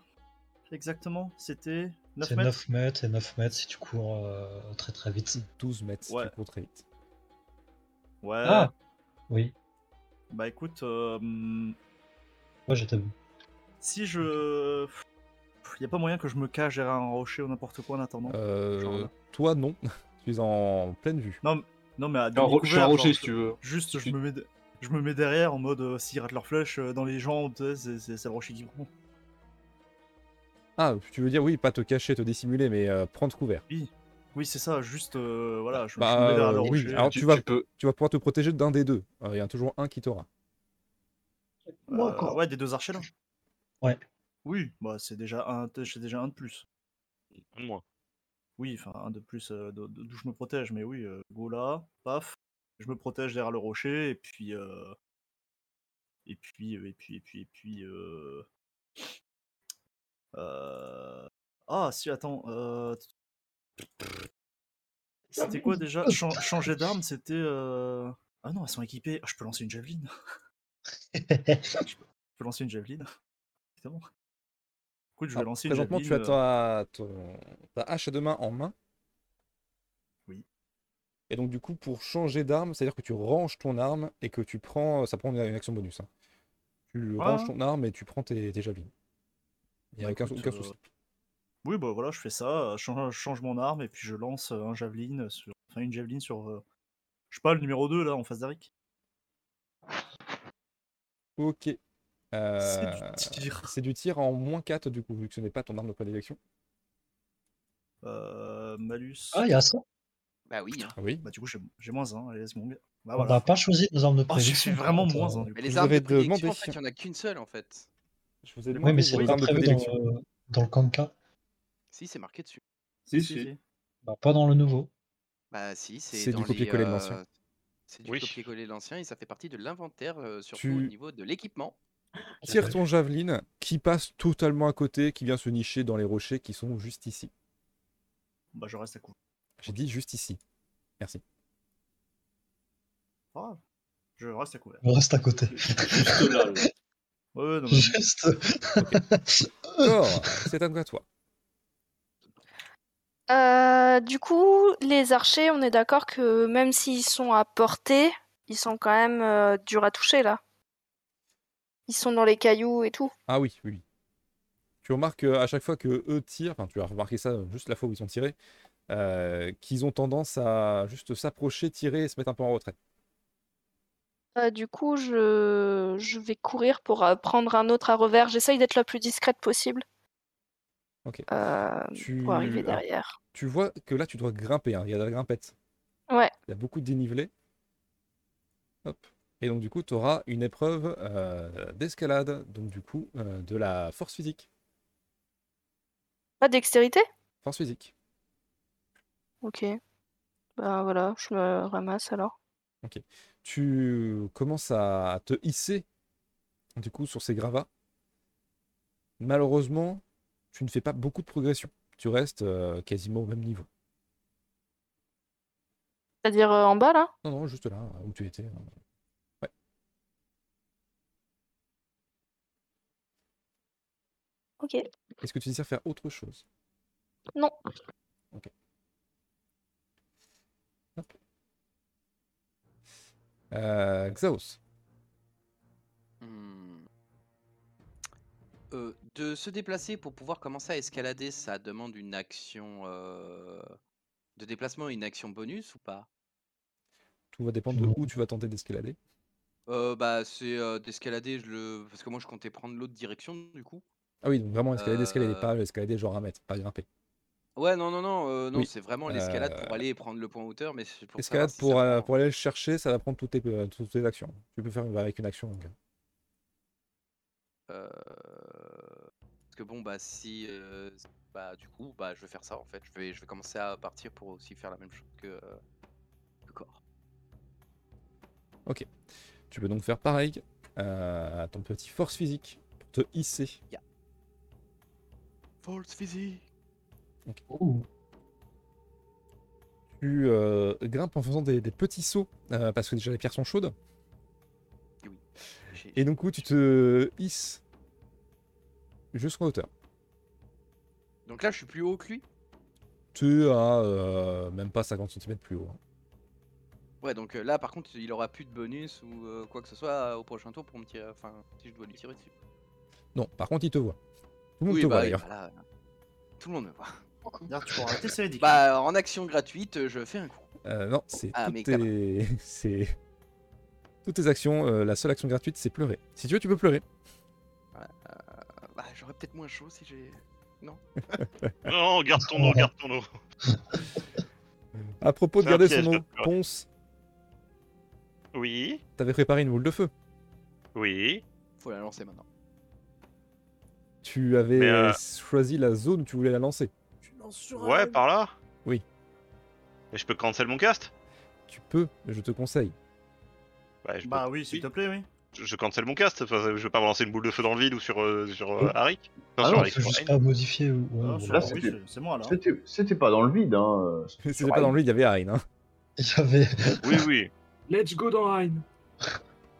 S1: Exactement C'était 9
S4: C'est
S1: mètres
S4: 9 mètres et 9 mètres si tu cours euh, très très vite.
S3: 12 mètres, si
S1: Ouais.
S3: tu cours très vite.
S1: Ouais.
S4: Ah Oui,
S1: Bah écoute, euh, hmm,
S4: moi j'étais bon.
S1: si je. Il y a pas moyen que je me cache derrière un rocher ou n'importe quoi en attendant.
S3: Euh,
S1: Genre là.
S3: toi, non. tu es en pleine vue.
S1: Non mais à
S5: Je suis un ro- je suis un
S1: découvert,
S5: rocher
S1: genre,
S5: si tu veux.
S1: Juste, je me mets, de- je me mets derrière en mode euh, s'ils ratent leur flèche euh, dans les jambes, tu sais, c'est c'est- c'est le rocher qui prend.
S3: Ah, tu veux dire, oui, pas te cacher, te dissimuler, mais euh, prendre couvert.
S1: Oui, c'est ça, juste euh, voilà, je, je
S3: Bah,
S1: me mets derrière le
S3: euh, oui,
S1: rocher.
S3: alors tu vas-
S5: peux.
S3: Tu vas pouvoir te protéger d'un des deux. Euh, Il y en a toujours un qui t'aura.
S1: Euh, ouais, des deux archers là.
S4: Ouais.
S1: Oui, bah c'est déjà un, c'est déjà un de plus.
S8: Un de moins.
S1: Oui, enfin un de plus euh, d'o- d'o- d'où je me protège, mais oui, euh, go là, paf, je me protège derrière le rocher et puis euh, Et puis, euh, et puis, et puis, et puis. euh, euh, Ah, si, attends. euh, C'était quoi déjà Chan- Changer d'arme, c'était. euh, Ah non, elles sont équipées. Ah, je peux lancer une javeline. je peux- je peux lancer une javeline. C'est bon. Écoute, je vais
S3: Alors,
S1: lancer une javeline.
S3: présentement, tu as
S1: euh,
S3: ta, ton- ta hache à deux mains en main.
S1: Oui.
S3: Et donc, du coup, pour changer d'arme, c'est-à-dire que tu ranges ton arme et que tu prends. euh, Ça prend une une action bonus. hein. Tu
S1: Ouais,
S3: ranges
S1: ouais.
S3: ton arme et tu prends tes, tes javelines. Il n'y a
S1: Bah,
S3: aucun,
S1: écoute,
S3: aucun
S1: euh,
S3: souci.
S1: Oui, bah voilà, je fais ça, euh, je change, je change mon arme et puis je lance euh, un javeline sur, enfin une javeline sur, euh, je sais pas, le numéro 2 là en face d'Aric.
S3: Ok. Euh,
S1: du tir.
S3: C'est du tir en moins 4, du coup, vu que ce n'est pas ton arme de prédilection.
S1: Euh, malus.
S4: Ah, il y a ça.
S6: Bah oui.
S3: Ah oui.
S1: Bah du coup j'ai j'ai moins 1, allez, c'est mon bien. Bah
S4: On n'a Ah, pas choisi nos armes de
S1: Oh, j'ai
S4: prédilection.
S1: fait vraiment
S4: par contre,
S1: moins 1
S4: euh,
S1: du
S6: Mais
S1: coup.
S6: les
S3: vous
S6: armes de
S3: avais demandé
S6: prédilection, en fait,
S3: si-
S6: il n'y en a qu'une seule, en fait.
S3: Je vous ai
S4: Oui,
S3: demandé
S4: mais c'est
S3: vos
S4: pas
S3: armes de
S4: prévu dans,
S3: prédilection.
S4: euh, dans le Kanka.
S6: Si, c'est marqué dessus.
S5: Si,
S1: Si,
S5: si.
S1: si.
S4: Bah, pas dans le nouveau.
S6: Bah si, c'est
S3: C'est du
S6: dans les,
S3: copier-coller de l'ancien.
S6: euh, C'est du
S8: Oui.
S6: copier-coller de l'ancien et ça fait partie de l'inventaire, euh, surtout
S3: Tu-
S6: au niveau de l'équipement.
S3: Tire ton javeline qui passe totalement à côté, qui vient se nicher dans les rochers qui sont juste ici.
S1: Bah je reste à couvert.
S3: J'ai dit juste ici. Merci.
S1: Pas grave. Je reste à couvert.
S4: On reste à côté.
S5: Juste là, là.
S1: Ouais, ouais, non, mais-
S4: Juste.
S3: Or, c'est à toi.
S2: Euh, du coup, les archers, on est d'accord que même s'ils sont à portée, ils sont quand même euh, durs à toucher là. Ils sont dans les cailloux et tout.
S3: Ah oui, oui. oui. Tu remarques euh, à chaque fois que eux tirent, enfin tu as remarqué ça euh, juste la fois où ils ont tiré, euh, qu'ils ont tendance à juste s'approcher, tirer et se mettre un peu en retrait.
S2: Euh, du coup, je... je vais courir pour euh, prendre un autre à revers. J'essaye d'être la plus discrète possible.
S3: Ok.
S2: Euh,
S3: Tu,
S2: Pour arriver
S3: alors,
S2: derrière.
S3: tu vois que là tu dois grimper, hein, il y a de la grimpette.
S2: Ouais.
S3: Il y a beaucoup de dénivelé. Hop. Et donc du coup tu auras une épreuve euh, d'escalade, donc du coup euh, de la force physique.
S2: Pas de dextérité
S3: Force physique.
S2: Ok. Ben voilà, je me ramasse alors.
S3: tu commences à te hisser du coup sur ces gravats. Malheureusement, tu ne fais pas beaucoup de progression. Tu restes euh, quasiment au même niveau.
S2: C'est-à-dire euh, en bas là
S3: Non, non, juste là, où tu étais. hein. Ouais.
S2: Ok.
S3: Est-ce que tu désires faire autre chose
S2: Non.
S3: Euh, Xaos,
S6: Hmm. Euh, de se déplacer pour pouvoir commencer à escalader, ça demande une action euh, de déplacement, et une action bonus ou pas
S3: tout va dépendre de
S4: Non.
S3: où tu vas tenter d'escalader.
S6: Euh, Bah c'est euh, d'escalader, je le... parce que moi je comptais prendre l'autre direction du coup.
S3: Ah oui, donc vraiment escalader, escalader,
S6: Euh.
S3: pas escalader genre un mètre, pas grimper.
S6: Ouais non non non euh, non
S3: Oui,
S6: c'est vraiment l'escalade pour
S3: euh,
S6: aller prendre le point hauteur, mais c'est pour savoir
S3: Escalade
S6: si ça
S3: pour, euh,
S6: prend.
S3: pour aller le chercher, ça va prendre toutes tes, euh, toutes tes actions. Tu peux faire une- avec une action. donc.
S6: Euh, Parce que bon, bah si. euh, s- Bah du coup, bah je vais faire ça en fait. Je vais, je vais commencer à partir pour aussi faire la même chose que. euh, que corps.
S3: Tu peux donc faire pareil euh, à ton petit force physique pour te hisser.
S6: Force physique
S4: Ouh.
S3: oh. tu euh, grimpes en faisant des, des petits sauts, euh, parce que déjà les pierres sont chaudes. Et donc, où tu te hisses jusqu'en hauteur.
S6: Donc là, je suis plus haut que lui
S3: Tu as euh, même pas 50 cm plus haut. hein.
S6: Ouais, donc euh, là par contre, il aura plus de bonus ou euh, quoi que ce soit euh, au prochain tour pour me tirer. Enfin, si je dois lui tirer dessus.
S3: Non, par contre, il te voit. Tout le monde
S6: oui,
S3: te
S6: bah,
S3: voit
S6: oui,
S3: d'ailleurs.
S6: bah, là, euh, tout le monde me voit.
S1: D'ailleurs, tu pourras arrêter, c'est ridicule.
S6: Bah en action gratuite, euh, je fais un coup.
S3: Euh, non, c'est
S6: Ah,
S3: toutes,
S6: mais quand
S3: tes... c'est toutes tes actions. euh, la seule action gratuite, c'est pleurer. Si tu veux, tu peux pleurer.
S6: Ah, Bah j'aurais peut-être moins chaud si j'ai.
S8: Non, garde ton eau, garde ton eau.
S3: À propos de
S8: C'est un
S3: garder
S8: piège
S3: son
S8: de
S3: nom,
S8: pleurer.
S3: Ponce,
S8: Oui,
S3: t'avais préparé une boule de feu.
S8: oui.
S6: Faut la lancer maintenant.
S3: Tu avais
S8: Mais, euh,
S3: euh, choisi la zone où tu voulais la lancer.
S10: Tu lances sur un
S8: Ouais,
S10: même-
S8: par là
S3: Oui.
S8: Et je peux cancel mon cast
S3: Tu peux, je te conseille.
S8: Bah, je peux-
S1: Bah oui,
S8: oui.
S1: s'il te plaît, oui.
S8: je je cancel mon cast. Enfin, je vais pas balancer une boule de feu dans le vide ou sur, euh, sur euh,
S1: Oh.
S7: Oui.
S8: Arik. Enfin,
S4: Ah
S8: sur
S4: non,
S8: Arik,
S4: c'est
S8: sur
S4: juste
S8: Arik.
S4: pas modifié. ou- ouais,
S1: Ah, celui-là,
S4: voilà.
S7: là,
S1: oui,
S7: c'était-
S1: c'est- c'est moi
S8: hein.
S1: là.
S7: C'était- C'était pas dans le vide, hein. euh,
S3: C'était pas dans lui, il y avait Arine. Hein.
S4: Il y avait.
S8: Oui, oui.
S12: Let's go dans Rhine.
S1: Hein.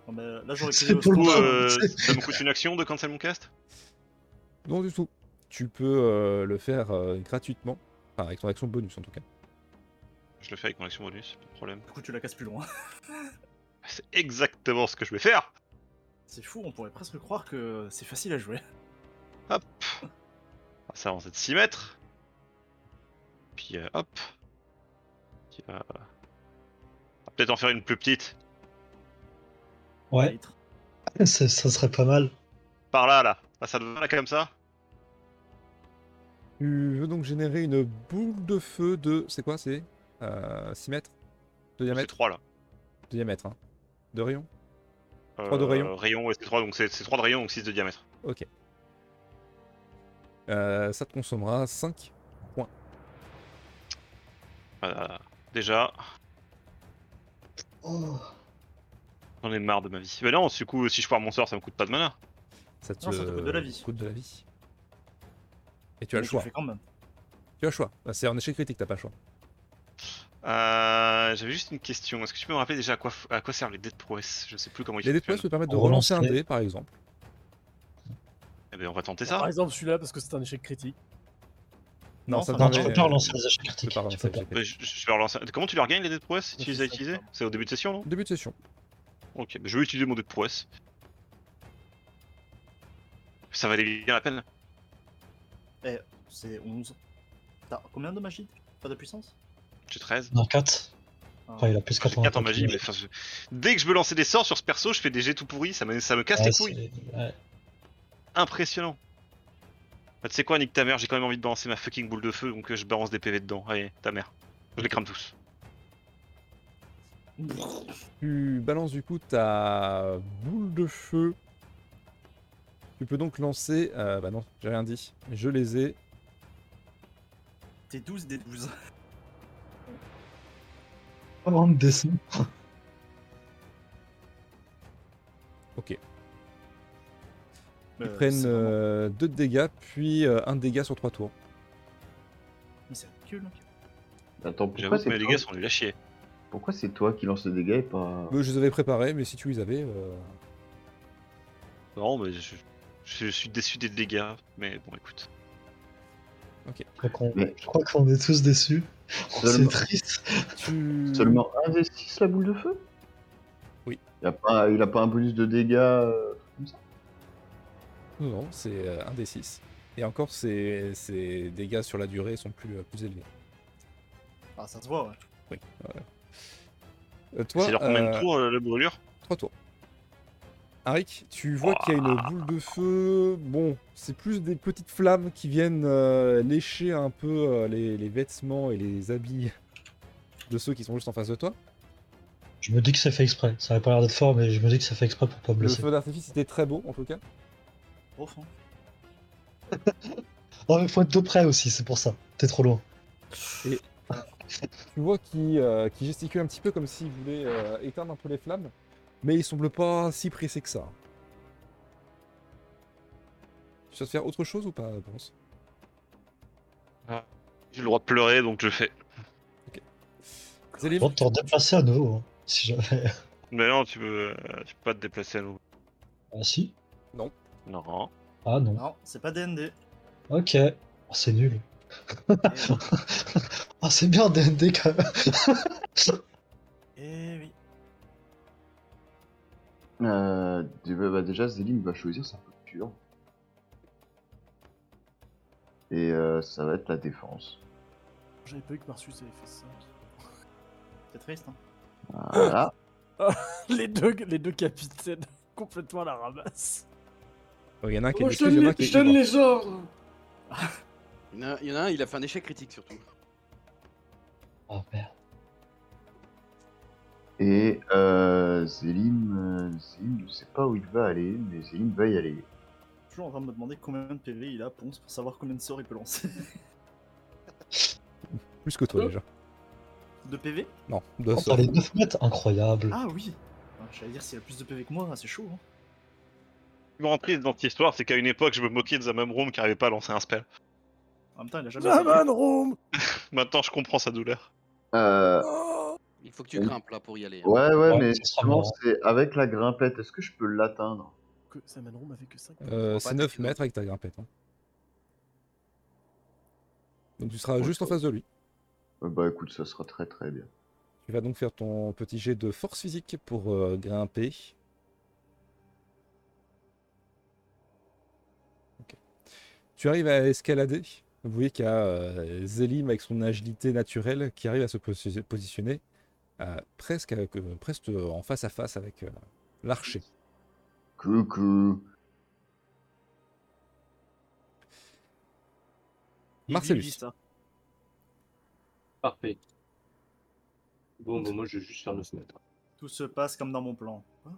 S1: Non, mais euh, là j'aurais
S4: C'est
S1: crié au
S4: pour le
S8: Du coup,
S1: secours.
S8: euh, ça me coûte une action de cancel mon cast
S3: Non, du tout. Tu peux euh, le faire euh, gratuitement. Enfin, avec ton action bonus en tout cas.
S8: Je le fais avec mon action bonus, pas de problème.
S1: Du coup, tu la casses plus loin.
S8: C'est exactement ce que je vais faire.
S1: C'est fou, on pourrait presque croire que c'est facile à jouer.
S8: Hop. Ça avance de 6 mètres. Puis euh, hop. Puis, euh, on va Peut-être en faire une plus petite.
S4: Ouais,
S1: Litre.
S4: ça ça serait pas mal.
S8: Par là, là. Ah, ça devient là comme ça
S3: Tu veux donc générer une boule de feu de. C'est quoi C'est euh, 6 mètres De
S8: C'est
S3: diamètre
S8: 3 là.
S3: De diamètre, hein. De rayon
S8: Euh,
S3: Trois de rayon.
S8: Rayon, ouais, c'est 3, donc c'est 3 de rayon, donc 6 de diamètre.
S3: Ok. Euh, ça te consommera 5.
S8: Voilà. Déjà,
S4: Oh.
S8: j'en ai marre de ma vie. Mais non, du coup, si je foire mon sort, ça me coûte pas de mana.
S3: Ça te,
S1: Non, ça te coûte de la vie.
S3: coûte de la vie. Et tu as
S1: Mais
S3: le choix.
S1: fais quand même.
S3: Tu as le choix. Bah, C'est en échec critique, t'as pas le choix.
S8: Euh, J'avais juste une question. Est-ce que tu peux me rappeler déjà à quoi, f- à quoi servent les Dead Prowess Je sais plus comment ils
S3: Les détoiles
S8: fonctionnent.
S3: te permettent de
S4: On
S3: relancer un
S4: relance les-
S3: dé, par exemple.
S8: Eh ben, on va tenter
S10: Par
S8: ça.
S10: exemple, celui-là, parce que c'est un échec critique.
S3: Non,
S1: Non,
S3: ça
S1: ça
S3: te
S4: Non,
S1: Non,
S4: tu
S3: permet-
S4: peux pas relancer les achats
S3: tu peux
S4: critiques.
S3: pas
S4: Tu
S3: relancer
S4: peux
S3: les
S4: pas.
S3: échecs
S8: Bah,
S3: critiques.
S8: je, je vais relancer. Comment tu les regagnes les Dead Prowess si
S1: Ouais,
S8: tu les
S1: c'est
S8: as
S1: ça,
S8: utilisés
S1: pardon.
S8: C'est au début de session, non
S3: Début de session.
S8: Ok, bah, je vais utiliser mon Dead Prowess. Ça valait bien la peine.
S1: Eh, C'est 11. T'as combien de magie Pas de puissance
S8: J'ai 13.
S4: Non, 4.
S1: Ah.
S4: Enfin, il a plus
S8: J'ai
S4: 80.
S8: 4 en magie, mais enfin, je- dès que je me lançais des sorts sur ce perso, je fais des jets tout pourris, ça me, ça me casse
S4: Ouais,
S3: Ah,
S8: les couilles.
S4: c'est- ouais.
S8: impressionnant. Bah, tu sais quoi, nique ta mère, j'ai quand même envie de balancer ma fucking boule de feu, donc euh, je balance des PV dedans. Allez, ta mère. Je les crame tous.
S3: Tu balances du coup ta boule de feu. Tu peux donc lancer. euh, bah non, j'ai rien dit. Je les ai.
S1: T'es 12 des 12.
S4: Pas vraiment de dessin.
S3: Ils
S1: Euh,
S3: prennent
S1: c'est vraiment-
S3: 2 de dégâts, puis euh, un dégât sur 3 tours.
S1: Mais c'est ridicule.
S7: Attends, pourquoi
S8: J'avoue que
S7: c'est
S8: mes
S7: toi-
S8: dégâts sont nuls à chier.
S7: pourquoi c'est toi qui lance le dégât et pas.
S3: Euh, je les avais préparés, mais si tu les avais. euh,
S8: Non, mais je, je suis déçu des dégâts, mais bon, écoute.
S4: Je crois qu'on-
S7: Mais-
S4: Je crois qu'on est tous déçus. Oh, C'est
S7: Seulement-
S4: triste.
S3: tu...
S7: Seulement 1 des 6 la boule de feu
S3: Oui.
S7: Il a, pas, il a pas un bonus de dégâts. euh,
S3: Non, non, c'est euh, un des 6. Et encore, ces, ces dégâts sur la durée sont plus, euh, plus élevés.
S1: Ah, ça se voit, ouais.
S3: Euh, toi,
S8: C'est leur combien de
S3: euh,
S8: tours euh, la brûlure
S3: 3 tours. Arik, tu vois qu'il y a une boule de feu. Bon, c'est plus des petites flammes qui viennent euh, lécher un peu euh, les, les vêtements et les habits de ceux qui sont juste en face de toi.
S4: Je me dis que c'est fait exprès. Ça avait pas l'air d'être fort, mais je me dis que c'est fait exprès pour pas
S3: Le
S4: blesser.
S3: feu d'artifice était très beau en tout cas.
S1: Profond.
S4: Non, Oh, mais faut être de près aussi, c'est pour ça. T'es trop loin.
S3: Tu vois qu'il euh, qu'il gesticule un petit peu comme s'il voulait euh, éteindre un peu les flammes, mais il semble pas si pressé que ça. Tu souhaites faire autre chose ou pas, pense
S8: J'ai le droit de pleurer, donc je le fais.
S3: Zélif,
S4: Bon, t'en déplacer à nouveau. hein, Si jamais.
S8: Mais non, tu peux, euh, tu peux pas te déplacer à nouveau.
S4: Ah si.
S8: Non.
S4: Ah non.
S1: Non, c'est pas DND.
S4: Ok. Oh, c'est nul. Ah c'est bien DND quand même.
S1: Eh oui.
S7: Euh, dé- bah, déjà, Zélim va choisir sa posture. Et euh, ça va être la défense.
S10: J'avais pas eu que Marsus avait fait ça.
S1: C'est triste, hein.
S3: Ah.
S7: Voilà.
S10: Les deux, les deux capitaines, complètement à la
S3: Euh,
S10: ramasse. Oh,
S3: il y en a un qui est
S12: Moi, Oh, je
S3: déçu, il y en
S12: donne,
S3: a un qui
S12: les,
S3: est
S12: je donne
S3: ivre.
S12: les ordres.
S6: Il y, en a, il y en a un, il a fait un échec critique surtout.
S4: Oh merde.
S7: Et euh, Zélim, euh, Zélim, je sais pas où il va aller, mais Zélim va y aller.
S1: Toujours en train de me demander combien de PV il a, Ponce, pour savoir combien de sorts il peut lancer.
S3: Plus
S12: Hein
S3: que toi déjà.
S1: de PV
S3: Non, deux
S4: Oh,
S3: seuls.
S4: t'as les 9 mètres, incroyable.
S1: Ah oui. Ah, J'allais dire, s'il a plus de PV que moi, c'est chaud. hein.
S8: plus grand triste dans cette histoire, c'est qu'à une époque, je me moquais de Zamamroom qui n'arrivait pas à lancer un spell.
S1: En même temps, il a jamais.
S10: Zaman Room
S8: Maintenant, je comprends sa douleur.
S7: Euh,
S6: Il faut que tu grimpes là pour y aller. hein.
S7: ouais, ouais,
S4: Ouais,
S7: mais
S4: ça sera
S7: justement,
S4: marrant.
S7: c'est avec la grimpette, est-ce que je peux l'atteindre
S10: Que Zaman Room avait que 5
S3: Euh,
S6: pas
S3: c'est
S6: tes
S3: 9
S6: kilos.
S3: mètres avec ta grimpette. hein. Donc tu seras
S7: Ok.
S3: juste en face de lui.
S7: Euh, Bah écoute, ça sera très très bien.
S3: Tu vas donc faire ton petit jet de force physique pour euh, grimper. Ok. Tu arrives à escalader. Vous voyez qu'il y a euh, Zélim avec son agilité naturelle qui arrive à se posi- positionner euh, presque, avec- euh, presque en face à face avec euh, l'archer.
S7: Coucou
S1: Il- il
S3: Marcellus.
S1: dit ça.
S5: Parfait. Bon, bah, moi, je vais juste faire 9 mètres.
S1: Tout se passe comme dans mon plan. Hein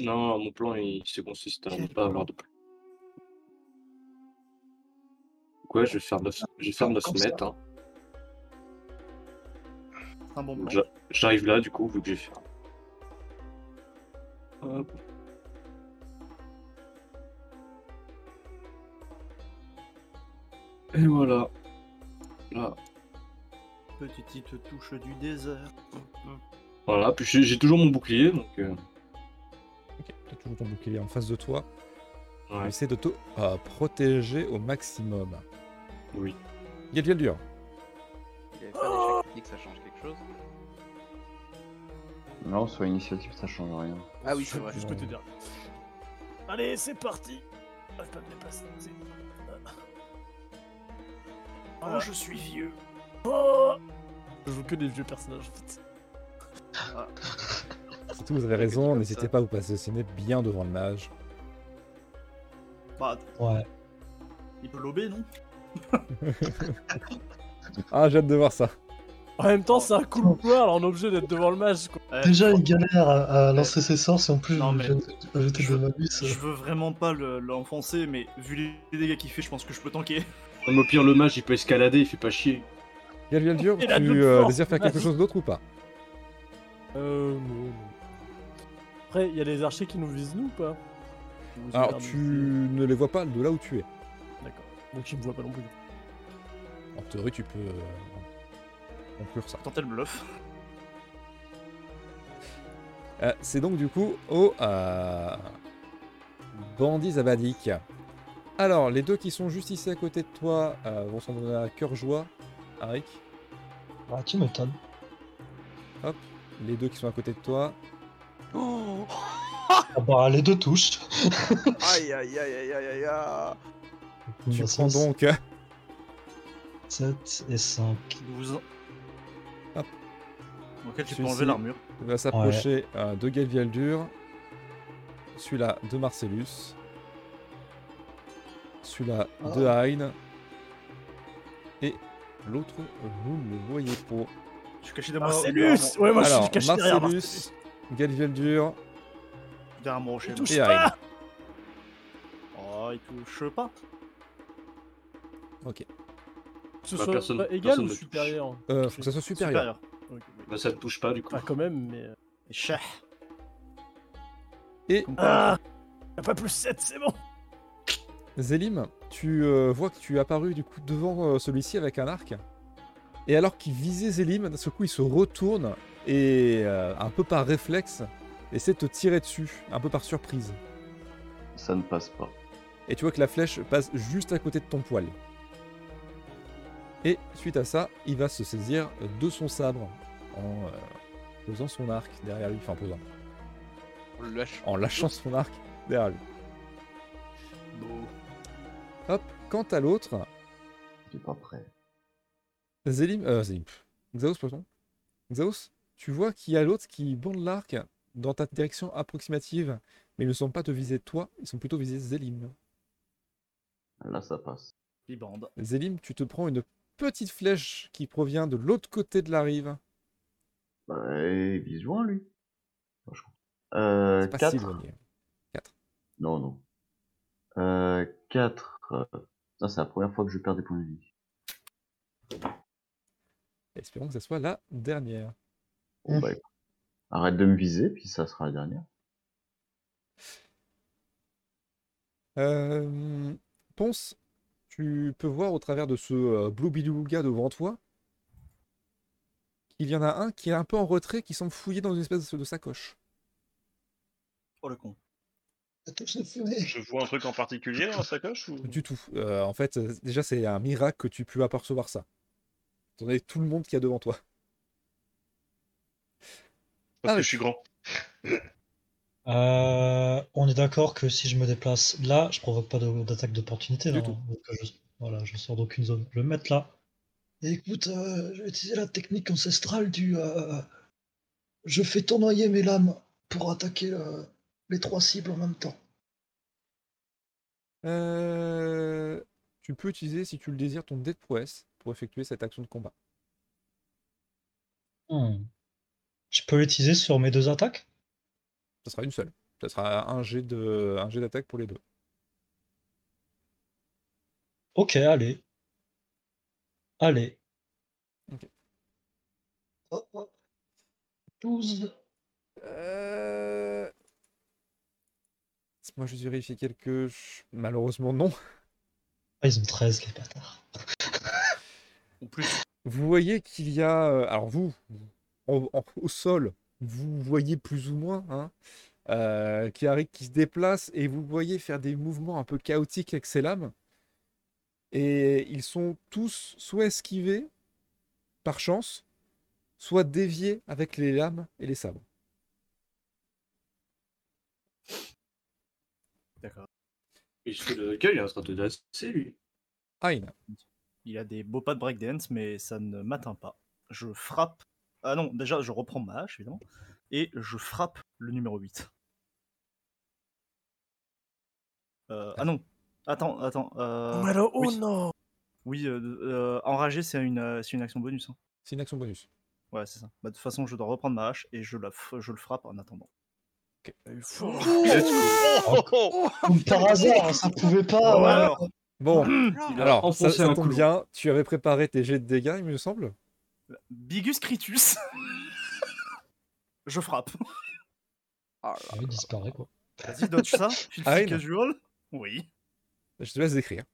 S5: Non, mon plan, il se consiste à ne
S1: Quel
S5: pas avoir de plan. Ouais, je vais faire 9, je vais faire 9
S1: Comme ça.
S5: mètres. hein.
S1: C'est un bon
S5: Donc,
S1: plan.
S5: j'a- J'arrive là, du coup, vu que j'ai fait. Hop. Et voilà. Là.
S1: Petite touche du désert.
S9: Oh,
S5: Voilà, puis j'ai j'ai toujours mon bouclier, donc. euh,
S3: Ok, t'as toujours ton bouclier en face de toi.
S5: Ouais.
S3: Essaie de te euh, protéger au maximum.
S5: Oui.
S3: Gabriel dur.
S6: Il avait fait un échec critique, ça change quelque chose.
S7: Non, sur initiative, ça change rien.
S6: Ah oui, c'est vrai.
S10: Jusque te dire. Allez, c'est parti Ah, je peux me déplacer. Ah.
S1: Oh, je suis vieux.
S10: Oh Je joue que des vieux personnages en fait.
S5: Ah,
S3: Si vous avez raison, n'hésitez pas à vous positionner bien devant le mage.
S1: Bah,
S4: Ouais.
S1: il peut lober, non
S3: Ah, j'ai hâte de voir ça.
S10: En même temps, c'est un couloir, alors on est obligé d'être devant le match. Quoi.
S1: Eh,
S4: Déjà, il galère à, à lancer ses sorts, et en plus,
S1: Non, mais-
S4: je je- je te
S1: je-
S4: le malus.
S1: Je veux vraiment pas le- l'enfoncer, mais vu les dégâts qu'il fait, je pense que je peux tanker.
S5: Comme au pire, le mage, il peut escalader, il fait pas chier.
S3: Gabriel dur,
S10: Il a de
S3: tu euh,
S10: force,
S3: désires faire quelque
S10: vas-y.
S3: chose d'autre ou pas
S10: Euh, non, non. Après, il y a les archers qui nous visent, nous ou pas Ou ils ont
S3: Alors,
S10: l'air de
S3: tu
S10: nous
S3: ne les vois pas de là où tu es.
S10: viser D'accord. Donc, ils me voient pas non plus.
S3: En théorie, tu peux euh, conclure ça.
S1: Tenter le bluff.
S3: Euh, C'est donc du coup au euh, bandit Zabadik. Alors, les deux qui sont juste ici à côté de toi euh, vont s'en donner à cœur joie. Arik,
S4: Ah, tu m'étonnes.
S3: les deux qui sont à côté de toi.
S6: Oh
S4: Ah bah, les deux touches.
S9: Aïe aïe aïe aïe aïe aïe aïe.
S3: Tu prends donc
S4: 7 et 5.
S1: Il vous en...
S3: Hop.
S1: Ok, tu peux
S3: Celui-ci.
S1: enlever l'armure.
S3: Il va s'approcher euh, de Galviel Dur, celui-là de Marcellus, celui-là de Hein, et l'autre, vous ne le voyez pas.
S1: Je suis caché derrière
S10: Marcellus
S1: derrière mon-
S10: Ouais, moi je
S3: Alors,
S10: suis caché derrière
S3: Marcellus, Galviel Dur
S1: derrière mon rocher.
S10: Il touche
S3: et
S10: pas
S3: Hein.
S1: Oh, il touche pas.
S3: Ok.
S10: Que ce
S5: Bah,
S10: soit
S5: personne-
S10: égal
S5: personne
S10: ou
S5: ne touche.
S10: supérieur
S3: Euh, faut que ça soit supérieur.
S10: Ok, oui.
S5: Bah, ça ne touche pas, du coup.
S10: Bah, quand même, mais. euh,
S1: Et cher.
S3: Et-
S1: Comme quoi,
S10: Ah Y'a pas plus 7, c'est bon
S3: Zélim, tu euh, vois que tu es apparu du coup devant euh, celui-ci avec un arc. Et alors qu'il visait Zélim, d'un seul coup il se retourne et euh, un peu par réflexe essaie de te tirer dessus, un peu par surprise.
S7: Ça ne passe pas.
S3: et tu vois que la flèche passe juste à côté de ton poil. Et suite à ça, il va se saisir de son sabre en euh, posant son arc derrière lui, enfin en posant,
S6: On le lâche.
S3: en lâchant son arc derrière lui. Hop, quant à l'autre,
S7: T'es pas prêt.
S3: Zélim, euh, Zélim, pff, Xaos, pardon. Xaos, tu vois qu'il y a l'autre qui bande l'arc dans ta direction approximative, mais ils ne sont pas te viser toi, ils sont plutôt visés Zélim.
S7: Là, ça passe.
S1: il bande.
S3: Bah, Zélim, tu te prends une petite flèche qui provient de l'autre côté de la rive.
S7: Ouais, il vise loin, eh, lui. Franchement. Euh,
S3: C'est pas si
S7: 4
S3: éloigné.
S7: Non, non. Euh, 4. Ça, c'est la première fois que je perds des points de vie.
S3: Espérons que ça soit la dernière.
S7: Bon,
S4: Mm.
S7: bah, écoute. Arrête de me viser, puis ça sera la dernière.
S3: Euh, Ponce, tu peux voir au travers de ce euh, Blue Beluga devant toi qu'il y en a un qui est un peu en retrait, qui semble fouiller dans une espèce de sacoche.
S1: Oh le con.
S8: Je vois un truc en particulier dans la sacoche ou...
S3: Du tout. Euh, en fait, euh, déjà, c'est un miracle que tu puisses apercevoir ça. Étant donné tout le monde qu'il y a devant toi.
S8: Parce
S3: Ah,
S8: que je suis grand.
S4: Euh, on est d'accord que si je me déplace là, je provoque pas de- d'attaque d'opportunité.
S3: Du
S4: non Donc, euh, je- voilà, je sors d'aucune zone. Je vais me mettre là. Et écoute, euh, je vais utiliser la technique ancestrale du. euh, je fais tournoyer mes lames pour attaquer euh, les trois cibles en même temps.
S3: Euh, tu peux utiliser, si tu le désires, ton dé de prouesse pour effectuer cette action de combat.
S4: Je peux l'utiliser sur mes deux attaques
S3: Ça sera une seule. Ça sera un jet de, un jet d'attaque pour les deux.
S4: Ok, allez. Allez.
S3: Ok.
S4: Oh, oh. 12.
S3: Euh... Moi, je vérifie quelques. Malheureusement, non.
S4: Ah, ils ont 13, les bâtards.
S1: En plus,
S3: Vous voyez qu'il y a, euh, alors vous, en- en- au sol, vous voyez plus ou moins, hein, euh, Kiarik qui se déplace et vous voyez faire des mouvements un peu chaotiques avec ses lames. Et ils sont tous soit esquivés, par chance, soit déviés avec les lames et les sabres.
S1: d'accord.
S5: Il se fait de la gueule, il est en train de danser, lui.
S3: Aïn,
S1: Il a des beaux pas de breakdance, mais ça ne m'atteint pas. Je frappe. Ah non, déjà, je reprends ma hache, évidemment. Et je frappe le numéro 8. Euh, ah non. Attends, attends. euh, oui. Oui, euh, euh, enragé, c'est une, euh, c'est une action bonus. hein.
S3: c'est une action bonus.
S1: Ouais, c'est ça. Bah, de toute façon, je dois reprendre ma hache et je, la f- je le frappe en attendant.
S4: Comme par hasard, ça pouvait pas.
S1: Oh,
S4: ouais.
S1: alors,
S3: Bon,
S1: il a
S3: alors, ça,
S5: enfoncé
S3: ça
S5: un
S3: tombe
S5: clou.
S3: bien, tu avais préparé tes jets de dégâts, il me semble.
S1: Bigus Critus. je frappe.
S6: Ah là
S4: Ah oui, disparaît, quoi.
S1: Vas-y, dodge ça. Feel
S3: Ah,
S1: free
S3: une.
S1: casual. Oui.
S3: Je te laisse décrire.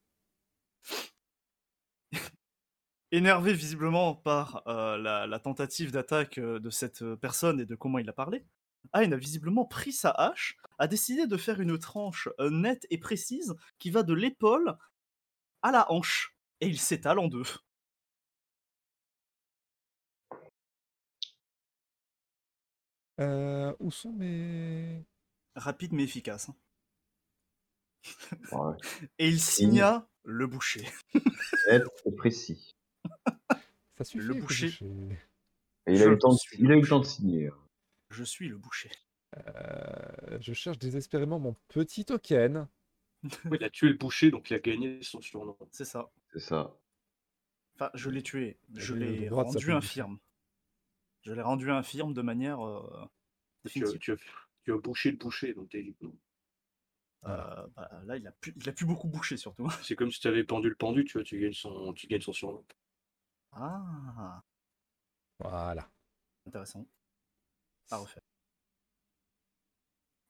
S1: énervé visiblement par euh, la, la tentative d'attaque euh, de cette euh, personne et de comment il a parlé, Ayn a visiblement pris sa hache, a décidé de faire une tranche euh, nette et précise qui va de l'épaule à la hanche, et il s'étale en deux.
S3: Euh, où sont mes...
S1: Rapide mais efficace. hein.
S7: Ouais,
S1: Et il signa le boucher.
S7: net et précis.
S3: Ça suffit.
S1: Le
S3: écoute,
S1: boucher.
S3: j'ai-
S7: Et il a,
S1: Je
S7: eu le temps de...
S1: suis
S7: il a eu le temps de signer. hein.
S1: Je suis le boucher.
S3: Euh, je cherche désespérément mon petit token.
S5: Ouais, il a tué le boucher, donc il a gagné son surnom.
S1: C'est ça.
S7: C'est ça.
S1: Enfin, je l'ai tué. Je
S3: Le- le
S1: l'ai
S3: droit de
S1: rendu
S3: s'appeler boucher.
S1: infirme. Je l'ai rendu infirme de manière euh,
S5: Tu as,
S1: définitive.
S5: tu as- tu as bouché le boucher, donc t'es libre.
S1: Euh, bah, là, il a, pu- il a plus beaucoup bouché surtout.
S5: C'est comme si tu avais pendu le pendu, tu vois, tu gagnes son, tu gagnes son surnom.
S1: Ah,
S3: Voilà.
S1: intéressant. À refaire.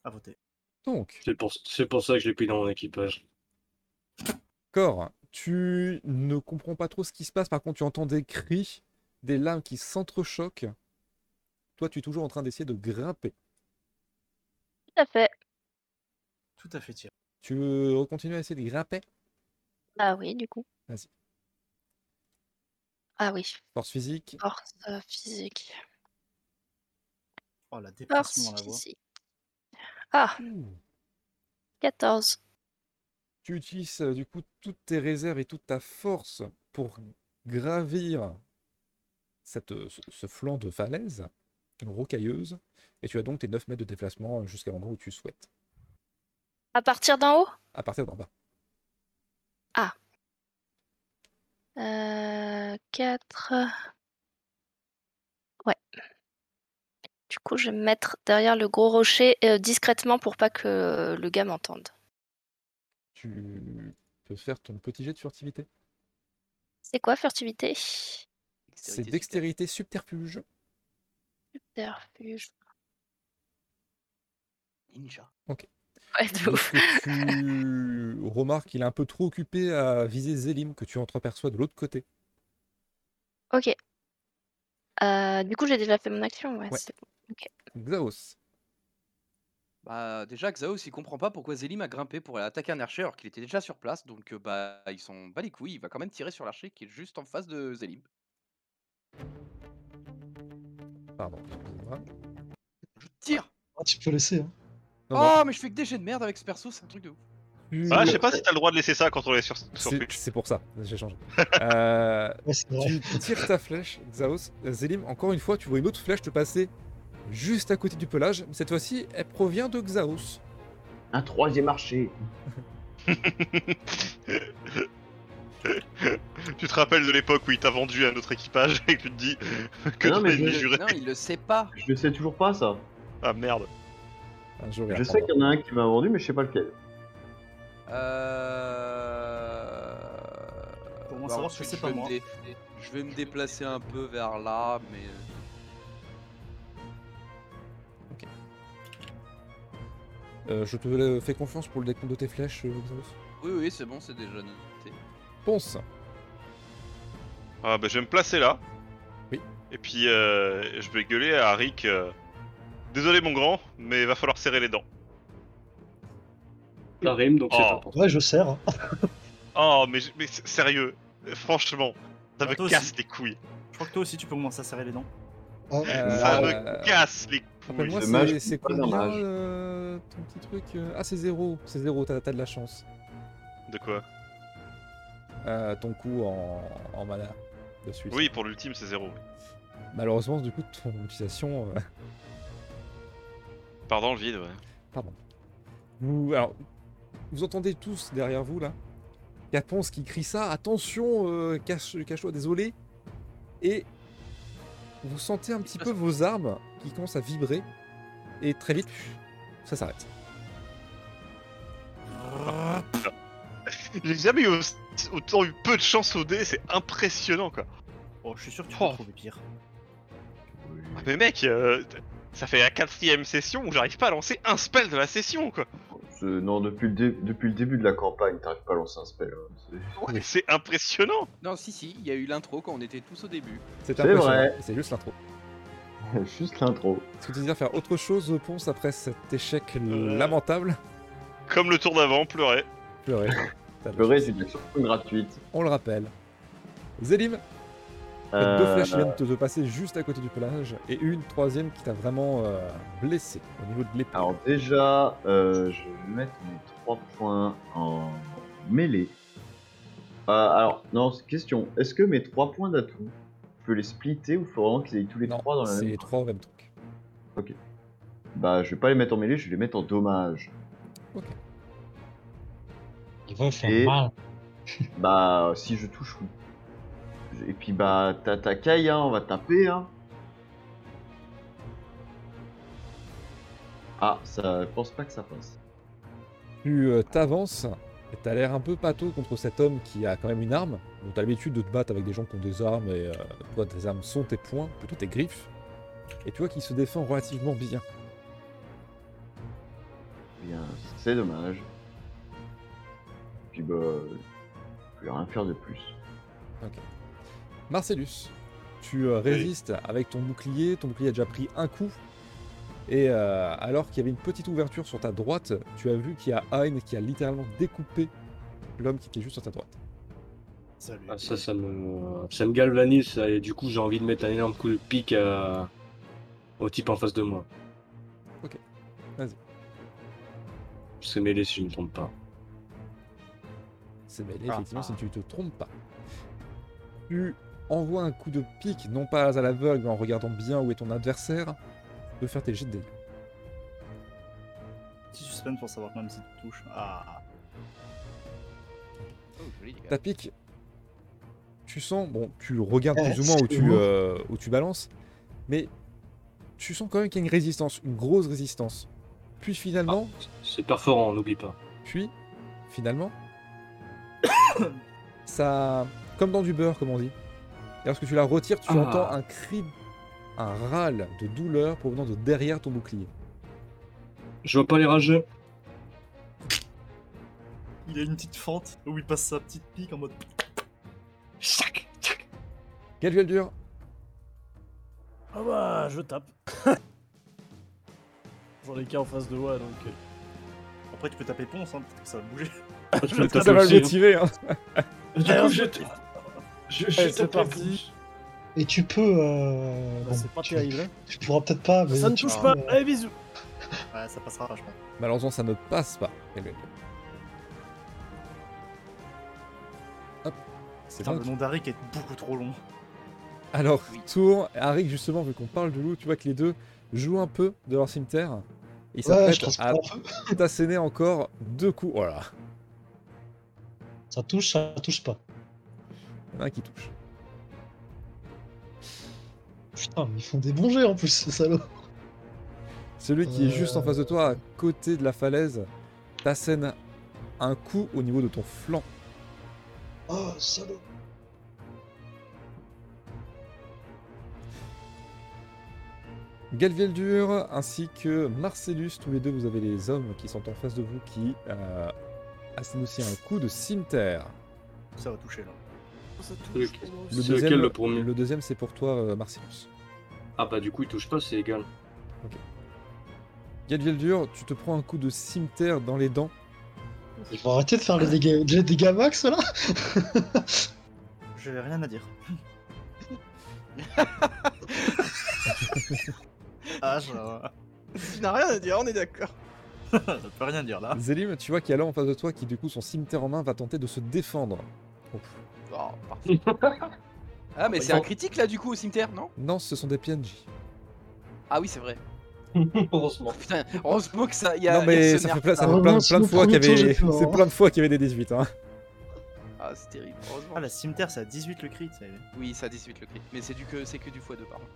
S1: À voter.
S3: Donc,
S5: C'est pour, c'est pour ça que je l'ai pris dans mon équipage.
S3: Cor, tu ne comprends pas trop ce qui se passe. Par contre, tu entends des cris, des larmes qui s'entrechoquent. Toi, tu es toujours en train d'essayer de grimper.
S2: Tout à fait.
S1: Tout à fait tiré.
S3: Tu veux continuer à essayer de grimper
S2: Ah oui, du coup.
S3: Vas-y.
S2: Ah oui,
S3: Force physique.
S2: force euh, physique.
S1: Oh la dépression
S2: Force
S1: dans la voix.
S2: physique. Ah,
S3: Ouh.
S2: 14.
S3: Tu utilises euh, du coup toutes tes réserves et toute ta force pour gravir cette, euh, ce, ce flanc de falaise rocailleuse. Et tu as donc tes 9 mètres de déplacement jusqu'à l'endroit où tu souhaites.
S2: À partir d'en haut
S3: À partir d'en bas.
S2: Euh, 4. Ouais. Du coup, je vais me mettre derrière le gros rocher euh, discrètement pour pas que euh, le gars m'entende.
S3: Tu peux faire ton petit jet de furtivité.
S2: C'est quoi furtivité
S3: C'est dextérité subterfuge.
S2: Subterfuge.
S6: ninja.
S11: Ouais, de
S3: Lorsque
S11: ouf.
S3: tu remarques qu'il est un peu trop occupé à viser Zélim, que tu entreperçois de l'autre côté.
S11: Ok. Euh, du coup, j'ai déjà fait mon action. Ouais,
S3: Ouais.
S11: c'est bon.
S3: Xaos.
S6: Bah déjà Xaos il comprend pas pourquoi Zélim a grimpé pour aller attaquer un archer alors qu'il était déjà sur place donc euh, bah ils sont bat les couilles, il va quand même tirer sur l'archer qui est juste en face de Zélim.
S3: Pardon. excusez-moi.
S6: Je tire
S4: Ah, tu peux laisser. Hein.
S1: Ah
S3: Non, non,
S6: Oh mais je fais que des jets de merde avec ce perso, c'est un truc de ouf.
S3: tu-
S6: Mmh.
S8: Ah, je sais pas si t'as le droit de laisser ça quand on est sur, sur
S3: Mmh. C'est
S8: Twitch.
S3: c'est pour ça, j'ai changé. Euh,
S4: Ouais, c'est vrai.
S3: tu tires ta flèche, Xaos. Euh, Zélim, encore une fois, tu vois une autre flèche te passer juste à côté du pelage. mais Cette fois-ci, elle provient de Xaos.
S7: Un troisième marché.
S8: Tu te rappelles de l'époque où il t'a vendu à notre équipage et que tu te dis que
S7: Non,
S8: tu
S7: mais
S8: es
S7: je-
S8: juré.
S6: Non il le sait pas.
S7: Je le sais toujours pas, ça.
S8: Ah merde.
S3: Un jour, il
S7: Je sais
S3: apprendra.
S7: qu'il y en a un qui m'a vendu, mais je sais pas lequel.
S6: Euh...
S1: Pour moi,
S6: bah,
S1: savoir
S6: ensuite,
S1: que c'est
S6: je
S1: pas
S6: vais me
S1: moi.
S6: dé- Je vais me déplacer un peu vers là mais...
S3: Euh, je te euh, fais confiance pour le décompte de tes flèches, euh, Xaos.
S6: Oui oui c'est bon c'est déjà noté.
S3: Ponce.
S8: Ah bah je vais me placer là.
S3: Oui.
S8: Et puis euh, je vais gueuler à Rick. euh, Désolé mon grand, mais il va falloir serrer les dents.
S5: Ça rime, donc c'est
S8: Oh.
S5: important.
S4: Ouais, je sers. hein.
S8: Oh mais, j- mais s- sérieux, franchement, ça
S1: Bah,
S8: me
S1: toi
S8: casse
S1: aussi.
S8: les couilles.
S1: Je crois que toi aussi, tu peux commencer à serrer les dents.
S4: Ah,
S3: Euh,
S8: Ça
S3: euh,
S8: me casse les couilles.
S3: Rappelle-moi,
S7: ce mage
S3: c'est-
S7: qui
S3: c'est
S7: n'est pas un
S3: combien
S7: mage.
S3: euh, ton petit truc euh, Ah, c'est zéro. C'est zéro, t'as t'as de la chance.
S8: De quoi
S3: Euh, ton coup en, en mana de suite.
S8: Oui, pour l'ultime c'est zéro.
S3: Malheureusement, du coup, ton utilisation. euh,
S8: Pardon le vide, ouais.
S3: vous, alors, vous entendez tous derrière vous là. Il y a Ponce qui crie ça. Attention, euh, cache- cache-toi, désolé. Et vous sentez un petit peu vos armes qui commencent à vibrer. Et très vite, ça s'arrête.
S8: J'ai jamais eu aussi- autant eu peu de chance au dé, c'est impressionnant quoi.
S1: Oh, je suis sûr que tu
S8: Oh.
S1: peux trouver pire.
S8: Mais mec, euh, t- ça fait la quatrième session où j'arrive pas à lancer un spell de la session quoi.
S7: Ce- Non, depuis le, dé- depuis le début de la campagne, t'arrives pas à lancer un spell. hein. C'est-
S8: Ouais, c'est impressionnant.
S6: Non si si il y a eu l'intro quand on était tous au début.
S3: C'est
S7: C'est
S3: impressionnant.
S7: vrai.
S3: C'est juste l'intro.
S7: Juste l'intro.
S3: Est-ce que tu désires faire autre chose, Ponce, après cet échec
S8: Euh.
S3: lamentable
S8: Comme le tour d'avant, pleurer.
S3: Pleurer. T'as de la
S7: Pleurer,
S3: chance.
S7: c'est une action gratuite.
S3: On le rappelle. Zélim, t'as deux
S7: Euh,
S3: flèches qui viennent te, te passer juste à côté du pelage et une troisième qui t'a vraiment euh, blessé au niveau de l'épaule.
S7: Alors déjà, euh, je vais mettre mes trois points en mêlée. Euh, alors, non, c'est- question. Est-ce que mes trois points d'atout, je peux les splitter ou faut vraiment qu'ils aient tous les
S3: Non,
S7: trois dans la
S3: c'est
S7: même...
S3: les trois au même truc.
S7: Bah, je vais pas les mettre en mêlée, je vais les mettre en dommage.
S4: Ils vont faire
S7: Et-
S4: mal.
S7: Bah, si je touche, oui. Et puis, bah, t'as ta caille, hein, on va taper, hein. Ah, ça, je pense pas que ça passe.
S3: Tu euh, t'avances et t'as l'air un peu pâteau contre cet homme qui a quand même une arme. Donc t'as l'habitude de te battre avec des gens qui ont des armes et euh, toi tes armes sont tes poings, plutôt tes griffes. Et tu vois qu'il se défend relativement bien.
S7: Eh Bien, c'est dommage. Et puis, bah, je vais rien faire de plus.
S3: Marcellus, tu euh, résistes avec ton bouclier. Ton bouclier a déjà pris un coup. Et euh, alors qu'il y avait une petite ouverture sur ta droite, tu as vu qu'il y a Hein qui a littéralement découpé l'homme qui était juste sur ta droite.
S1: Salut.
S5: Ah, ça, ça me, ça me galvanise, ça, et du coup, j'ai envie de mettre un énorme coup de pique à- au type en face de moi.
S3: Ok. Vas-y.
S5: C'est mêlé si je ne me trompe pas.
S3: C'est mêlé, effectivement, si tu te trompes pas. Tu envoies un coup de pique, non pas à l'aveugle, mais en regardant bien où est ton adversaire. Tu peux faire tes jets de dégâts.
S1: Petit suspense pour savoir même si tu touches. Ah.
S6: Oh, joli, les gars.
S3: Ta pique, tu sens, bon, tu regardes
S4: Eh,
S3: plus ou moins où
S4: c'est
S3: tu,
S4: lourd.
S3: euh, où tu balances, mais tu sens quand même qu'il y a une résistance, une grosse résistance. Puis finalement,
S5: C'est perforant, n'oublie pas.
S3: puis finalement, ça, comme dans du beurre, comme on dit. Et lorsque tu la retires, tu
S5: Ah.
S3: entends un cri, un râle de douleur provenant de derrière ton bouclier.
S5: Je vois pas les rageux.
S1: Il a une petite fente où il passe sa petite pique en mode. Chac
S3: Quelle gueule dure
S10: Ah bah, je tape. J'en ai qu'un en face de moi, donc... euh,
S1: Après, tu peux taper ponce, hein, peut-être que ça va bouger.
S5: Je vais
S3: Ça va
S5: taper
S3: le
S5: aussi, hein.
S3: motiver. hein.
S5: Du
S10: Allez, on
S5: coup, je
S10: se-
S5: t- je-
S10: Allez,
S5: je
S10: c'est
S5: tape
S10: parti.
S4: Et tu peux. euh,
S10: Bah,
S4: bon,
S10: c'est pas
S4: tu,
S10: terrible, hein.
S4: tu pourras peut-être pas. Mais
S10: Ça ne
S4: tu
S10: touche
S4: peux,
S10: pas.
S4: euh,
S10: Allez, bisous.
S1: Ah, Ouais, ça passera, je pense.
S3: Malheureusement, ça ne passe pas. Quelle gueule dure. Hop. C'est
S1: Putain,
S3: bon.
S1: le nom d'Aric est beaucoup trop long.
S3: Alors,
S6: Oui.
S3: tour, Arik, justement, vu qu'on parle de loup, tu vois que les deux jouent un peu de leur cimetière. Ils
S4: Ouais,
S3: s'apprêtent
S4: je pense
S3: à
S4: pas un peu.
S3: t'asséner encore deux coups. Oh Voilà,
S4: Ça touche, ça touche pas.
S3: il y en a un qui touche.
S4: Putain, mais ils font des bons jets en plus, ces salauds.
S3: Celui qui est
S4: Euh.
S3: juste en face de toi, à côté de la falaise, t'assène un coup au niveau de ton flanc.
S4: Oh, salaud.
S3: Galvieldur ainsi que Marcellus, tous les deux, vous avez les hommes qui sont en face de vous qui euh, assènent aussi un coup de cimetière.
S1: Ça va toucher là.
S10: Oh, Ça
S5: Oui,
S10: touche,
S5: ok.
S10: moi
S5: C'est
S10: aussi.
S5: lequel le premier
S3: le deuxième, c'est pour toi, euh, Marcellus.
S5: Ah bah du coup il touche pas, c'est égal.
S3: Galvieldur, tu te prends un coup de cimetière dans les dents.
S4: Ils vont arrêter de faire les dégâts, les dégâts max là
S1: J'ai rien à dire. ah, je.
S9: Tu n'as rien à dire, on est d'accord.
S1: Je peux rien dire là.
S3: Zélim, tu vois qu'il y a là en face de toi qui, du coup, son cimetière en main, va tenter de se défendre. Oh.
S6: Oh, parfait. ah, mais
S3: Ils
S6: c'est un
S3: ont-
S6: critique là du coup au cimetière, non
S3: Non, ce sont des PNJ.
S6: Ah oui, c'est vrai. Oh,
S5: Heureusement.
S6: Putain, on se moque ça. il Y a,
S3: Non,
S6: il y a
S3: mais
S6: ce
S3: ça fait,
S6: nerf
S3: plein, ça
S4: Ah,
S3: fait plein,
S4: ouais, non,
S3: plein de
S4: sinon,
S3: fois qu'il y
S4: premier tour,
S3: avait,
S4: j'ai peur,
S3: c'est
S4: hein.
S3: plein de fois qu'il y avait des 18. Hein.
S6: Ah, c'est terrible. Heureusement.
S1: Ah, la cimetière, c'est à 18 le crit. ça y est.
S6: Oui, ça 18 le crit. Mais c'est du que c'est que du x2 par contre.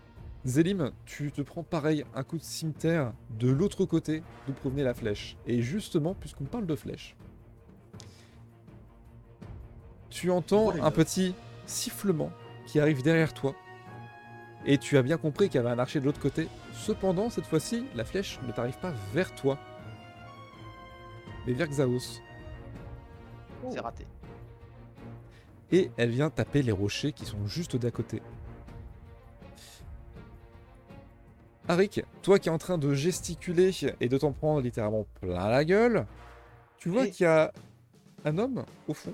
S3: Zélim, tu te prends pareil un coup de cimetière de l'autre côté d'où provenait la flèche. Et justement, puisqu'on parle de flèche, tu entends
S1: Oh, les
S3: un
S1: gars.
S3: petit sifflement qui arrive derrière toi. Et tu as bien compris qu'il y avait un archer de l'autre côté. Cependant, cette fois-ci, la flèche ne t'arrive pas vers toi, mais vers Xaos.
S9: Oh.
S6: C'est raté.
S3: Et elle vient taper les rochers qui sont juste d'à côté. Arik, toi qui es en train de gesticuler et de t'en prendre littéralement plein la gueule, tu vois
S4: Et-
S3: qu'il y a un homme au fond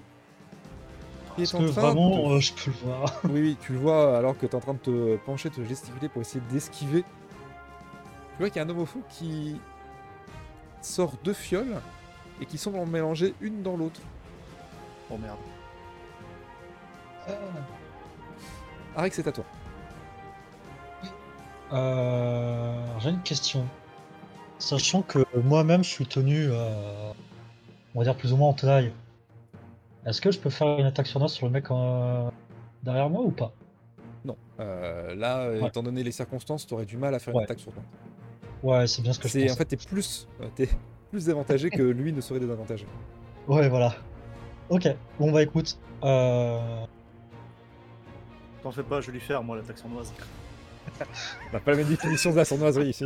S3: qui
S4: Parce
S3: est
S4: que
S3: en train
S4: vraiment,
S3: de...
S4: euh, je peux le voir.
S3: Oui, oui, tu le vois alors que tu es en train de te pencher, de te gesticuler pour essayer d'esquiver. Tu vois qu'il y a un homme au fond qui sort deux fioles et qui semble en mélanger une dans l'autre.
S1: Oh merde.
S3: Ah. Arik, c'est à toi.
S4: Euh, J'ai une question. Sachant que moi-même, je suis tenu, euh, on va dire plus ou moins en tenaille. Est-ce que je peux faire une attaque sur moi sur le mec en- derrière moi ou pas
S3: Non. Euh, là, euh,
S4: Ouais.
S3: étant donné les circonstances, t'aurais du mal à faire une
S4: Ouais.
S3: attaque sur toi.
S4: Ouais, c'est bien ce que je
S3: C'est
S4: pense.
S3: en fait t'es plus euh, t'es plus avantagé que lui ne serait désavantagé.
S4: Ouais, voilà. Ok, bon bah écoute, euh,
S1: T'en fais pas, je vais lui faire moi l'attaque sournoise.
S3: On n'a pas la même définition de la sournoiserie ici.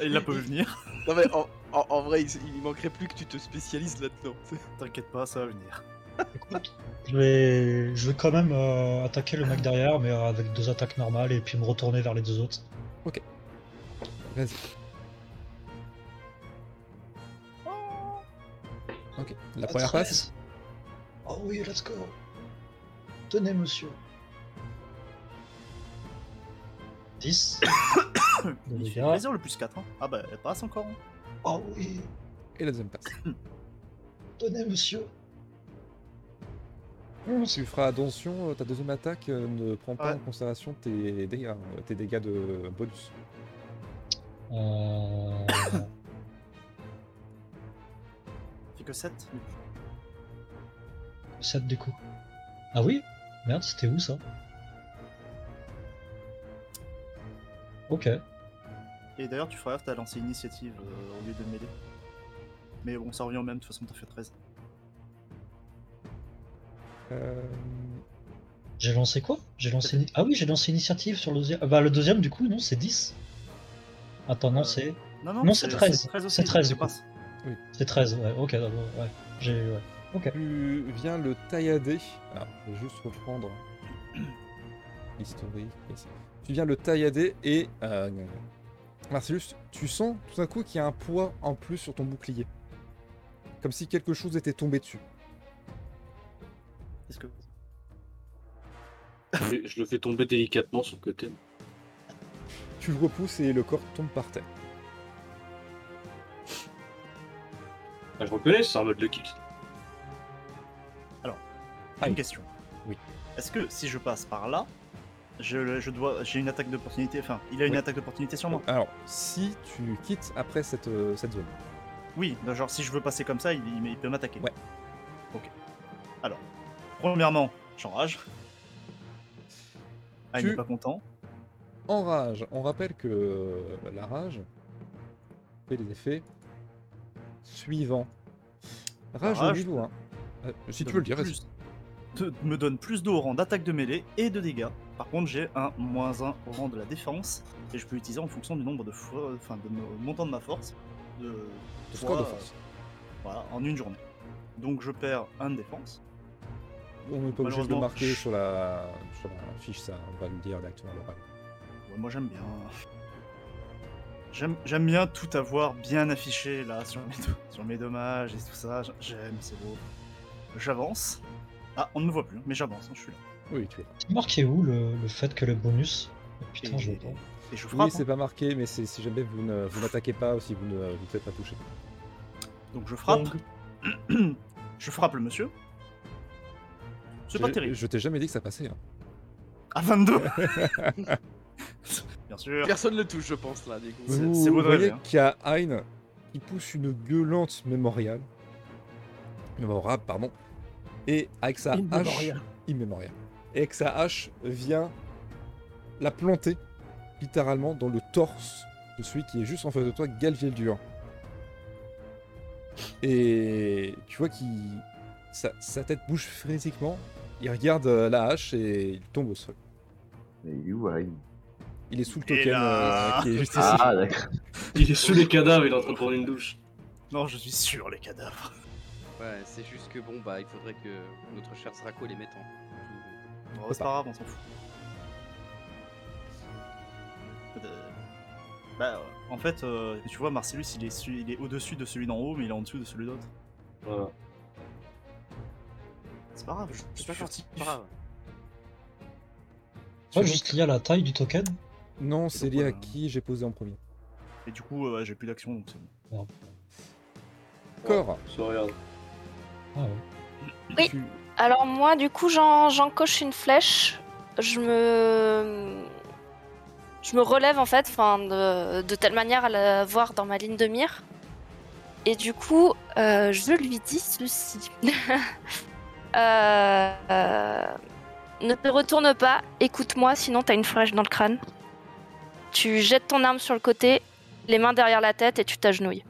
S1: Et il l'a pas vu venir.
S6: Non mais en, en- en vrai, il, il manquerait plus que tu te spécialises là-dedans.
S1: T'inquiète pas, ça va venir.
S4: écoute, je vais, je vais quand même euh, attaquer le mec derrière, mais euh, avec deux attaques normales et puis me retourner vers les deux autres.
S3: Vas-y. Ok. La première
S1: Ah,
S3: passe.
S4: Oh oui, let's go. Tenez, monsieur. 10. de
S1: Il fait
S4: dégâts.
S1: plaisir le plus 4. Hein. Ah bah, elle passe encore. hein.
S4: Oh oui,
S3: Et la deuxième passe.
S4: tenez, monsieur.
S3: Tu feras attention, euh, ta deuxième attaque euh, ne prend pas
S1: Ouais.
S3: en considération tes dégâts, euh, tes dégâts de bonus.
S4: Euh,
S1: Fait que 7.
S4: 7 des coups. Ah oui Merde, c'était où ça Ok.
S1: Et d'ailleurs, tu feras gaffe, t'as lancé initiative euh, au lieu de mêler. Mais bon, ça revient au même, de toute façon, t'as fait 13.
S3: Euh,
S4: J'ai lancé quoi J'ai lancé. ni- Ah oui, j'ai lancé initiative sur le deuxième. Ah Bah, le deuxième, du coup, non, c'est 10. Attends, non,
S1: Euh,
S4: c'est.
S1: Non, non,
S4: Non, c'est 13,
S1: aussi,
S4: c'est 13,
S1: je
S4: du coup.
S1: passe.
S4: C'est 13, ouais, ok, d'accord, ouais. J'ai, ouais. Ok.
S3: Plus vient le tailladé. Alors, je vais juste reprendre l'historique. et ça. Tu viens le tailladé et euh, Marcellus, tu sens tout d'un coup qu'il y a un poids en plus sur ton bouclier. Comme si quelque chose était tombé dessus.
S1: Qu'est-ce que-
S5: Je, je le fais tomber délicatement sur le côté.
S3: Tu le repousses et le corps tombe par terre.
S5: Ah, je reconnais, c'est un mode de kick.
S3: Ah oui.
S1: Une question.
S3: Oui.
S1: Est-ce que si je passe par là, je, je dois, j'ai une attaque d'opportunité. Enfin, il a une
S3: Oui.
S1: attaque d'opportunité sur moi.
S3: Alors, si tu quittes après cette, euh, cette zone.
S1: Oui, ben genre si je veux passer comme ça, il, il- il peut m'attaquer.
S3: Ouais.
S1: Ok. Alors, premièrement, j'enrage. Ah, il
S3: Tu-
S1: n'est pas content.
S3: En rage, on rappelle que euh, la rage fait les effets suivants. Rage, au
S1: rage,
S3: niveau hein. 1. Euh, si tu
S1: Donne
S3: veux le dire, vas-y.
S1: plus- te- me donne plus de au rang d'attaque de mêlée et de dégâts. Par contre, j'ai un moins 1 au rang de la défense et je peux utiliser en fonction du nombre de fois, enfin, de mon- montant de ma force, de,
S3: Ton score de
S1: trois,
S3: force.
S1: euh, voilà, en une journée. Donc je perds un de défense.
S3: On n'est pas obligé de le
S1: malheureusement,
S3: marquer
S1: je-
S3: sur la... sur la fiche, ça, on va le dire directement à l'oral.
S1: Ouais, moi j'aime bien. J'aime j'aime bien tout avoir bien affiché là sur mes, do- sur mes dommages et tout ça. J- J'aime, c'est beau. J'avance. Ah, on ne me voit plus, mais j'avance, hein, je suis là.
S3: Oui, tu es.
S4: C'est marqué où le, le fait que le bonus Oh, Putain,
S1: Et-
S4: je vois pas.
S1: Et je frappe. hein.
S3: Oui, c'est pas marqué, mais c'est si jamais vous ne vous n'attaquez pas ou si vous ne vous faites pas toucher.
S1: hein. Donc je frappe. je frappe le monsieur. C'est pas
S3: Je-
S1: terrible. Ah,
S3: Je t'ai jamais dit que ça passait. hein.
S1: À 22 Bien sûr.
S9: Personne le touche, je pense, là, du coup.
S1: C'est-
S3: Vous,
S1: c'est beau de
S3: voyez
S1: rêver, hein.
S3: qu'il y a Hein qui pousse une gueulante mémoriale. Mémorable, pardon. Et avec sa hache.
S10: Immémorial.
S3: Immémoriale. Et avec sa hache vient la planter littéralement dans le torse de celui qui est juste en face de toi, Galviel Dur. Et tu vois qu'il. Sa, sa tête bouge frénétiquement. Il regarde euh, la hache et il tombe au sol.
S7: Mais il est où, Aïn
S3: Il est sous le
S1: Il est
S3: token
S1: là.
S3: euh, qui est juste ici.
S7: Ah, d'accord.
S5: Il est sous les cadavres, il est en train de prendre une douche.
S1: Non, je suis sûr, les cadavres.
S9: Ouais, c'est juste que bon, bah, il faudrait que notre cher Zrako les mette en.
S1: Bon, c'est pas grave, on s'en fout. Euh, Bah, euh, en fait, euh, tu vois, Marcellus, il est, su- il est au-dessus de celui d'en haut, mais il est en dessous de celui d'autre.
S5: Voilà.
S1: C'est pas grave, je je suis pas furtif.
S9: Pas grave.
S4: Ouais, juste lié à la taille du token.
S3: Non,
S1: C'est
S3: c'est lié
S1: pourquoi,
S3: à
S1: là
S3: qui j'ai posé en premier.
S1: Et du coup, euh, j'ai plus d'action, donc c'est bon.
S3: Corps,
S5: Ça regarde.
S4: Ah ouais.
S11: Oui.
S3: tu-
S2: Alors moi, du coup, j'en j'en coche une flèche. Je me... Je me relève, en fait, enfin, de, de telle manière à la voir dans ma ligne de mire. Et du coup, euh, je lui dis ceci. Euh, euh, ne te retourne pas, écoute-moi, sinon t'as une flèche dans le crâne. Tu jettes ton arme sur le côté, les mains derrière la tête et tu t'agenouilles.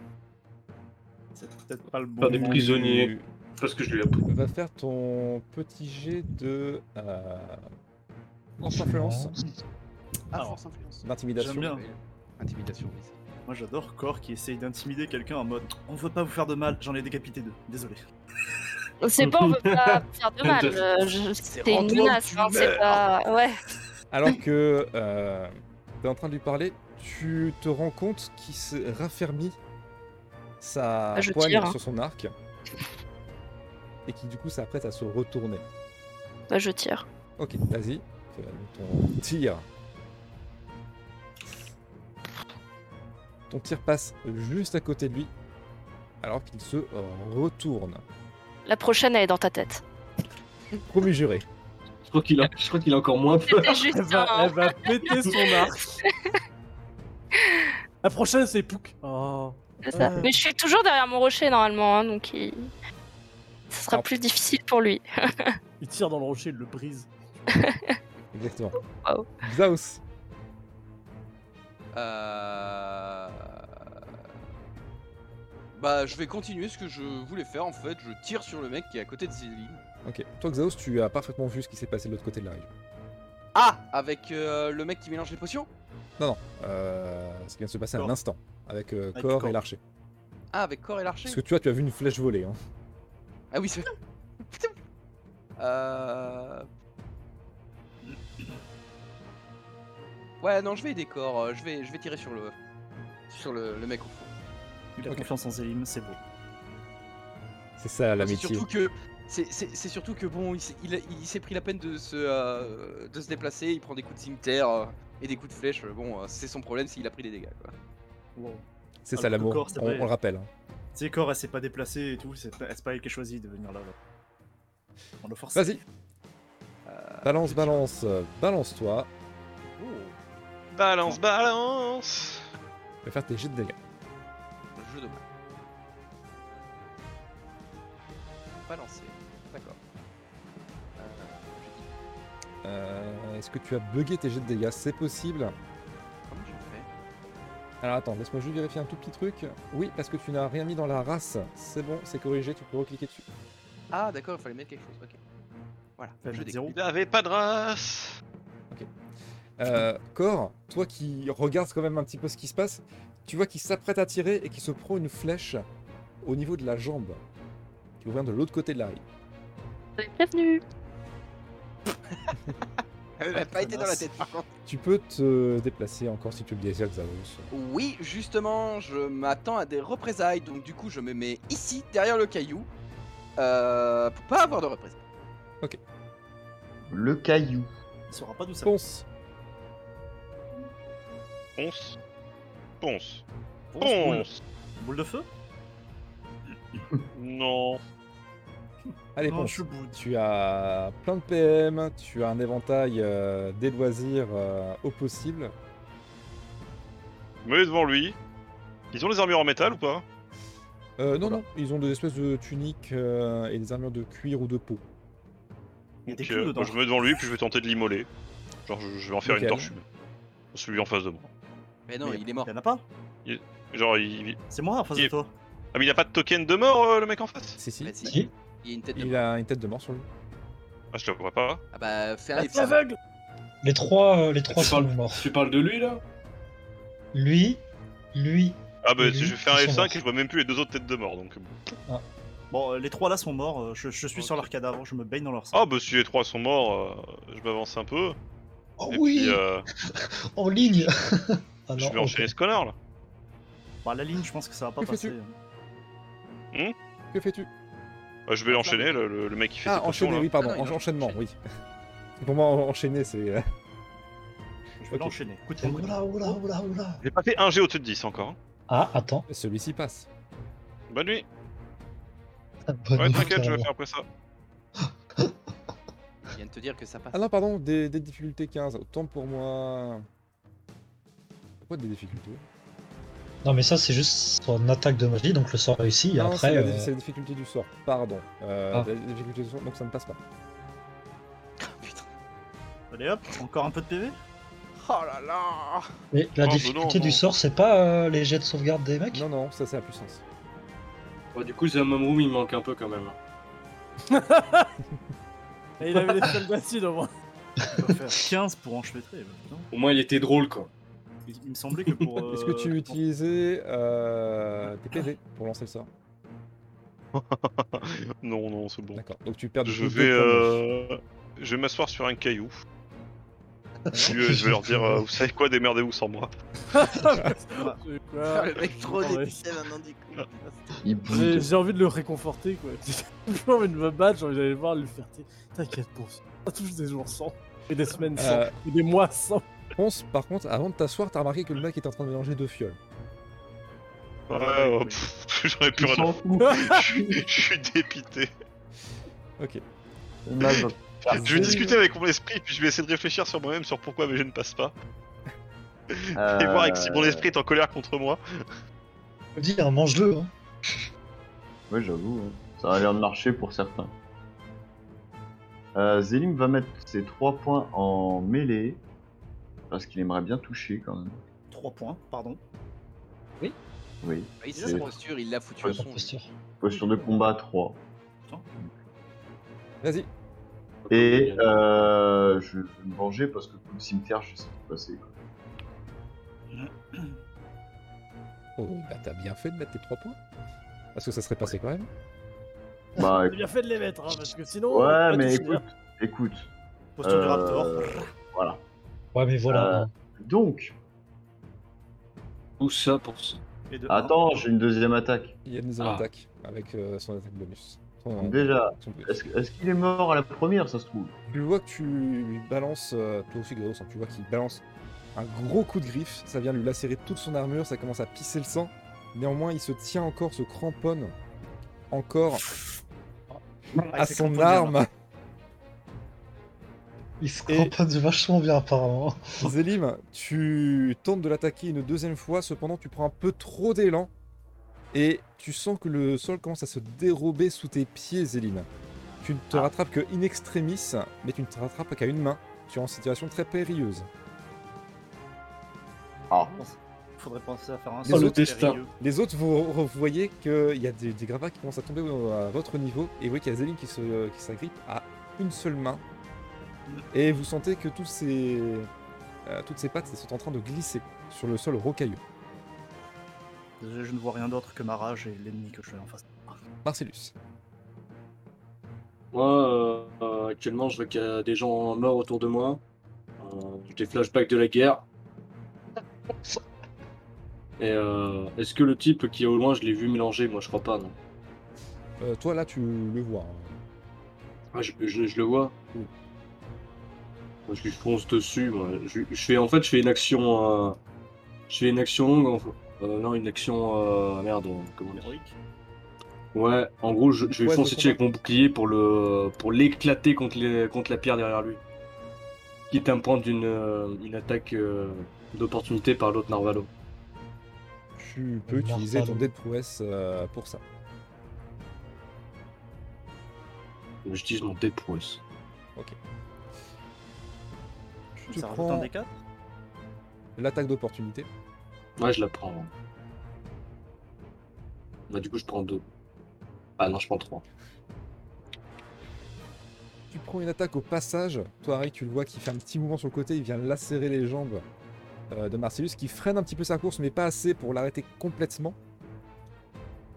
S1: C'est peut-être pas le bon.
S5: Faire des
S1: moment.
S5: prisonniers. Parce que je lui ai appris.
S3: Va faire ton petit jet de. Euh... force influence,
S9: Ah,
S1: Alors,
S9: force influence.
S3: d'intimidation.
S1: j'aime bien.
S9: Intimidation, oui. c'est-
S1: Moi, j'adore Corps qui essaye d'intimider quelqu'un en mode On veut pas vous faire de mal, j'en ai décapité deux, désolé.
S2: C'est pas, on veut pas faire de mal. euh, je-
S9: C'est
S2: C'est une
S9: random,
S2: menace,
S9: tu
S2: hein, c'est
S9: meurs.
S2: pas. Ouais.
S3: Alors que euh, t'es en train de lui parler, tu te rends compte qu'il s'est raffermi sa
S2: Ah, je
S3: poigne
S2: tire, hein.
S3: sur son arc et qui du coup s'apprête à se retourner.
S2: Bah, je tire.
S3: Ok, vas-y, fais ton tir. Ton tir passe juste à côté de lui alors qu'il se retourne.
S2: La prochaine, elle est dans ta tête.
S3: Promu juré.
S5: Je crois qu'il a, je crois qu'il a encore moins peur.
S2: C'était juste
S10: Elle va,
S2: un.
S10: elle va péter son arc. La prochaine, c'est Pouk. Oh.
S2: c'est ça.
S10: euh.
S2: Mais je suis toujours derrière mon rocher normalement, hein, donc il. Ce sera
S3: Ah.
S2: plus difficile pour lui.
S10: Il tire dans le rocher, il le brise.
S3: Exactement.
S2: Wow.
S3: Zaus,
S9: Euh... Bah, je vais continuer ce que je voulais faire en fait. Je tire sur le mec qui est à côté de Zélie.
S3: ok. Toi, Xaos, tu as parfaitement vu ce qui s'est passé de l'autre côté de la rive.
S9: Ah Avec euh, le mec qui mélange les potions
S3: Non, non. Euh, ce qui vient de se passer à
S1: Bon.
S3: l'instant. avec euh,
S1: Avec
S3: corps
S1: corps.
S3: et l'archer.
S6: Ah, avec corps et l'archer
S3: Parce que tu vois, tu as vu une flèche voler. hein.
S6: Ah oui, c'est vrai. Putain. Euh... Ouais, non, je vais aider corps. euh, Je vais, je vais tirer sur le, sur le, le mec au fond.
S1: Il a
S3: Ok.
S1: confiance en Zélim, c'est beau.
S3: C'est
S6: Ah,
S3: ça
S6: C'est
S3: l'amitié.
S6: surtout que, c'est, c'est- c'est surtout que bon, il, s'est- il a- il s'est pris la peine de se, euh, de se déplacer. Il prend des coups de cimetière euh, et des coups de flèche. euh, Bon, euh, c'est son problème s'il a pris des dégâts. Quoi.
S1: Wow.
S3: C'est
S6: Ah,
S3: ça
S1: Alors que
S3: l'amour.
S1: corps, c'est
S3: on,
S1: vrai.
S3: on le rappelle. hein.
S1: Tu sais, Cor, elle s'est pas déplacée et tout, c'est pas, c'est pas elle qui a choisi de venir là. là. On le force.
S3: Vas-y. Balance, balance, euh, balance-toi.
S1: Oh.
S8: Balance, balance
S3: Je vais faire tes jets de dégâts.
S6: Le jeu de mal. Balancer. D'accord. Euh, je dis,
S3: Euh, Est-ce que tu as bugué tes jets de dégâts C'est possible.
S6: comment je fais
S3: Alors attends, laisse-moi juste vérifier un tout petit truc. Oui, parce que tu n'as rien mis dans la race. C'est bon, c'est corrigé, tu peux recliquer dessus.
S6: Ah, d'accord, il fallait mettre quelque chose. Ok. Voilà.
S1: Enfin,
S6: je
S1: je
S6: découvre.
S1: zéro.
S8: Il avait pas de race
S3: Euh, Cor, toi qui regardes quand même un petit peu ce qui se passe, tu vois qu'il s'apprête à tirer et qu'il se prend une flèche au niveau de la jambe qui revient de l'autre côté de la rive.
S2: Bienvenue.
S6: Elle m'a pas été dans la tête par contre.
S3: Tu peux te déplacer encore si tu le désires, Xavos.
S6: Oui, justement, je m'attends à des représailles, donc du coup, je me mets ici, derrière le caillou, euh, pour pas avoir de représailles.
S7: Le caillou.
S1: Il saura pas d'où ça
S3: Ponce,
S8: Ponce Ponce
S1: Ponce, boule.
S8: Ponce
S1: Boule de feu
S8: Non
S3: allez
S1: Non,
S3: Ponce.
S1: je boude.
S3: Tu as plein de PM, tu as un éventail euh, des loisirs euh, au possible.
S8: Mais devant lui Ils ont les armures en métal ou pas
S3: Euh, non, non, ils ont des espèces de tuniques euh, et des armures de cuir ou de peau.
S1: Il y a des
S8: Ok,
S1: clous
S8: moi,
S1: dedans.
S8: euh, je me mets devant lui puis je vais tenter de l'immoler. Genre je, je vais en faire
S3: Lequel
S8: une torche. Celui en face de moi.
S6: Mais non,
S1: Mais
S6: il est mort.
S1: Il y en a pas
S8: Genre il... il-
S1: C'est moi en face
S8: Il
S1: de
S8: est-
S1: toi.
S8: Ah mais il a pas de token de mort euh, le mec en face
S3: Si, si.
S6: Bah, si,
S4: Si.
S6: Il y a une tête de
S3: Il
S6: mort.
S3: a une tête de mort sur lui.
S8: Ah je le vois pas.
S6: Ah bah, fais un
S10: Ah,
S6: live,
S10: c'est
S6: ça va.
S10: aveugle
S4: Les trois,
S3: Ah,
S4: euh, les
S5: Ah,
S4: trois
S5: tu
S4: sont
S5: parles-
S4: morts.
S5: Tu parles de lui là
S4: Lui, lui,
S8: Ah bah
S4: Oui,
S8: si
S4: oui,
S8: je fais un
S4: ils sont
S8: F5
S4: morts.
S8: et je vois même plus les deux autres têtes de mort donc... bon.
S1: Bon, euh, les trois là sont morts, euh, je, je suis sur
S8: Ok.
S1: leur cadavre, je me baigne dans leur sang.
S8: Ah bah si les trois sont morts, euh, je m'avance un peu.
S4: Oh
S8: et
S4: oui
S8: puis euh,
S4: En ligne Ah
S8: je
S4: non,
S8: vais enchaîner
S4: ok.
S8: ce connard là.
S1: Bah, la ligne, je pense que ça va pas
S3: Que
S1: passer. hein.
S3: fais-tu Que fais-tu
S8: Bah,
S1: Ah,
S8: je vais l'enchaîner, le, le- le mec qui fait
S3: Ah,
S8: cette potion,
S3: enchaîner,
S8: là.
S3: oui, pardon,
S6: Ah non, il
S3: en-
S6: a-
S3: enchaînement, oui. Pour moi, en- enchaîner, c'est. euh,
S1: Je vais
S3: Ok.
S1: l'enchaîner. Coup de
S4: Et
S1: poing.
S4: Oula, oula, Oh, oula, oula
S8: J'ai pas fait un G au-dessus de 10 encore. hein.
S4: Ah, attends.
S3: Celui-ci passe.
S8: Bonne nuit.
S4: Bonne
S8: Ouais,
S4: nuit,
S8: t'inquiète, je vais
S4: carrément.
S8: faire après ça.
S6: Il vient de te dire que ça passe.
S3: Ah non, pardon, des, des difficultés 15. Autant pour moi. Pourquoi des difficultés
S4: Non, mais ça, c'est juste son attaque de magie, donc le sort réussi, et
S3: Non,
S4: après.
S3: c'est la,
S4: euh,
S3: c'est la difficulté du sort, pardon. Euh,
S4: Ah.
S3: la difficulté du sort, donc ça ne passe pas.
S6: Putain.
S1: Allez hop, encore un peu de PV
S6: Oh là là
S4: Ah, Mais la
S8: Oh, bah
S4: difficulté du
S8: non, non.
S4: sort, c'est pas euh, les jets de sauvegarde des mecs
S3: Non, non, ça c'est la puissance.
S5: Ouais, Bah, Du coup, Zamam Room, il manque un peu quand même.
S10: Et il avait des salles d'acide au moins.
S1: Il doit faire 15 pour enchevêtrer. bah, putain.
S5: Au moins, il était drôle quoi.
S1: Il, il me semblait que pour.
S3: Est-ce que tu
S1: euh,
S3: utilisais euh, tes PV pour lancer le sort
S8: non, non, c'est bon.
S3: D'accord, donc tu perds du
S8: Je
S3: coup
S8: vais,
S3: deux points de vie.
S8: euh, je vais m'asseoir sur un caillou. Puis, euh, je vais leur dire, euh, vous savez quoi, démerdez-vous sans moi.
S10: C'est
S6: Ah,
S10: quoi
S6: Le mec trop
S10: Ouais.
S6: détesté maintenant du coup.
S7: Il
S10: J'ai
S7: boude.
S10: j'ai envie de le réconforter quoi. J'ai envie de me battre, j'ai envie d'aller le voir, lui faire t- T'inquiète, bon, pas tous des jours sans, et des semaines sans,
S3: Euh,
S10: et des mois sans.
S3: Ponce, par contre, avant de t'asseoir, t'as remarqué que le mec est en train de mélanger deux fioles.
S8: Ouais,
S1: ouais,
S8: euh,
S1: oui.
S8: pff, j'aurais plus
S7: Il
S8: rien.
S7: s'en fout.
S8: à- Je suis- je suis dépité.
S3: Ok.
S7: Le mage en
S8: Je vais discuter avec mon esprit, puis je vais essayer de réfléchir sur moi-même sur pourquoi mais je ne passe pas. Et voir avec si mon esprit est en colère contre moi.
S4: Je veux dire, mange-le. Hein.
S7: Ouais, j'avoue, hein. ça a l'air de marcher pour certains. Euh, Zélim va mettre ses 3 points en mêlée, parce qu'il aimerait bien toucher quand même.
S1: 3 points, pardon.
S7: Oui.
S6: Ah, Il
S7: C'est-
S6: s'est posture, il l'a foutu
S7: Ouais,
S6: à
S4: Pas
S6: son.
S4: de posture.
S7: Posture de combat 3.
S3: Vas-y,
S7: Et euh, je vais me venger parce que coup de cimetière, je sais pas passer.
S3: Oh, bah t'as bien fait de mettre tes trois points. Parce que ça serait passé quand même.
S7: Bah,
S10: J'ai bien fait de les mettre, hein, parce que sinon. on
S7: ouais,
S10: va pas
S7: mais
S10: tous les
S7: écoute, écoute.
S1: Posture du
S7: euh,
S1: raptor.
S7: Voilà.
S4: Ouais, mais voilà.
S7: Euh, Donc,
S5: Tout ça pour ça.
S1: Et de un.
S7: attends, j'ai une deuxième attaque.
S3: Il y a une
S5: Ah.
S3: attaque avec euh, son attaque bonus. Son-
S7: Déjà,
S3: son bonus.
S7: est-ce est-ce qu'il est mort à la première, ça se trouve
S3: Tu vois que tu lui balances, euh, toi aussi Grédos, hein, tu vois qu'il balance un gros coup de griffe, ça vient lui lacérer toute son armure, ça commence à pisser le sang. Néanmoins, il se tient encore, se cramponne encore
S1: Ah,
S3: à
S1: c'est
S3: son
S1: cramponné, hein.
S3: arme.
S4: Il se
S3: et-
S4: cramponne vachement bien, apparemment.
S3: Zélim, tu tentes de l'attaquer une deuxième fois, cependant tu prends un peu trop d'élan et tu sens que le sol commence à se dérober sous tes pieds, Zélim. Tu ne te rattrapes que in extremis, mais tu ne te rattrapes qu'à une main. Tu es en situation très périlleuse.
S7: Ah,
S1: Faudrait penser à faire un
S3: Les
S1: saut
S3: autres
S5: destins.
S1: périlleux.
S3: Les autres, vous re- voyez qu'il y a des, des gravats qui commencent à tomber au- à votre niveau, et vous voyez qu'il y a Zéline qui se- qui s'agrippe à une seule main, et vous sentez que tous ces, euh, toutes ses pattes sont en train de glisser sur le sol rocailleux.
S1: Désolé, je ne vois rien d'autre que ma rage et l'ennemi que je fais en face.
S3: Marcellus,
S5: Moi, euh, euh, actuellement, je vois qu'il y a des gens morts autour de moi. Euh, j'ai des flashbacks de la guerre. Et euh, est-ce que le type qui est au loin, je l'ai vu mélanger Moi, je crois pas, non.
S3: euh, toi là tu le vois. hein.
S5: Ah, je, je- je le vois. Moi, je lui fonce dessus. moi. Je, je fais, en fait, je fais une action. euh, je fais une action longue. en fait. Euh, non, une action. euh, merde, euh, comment dire Ouais, en gros, je, je vais
S3: Ouais,
S5: foncer
S3: je
S5: dessus avec mon bouclier pour le pour l'éclater contre, les- contre la pierre derrière lui. Quitte à me prendre une, euh, une attaque euh, d'opportunité par l'autre Narvalo.
S3: Tu peux
S4: Euh,
S3: utiliser ton
S4: Marcel.
S3: dé de prouesse euh, pour ça.
S5: J'utilise mon dé de prouesse.
S3: Tu
S1: Ça rajoute
S3: prends
S1: un D4
S3: l'attaque d'opportunité.
S5: Ouais, je la prends. Bah, du coup, je prends deux. Ah non, je prends trois.
S3: Tu prends une attaque au passage. Toi, Harry, tu le vois qui fait un petit mouvement sur le côté. Il vient lacérer les jambes euh, de Marcellus, qui freine un petit peu sa course, mais pas assez pour l'arrêter complètement.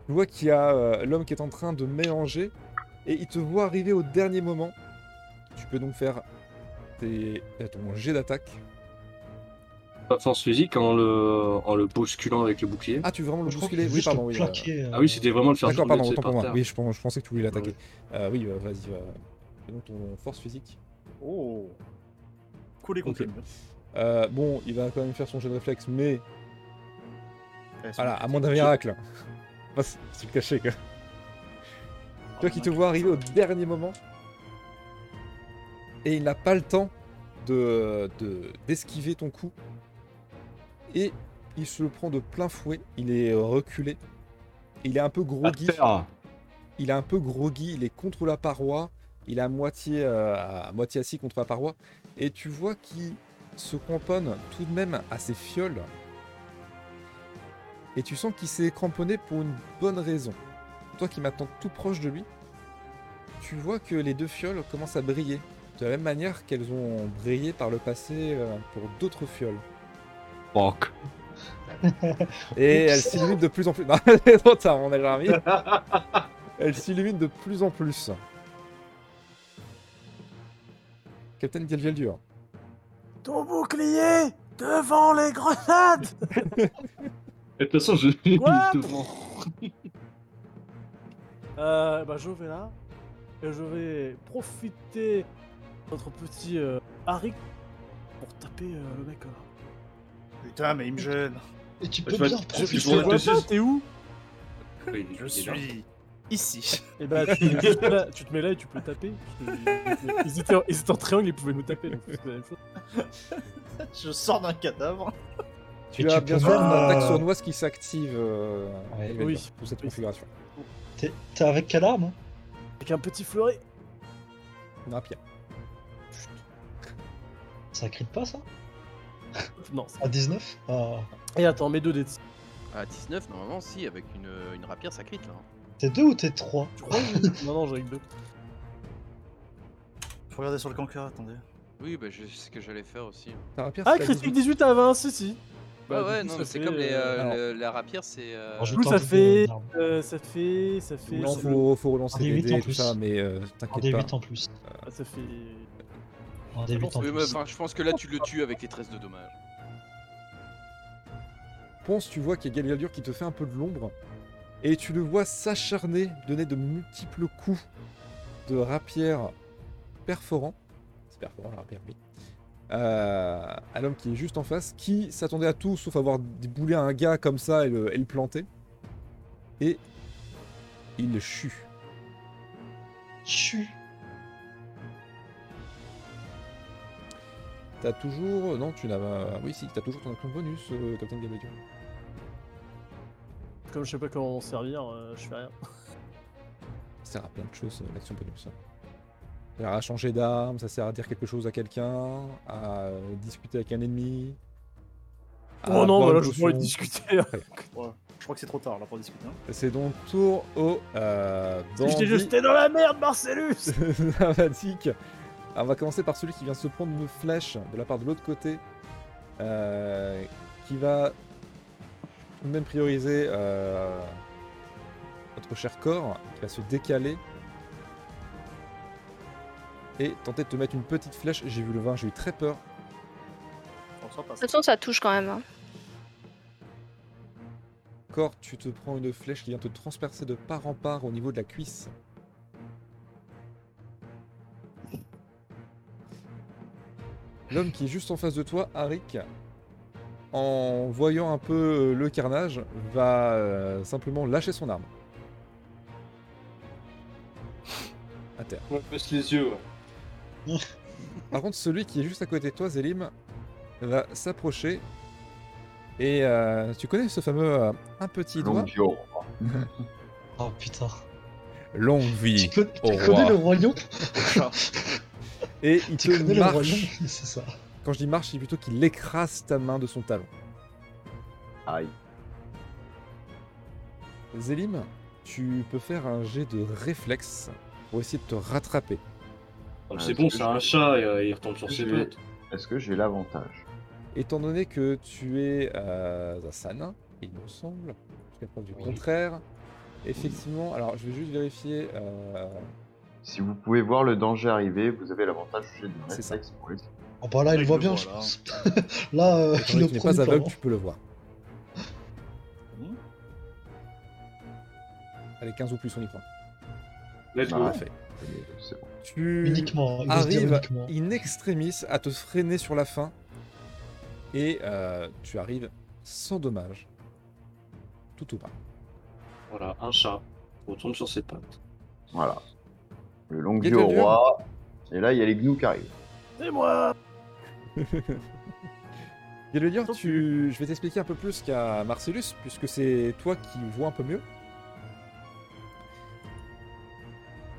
S3: Tu vois qu'il y a euh, l'homme qui est en train de mélanger. Et il te voit arriver au dernier moment. Tu peux donc faire tes- euh, ton jet d'attaque.
S5: Pas force physique hein, en le, en le bousculant avec le bouclier.
S3: Ah, tu veux vraiment le
S4: Je crois
S3: bousculer
S4: qu'il
S3: Oui,
S4: juste
S3: pardon.
S4: le
S3: Oui, euh,
S4: plaquer, euh,
S5: Ah oui, c'était vraiment le faire
S3: D'accord,
S5: tourner
S3: pardon,
S5: tu sais,
S3: autant
S5: par
S3: pour moi.
S5: terre. Ah
S3: Oui, je, pense- je pensais que tu voulais l'attaquer.
S5: Ouais.
S3: Euh, oui, euh, vas-y. euh, fais donc ton force physique.
S1: Oh Coller contre
S3: Ok.
S1: le mur.
S3: Euh, bon, il va quand même faire son jet de réflexe, mais
S1: Ouais,
S3: Voilà,
S1: c'est-
S3: à moins d'un miracle. Pas se se le cacher, quoi. Toi qui te vois arriver au dernier moment. Et il n'a pas le temps de de- d'esquiver ton coup. Et il se le prend de plein fouet. Il est euh, reculé. Il est un peu
S5: Par
S3: groggy.
S5: terre.
S3: Il est un peu groggy. Il est contre la paroi. Il est à moitié, euh, à moitié assis contre la paroi. Et tu vois qu'il se cramponne tout de même à ses fioles. Et tu sens qu'il s'est cramponné pour une bonne raison. Toi qui m'attends tout proche de lui, tu vois que les deux fioles commencent à briller. De la même manière qu'elles ont brillé par le passé euh, pour d'autres fioles.
S5: Fuck.
S3: Et elles s'illuminent de plus en plus. Non, c'est trop tard, on a déjà remis. Elles s'illuminent de plus en plus. Captain Galviel-Dur.
S10: deux. Ton bouclier devant les grenades
S5: Et De toute façon, je l'ai
S10: Quoi
S5: mis devant.
S10: Euh, bah, je vais là. Et je vais profiter de notre petit euh, Harry pour taper euh, le mec euh, là.
S1: Putain, Ah, mais il me gêne.
S4: Et tu peux
S5: Je vais-
S4: bien
S5: je-
S4: profiter.
S5: je
S10: Je
S5: vais-
S10: te vois pas, t'es où
S5: Oui, il
S1: Je
S5: est là.
S1: suis ici.
S10: Et bah, tu, te mets juste là- tu te mets là et tu peux taper. Ils étaient, en, ils étaient en triangle, ils pouvaient nous taper. Donc c'est la même chose.
S1: Je sors d'un cadavre.
S3: Tu
S4: Et
S3: as
S4: tu
S3: bien
S4: peux
S3: sûr une
S4: voir,
S3: attaque
S4: euh,
S3: sournoise qui s'active euh,
S4: Ouais,
S3: Galviel-Dur,
S10: oui.
S3: pour cette
S10: Oui.
S3: configuration.
S4: T'es t'es avec quelle arme hein
S10: Avec un petit fleuret.
S3: Une rapière.
S4: Ça crie pas, ça
S10: Non. c'est-
S4: À 19 Ah.
S10: Et attends, mes deux dés.
S6: À 19, normalement, si, avec une, euh, une rapière, ça crit là. hein.
S4: T'es deux ou t'es trois
S10: Tu crois que- Non, non, j'ai avec deux.
S1: Faut regarder sur le cancer, attendez.
S6: Oui, bah, je- c'est ce que j'allais faire aussi.
S3: Ta rapière,
S10: Ah,
S3: c'est la
S10: critique
S3: 18.
S10: 18 à 20, si, si.
S6: ouais,
S10: Bah, du
S6: ouais,
S10: coup,
S6: non,
S10: ça
S6: mais c'est
S10: fait,
S6: comme les, euh,
S10: euh,
S3: alors-
S6: le- la rapière, c'est. euh,
S4: Alors, je-
S10: plus, ça
S4: J'attends des-
S10: fait, euh, ça fait, ça fait,
S3: Non,
S10: ça fait-
S3: faut, faut relancer
S4: des
S3: des
S4: huit
S3: dés
S4: en
S3: et tout
S4: plus.
S3: ça, mais euh,
S4: Un
S3: t'inquiète
S4: des
S3: pas.
S4: 8 en plus.
S10: Ah, ça fait-
S4: Un des 8 en
S6: oui, mais,
S4: plus.
S6: enfin, je pense que là, tu le tues avec les 13 de dommages.
S3: Ponce, tu vois qu'il y a Galgaldur qui te fait un peu de l'ombre, et tu le vois s'acharner, donner de multiples coups de rapière perforant, c'est perforant la rapière, oui, euh, à l'homme qui est juste en face, qui s'attendait à tout sauf avoir déboulé un gars comme ça et le, et le planter, et il le chute.
S4: Chu.
S3: T'as toujours... Non, tu n'as... euh, Oui, si, t'as toujours ton action bonus, euh, Captain Galgaldur.
S10: Comme je sais pas comment m'en servir, euh, je fais rien.
S3: Ça sert à plein de choses, euh, l'action bonus. hein. Ça sert à changer d'arme, ça sert à dire quelque chose à quelqu'un, à euh, discuter avec un ennemi. à
S10: oh non,
S3: boire
S10: bah
S3: une
S10: là, je pourrais
S3: potion.
S10: discuter. hein.
S1: Je crois que c'est trop tard là pour discuter. hein.
S3: C'est donc tour au euh,
S10: J'étais
S3: bandit
S10: juste, t'es dans la merde, Marcellus
S3: dramatique. Alors, on va commencer par celui qui vient se prendre une flèche de la part de l'autre côté, euh, qui va tout de même prioriser euh, notre cher corps, qui va se décaler et tenter de te mettre une petite flèche. J'ai vu le vin, j'ai eu très peur.
S1: On s'en passe.
S11: toute façon, ça touche quand même. hein.
S3: Corps, tu te prends une flèche qui vient te transpercer de part en part au niveau de la cuisse. L'homme qui est juste en face de toi, Arik, en voyant un peu euh, le carnage, va euh, simplement lâcher son arme. À terre.
S5: On baisse les yeux. ouais.
S3: Par contre, celui qui est juste à côté de toi, Zélim, va s'approcher. Et euh, tu connais ce fameux euh, un petit doigt
S7: Longio.
S4: Oh putain.
S3: Longue vie.
S4: Tu connais, tu
S3: au
S4: connais
S3: roi.
S4: le roi lion
S3: Et il
S4: Tu
S3: te
S4: connais le roi lion
S3: marche.
S4: C'est ça.
S3: Quand je dis marche, c'est plutôt qu'il écrase ta main de son talon.
S7: Aïe.
S3: Zélim, tu peux faire un jet de réflexe pour essayer de te rattraper.
S5: Ah, mais
S7: Ouais,
S5: c'est bon,
S7: c'est
S5: c'est un
S7: juste.
S5: chat, et, euh, il retombe sur ses
S7: Je-
S5: pattes.
S7: Est-ce que j'ai l'avantage
S3: Étant donné que tu es euh, un sanin, il me semble, jusqu'à preuve du
S6: Oui.
S3: contraire, effectivement, alors je vais juste vérifier. euh,
S7: Si vous pouvez voir le danger arriver, vous avez l'avantage de de
S3: C'est ça.
S7: réflexe pour les
S4: Oh bah là, il
S1: Il
S4: le voit
S1: le
S4: bien,
S1: voit,
S4: je
S1: là.
S4: pense. Là, euh,
S3: étant
S4: il
S3: donné
S4: le
S3: que tu n'es
S4: prend
S3: pas
S4: pas,
S3: aveugle,
S4: hein.
S3: tu peux le voir.
S1: Mhm.
S3: Allez, 15 ou plus, on y croit.
S5: Let's go.
S7: Ah.
S3: Parfait.
S7: C'est bon.
S3: Tu...
S4: Uniquement. Il arrive.
S3: arrive
S4: uniquement.
S3: in extremis à te freiner sur la fin et euh, tu arrives sans dommage. Tout ou pas.
S5: Voilà, un chat. Retombe sur ses pattes.
S7: Voilà. Le long
S3: Il y a
S7: dieu au
S3: de la
S7: roi. Et là, il y a les gnous qui arrivent.
S10: C'est moi
S3: Et le dire,
S10: Tant
S3: tu... je vais t'expliquer un peu plus qu'à Marcellus, puisque c'est toi qui vois un peu mieux.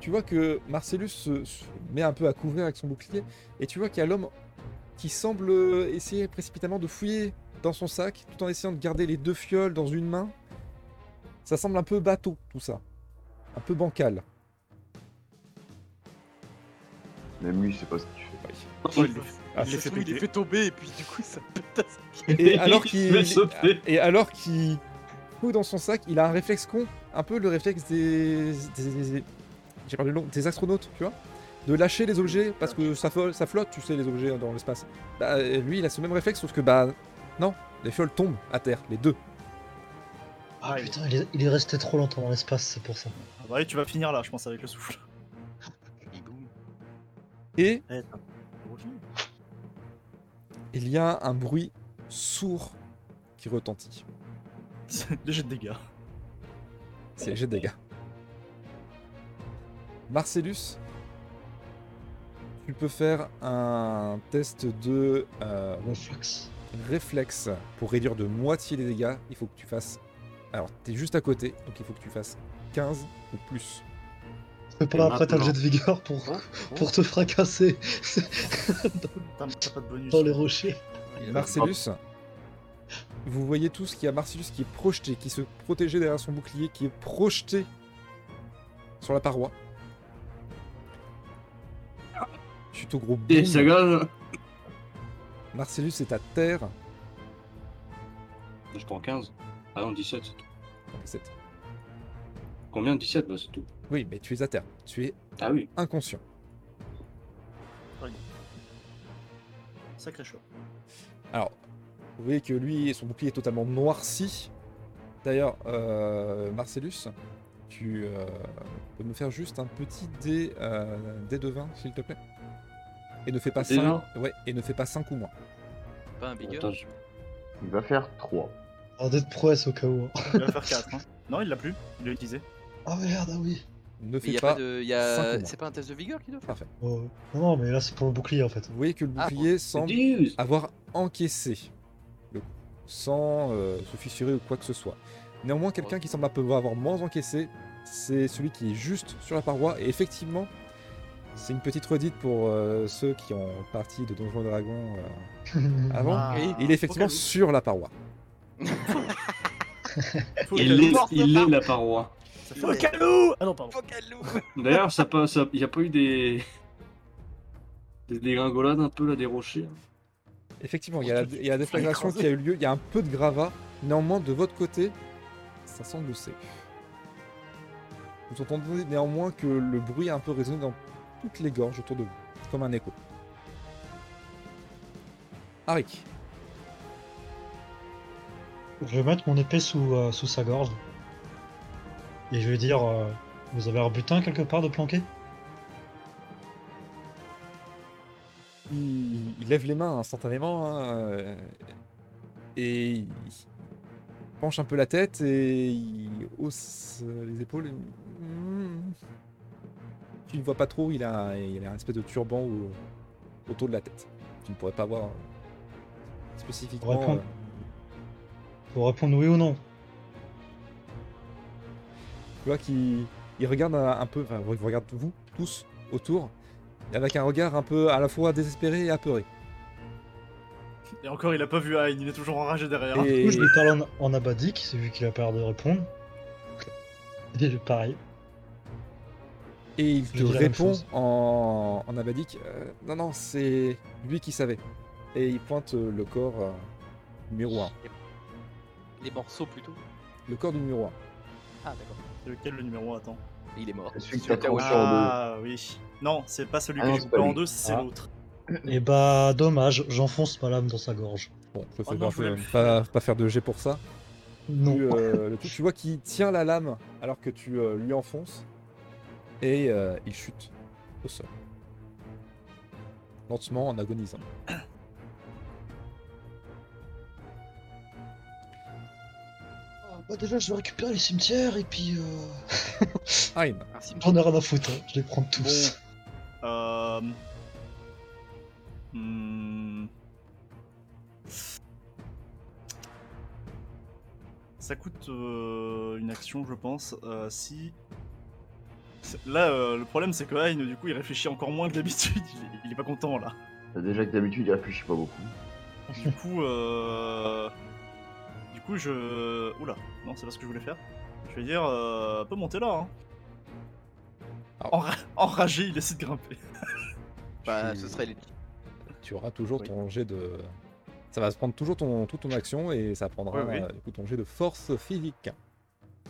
S3: Tu vois que Marcellus se se met un peu à couvert avec son bouclier, et tu vois qu'il y a l'homme qui semble essayer précipitamment de fouiller dans son sac, tout en essayant de garder les deux fioles dans une main. Ça semble un peu bateau, tout ça. Un peu bancal.
S7: Même lui, je sais pas ce qu'il fait.
S3: Ah,
S6: Le truc, il est fait tomber, et puis du coup, ça pète à sa
S3: Et alors
S5: Il
S3: qu'il
S5: va sauter.
S3: et alors qu'il fout dans son sac, il a un réflexe con, un peu le réflexe des, des- des- j'ai perdu le nom, des astronautes, tu vois, de lâcher les objets parce que ça, fo- ça flotte, tu sais, les objets hein, dans l'espace. Bah, euh, lui, il a ce même réflexe, sauf que bah non, les fioles tombent à terre, les deux.
S4: Ah putain, il est, il est resté trop longtemps dans l'espace, c'est pour ça.
S1: Ah bah oui, tu vas finir là, je pense, avec le souffle.
S6: biboum.
S3: Et
S1: Eh, t'as-
S3: il y a un bruit sourd qui retentit.
S1: Des jets de dégâts.
S3: C'est léger de dégâts. Marcellus, tu peux faire un test de euh,
S4: Réflexe.
S3: réflexe pour réduire de moitié les dégâts, il faut que tu fasses. Alors, t'es juste à côté, donc il faut que tu fasses 15 ou plus.
S4: C'est
S5: Et
S4: pas après t'as
S5: maintenant.
S4: le
S5: Hein
S4: jet de vigueur pour,
S1: Oh, oh,
S4: pour te fracasser
S1: T'as t'as pas de bonus.
S4: dans les rochers.
S3: Marcellus, vous voyez tous qu'il y a Marcellus qui est projeté, qui se protégeait derrière son bouclier, qui est projeté sur la paroi. Tu au gros
S5: Et
S3: boum.
S5: ça gagne.
S3: Marcellus est à terre.
S5: Je prends 15. Ah non, 17, c'est tout.
S3: 17.
S5: Combien 17, bah c'est tout.
S3: Oui, mais tu es à terre. Tu es
S5: Ah oui.
S3: inconscient.
S1: Sacré chaud.
S3: Alors, vous voyez que lui, son bouclier est totalement noirci. D'ailleurs, euh, Marcellus, tu euh, peux me faire juste un petit dé, euh, dé de 20, s'il te plaît. Et ne fais pas
S5: Dé
S3: 5 ouais, et ne fais pas cinq ou moins.
S6: Pas un bigger.
S5: Attends, je-
S7: Il va faire 3.
S4: Un dé de prouesse au cas où. hein.
S1: Il va faire 4. Non, il l'a plus. Il l'a utilisé.
S7: Oh,
S4: Ah merde, ah oui.
S6: Mais
S3: Ne
S6: y
S3: fais
S6: a pas
S3: pas.
S6: de. y
S3: cinq ou
S6: a-
S3: moins.
S6: C'est pas un test de vigueur qu'il doit faire
S3: Parfait.
S4: Ouais, ouais. Non, non, mais là c'est pour le bouclier en fait.
S3: Vous voyez que le
S6: Ah,
S3: bouclier semble
S5: Dix
S3: avoir encaissé le coup, sans euh, se fissurer ou quoi que ce soit. Néanmoins, quelqu'un qui semble un peu avoir moins encaissé, c'est celui qui est juste sur la paroi. Et effectivement, c'est une petite redite pour euh, ceux qui ont parti de Donjons et Dragons euh, avant.
S6: Oui.
S3: Il est effectivement
S6: Aucun doute.
S3: sur la paroi.
S1: Faut le
S5: Il est,
S1: calou.
S5: il est la paroi.
S1: Ça
S10: Faut le
S1: fait-
S10: calou Ah non, pardon.
S6: Vocalou
S5: D'ailleurs, ça pas, ça, y a pas eu des. Des dégringolades un peu là, des rochers. hein
S3: Effectivement, il y a la, il y a la
S10: Faut le
S3: déflagration qui a eu lieu, il y a un peu de gravats. Néanmoins, de votre côté, ça semble lousser. Vous entendez néanmoins que le bruit a un peu résonné dans toutes les gorges autour de vous, comme un écho. Arik,
S4: Je vais mettre mon épée sous, euh, sous sa gorge. Et je vais dire euh, Vous avez un butin quelque part de planqué
S3: il, il lève les mains instantanément hein, euh, et il penche un peu la tête et il hausse euh, les épaules. et- Mm. Tu ne vois pas trop, il a, un- il a un espèce de turban au- autour de la tête. Tu ne pourrais pas voir euh, spécifiquement.
S4: Répondre.
S3: euh,
S4: Pour répondre oui ou non.
S3: Tu vois qu'il il regarde un, un peu, enfin, il vous regarde vous tous autour, avec un regard un peu à la fois désespéré et apeuré.
S1: Et encore, il a pas vu Ayn, il est toujours enragé derrière.
S4: Du
S3: Et
S4: coup, je lui parle en, en abadique, c'est vu qu'il a peur de répondre. Et je- pareil.
S3: Et il te
S4: Je dirais la même
S3: répond
S4: chose.
S3: en, en abadique euh, Non, non, c'est lui qui savait. Et il pointe euh, le corps euh, numéro 1.
S6: Les morceaux plutôt.
S3: Le corps du numéro 1.
S6: Ah d'accord.
S1: C'est lequel le numéro 1 Attends.
S6: Il est mort.
S7: C'est celui que
S6: Sur
S7: t'as
S6: Kawa-
S7: tranché. Sur deux.
S1: Ah oui. Non, c'est pas celui
S7: Ah
S1: que
S7: non,
S1: j'ai
S7: c'est
S1: coupé
S7: pas
S1: en
S7: lui.
S1: deux, c'est
S4: Ah.
S1: l'autre.
S4: Et bah, dommage, j'enfonce ma lame dans sa gorge.
S3: Bon, je ne
S1: Oh non, je voulais
S3: euh, pas,
S1: plus
S10: Bah,
S3: pas, pas faire de jet pour ça.
S4: Non.
S3: Tu, euh, le truc, tu vois qu'il tient la lame alors que tu euh, lui enfonces. Et euh, il chute au sol. Lentement en agonisant.
S4: Ah, Bah, déjà, je vais récupérer les cimetières et puis. Euh...
S3: Aïm,
S6: Merci.
S4: J'en ai rien à foutre, hein, je les prends tous.
S1: Bon. Euh... hmm. Ça coûte euh, une action, je pense. euh, si. C'est- Là, euh, le problème, c'est que Hein, du coup, il réfléchit encore moins que d'habitude. Il, est- il est pas content là.
S7: Bah, Déjà que d'habitude, il réfléchit pas beaucoup.
S1: Du coup, euh... du coup, je. Oula, non, c'est pas ce que je voulais faire. Je vais dire, euh... peut monter là. Hein.
S3: Ah.
S1: Enra- Enragé, il essaie de grimper.
S6: Bah
S3: tu-
S6: ce serait les.
S3: tu auras toujours
S1: Oui.
S3: ton jet de. Ça va se prendre toujours ton, toute ton action et ça prendra
S1: Oui, oui.
S3: euh, du coup ton jet de force physique.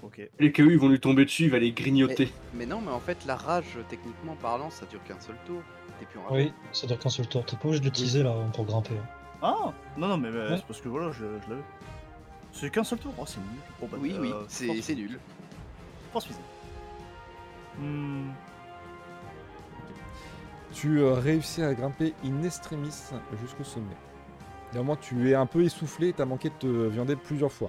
S1: Ok.
S5: Les KO, ils vont lui tomber dessus, il va les grignoter.
S6: Mais non mais en fait la rage techniquement parlant ça dure qu'un seul tour. T'es plus en rage.
S4: Oui, ça dure qu'un seul tour. T'es pas obligé de l'utiliser là pour grimper. hein.
S1: Ah Non, non, mais, mais
S4: Ouais.
S1: c'est parce que voilà, je, je l'avais. C'est qu'un seul tour, oh, c'est nul. Bon, bah,
S6: Oui,
S1: euh,
S6: oui,
S1: force
S6: c'est
S1: physique,
S6: c'est nul.
S1: Force physique. Hmm,
S3: Tu euh, réussis à grimper in extremis jusqu'au sommet. Néanmoins, tu es un peu essoufflé et t'as manqué de te viander plusieurs fois.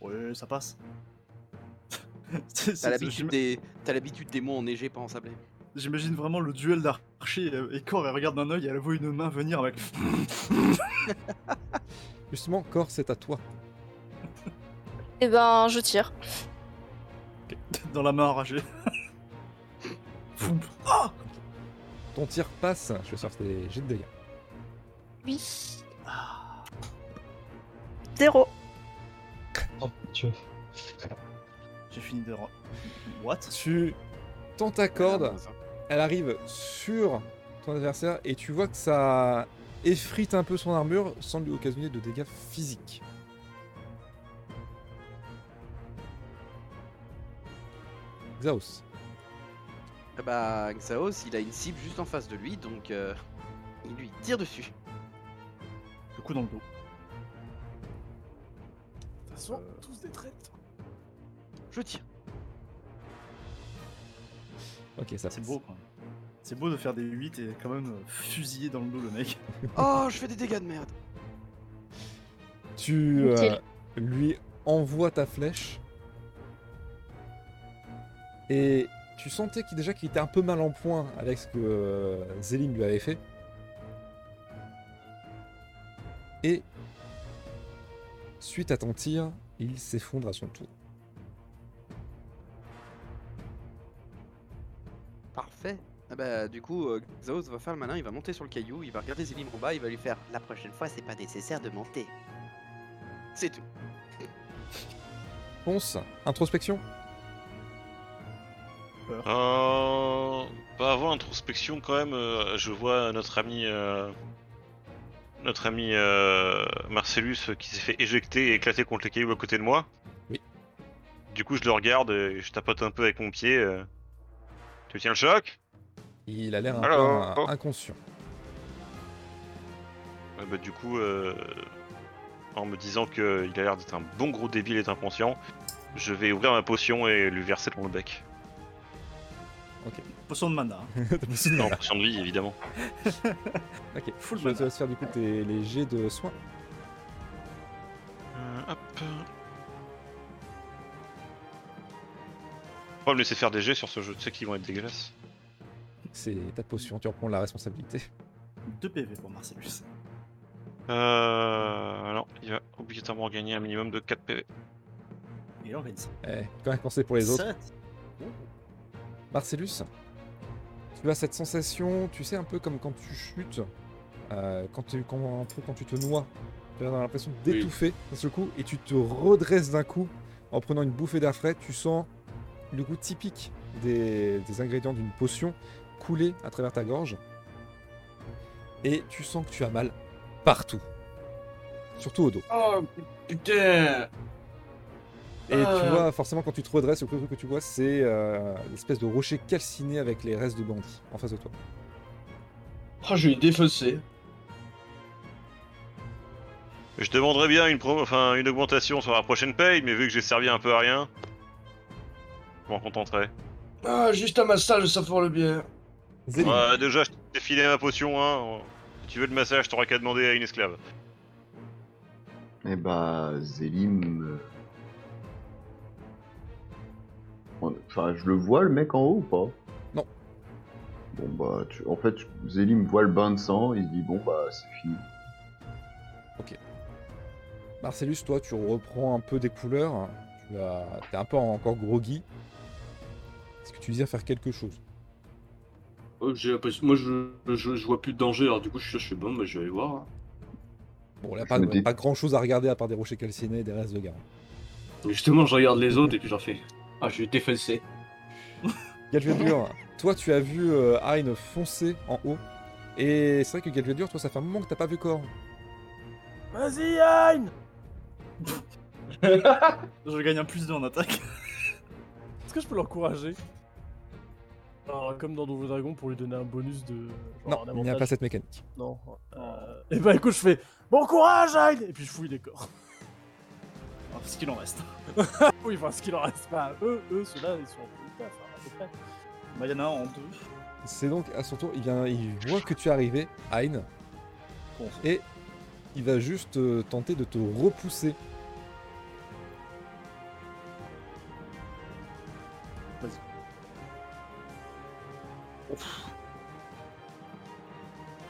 S1: ouais, ça passe. C'est-
S6: T'as
S1: c'est-
S6: l'habitude
S1: j'im-
S6: des t'as l'habitude des mots enneigés pas ensablés.
S1: J'imagine vraiment le duel d'archer et- et corps, elle regarde d'un œil, elle voit une main venir avec.
S3: Justement, corps, c'est à toi.
S2: Et ben, je tire.
S1: dans la main enragée. Foum. Ah
S3: Ton tir passe, je vais sortir tes jets de dégâts.
S2: Oui. Zéro.
S4: Oh, Dieu.
S1: J'ai fini de. re- What
S3: Tu tends ta corde, elle arrive sur ton adversaire et tu vois que ça effrite un peu son armure sans lui occasionner de dégâts physiques.
S6: Eh
S3: Xaos.
S9: Ah
S6: ben,
S9: Bah, Xaos, il a une cible juste en face de lui, donc euh, il lui tire dessus.
S1: Le coup dans le dos.
S10: De toute façon,
S9: Euh.
S10: tous des traites.
S9: Je tire.
S3: Ok, ça
S1: C'est
S3: passe.
S1: beau, quand même. C'est beau de faire des 8 et quand même euh, fusiller dans le dos le mec.
S9: Oh, je fais des dégâts de merde.
S3: Tu euh,
S11: Utile.
S3: lui envoies ta flèche. Et tu sentais qu'il, déjà qu'il était un peu mal en point avec ce que euh, Zélim lui avait fait. Et suite à ton tir, il s'effondre à son tour.
S9: Parfait. Ah bah, du coup, euh, Xaos va faire le malin, il va monter sur le caillou, il va regarder Zélim en bas, il va lui faire La prochaine fois, c'est pas nécessaire de monter. C'est tout.
S3: Ponce, introspection
S8: Euh... Bah avant l'introspection quand même, euh, je vois notre ami... euh, Notre ami euh, Marcellus euh, qui s'est fait éjecter et éclater contre les cailloux à côté de moi.
S3: Oui.
S8: Du coup je le regarde et je tapote un peu avec mon pied. euh. Tu tiens le choc
S3: Il a l'air un
S8: Allô
S3: peu euh, inconscient.
S8: Ouais, bah, Du coup, euh, en me disant qu'il a l'air d'être un bon gros débile et inconscient, je vais ouvrir ma potion et lui verser dans le bec.
S1: Potion de mana. hein.
S3: T'as pas signé,
S8: Non,
S3: là.
S8: potion de vie évidemment.
S3: ok,
S1: Full
S3: je te
S1: mana.
S3: laisse faire du coup tes, les jets de soins.
S8: Euh, hop. Faut Pas me laisser faire des jets sur ce jeu, tu sais qu'ils vont être dégueulasses.
S3: C'est ta potion, tu reprends la responsabilité.
S1: 2 PV pour Marcellus.
S8: Euh. Alors, il va obligatoirement gagner un minimum de 4 PV.
S1: Et là, on gagne ça.
S3: Eh, quand même, pensez pour les autres.
S1: Sept.
S3: Marcellus, tu as cette sensation, tu sais, un peu comme quand tu chutes, euh, quand, tu, quand, un peu quand tu te noies, tu as l'impression d'étouffer d'un seul coup et tu te redresses d'un coup en prenant une bouffée d'air frais. Tu sens le goût typique des, des ingrédients d'une potion couler à travers ta gorge et tu sens que tu as mal partout, surtout au dos.
S5: Oh putain
S3: Et tu
S5: Ah.
S3: vois, forcément, quand tu te redresses, le premier truc que tu vois, c'est euh, l'espèce de rocher calciné avec les restes de bandits en face de toi.
S5: Oh, je vais défausser.
S8: Je demanderais bien une, promo- enfin, une augmentation sur la prochaine paye, mais vu que j'ai servi un peu à rien, je m'en contenterai.
S5: Ah, juste un massage, ça fera le bien.
S3: Zélie.
S8: Ouais, déjà, je t'ai filé ma potion, hein. Si tu veux le massage, t'auras qu'à demander à une esclave.
S7: Eh bah, Zélim. euh, on- Enfin, je le vois le mec en haut ou pas
S3: Non.
S7: Bon bah, tu- en fait, Zélim voit le bain de sang, il se dit bon bah c'est fini.
S3: Marcellus, toi, tu reprends un peu des couleurs. Tu as... t'es un peu encore groggy. Est-ce que tu désires faire quelque chose
S5: Oh, j'ai l'impression- Moi, je, je, je vois plus de danger, alors du coup, je suis, je suis bon, bah, je vais aller voir.
S3: Bon, là, pas,
S7: me dis-
S3: pas grand-chose à regarder à part des rochers calcinés et des restes de garde.
S5: Et Justement, je regarde les autres et puis j'en fais. Ah, je vais défausser.
S3: Galvedur, toi, tu as vu euh, Ayn foncer en haut. Et c'est vrai que Galvedur, toi, ça fait un moment que t'as pas vu corps.
S10: Vas-y, Hein. Ayn
S1: Ah, Je gagne un plus 2 en attaque.
S10: Est-ce que je peux l'encourager Alors, Comme dans Double Dragon, pour lui donner un bonus de.
S3: Non,
S10: genre,
S3: il
S10: un
S3: n'y a
S10: avantage.
S3: pas cette mécanique.
S10: Non.
S1: Euh,
S10: Et bah écoute, je fais Bon courage, Ayn Et puis je fouille les corps.
S1: Ah,
S5: Oh,
S1: Parce qu'il en reste.
S10: Oui, enfin, ce qu'il en reste pas. Eux, eux ceux-là, ils sont en peu taf, hein, à peu près.
S1: Bah, il y en a un en deux.
S3: C'est donc à son tour, il, vient, il voit que tu es arrivé, Ayn,
S1: Bon.
S3: et il va juste euh, tenter de te repousser.
S1: Bon,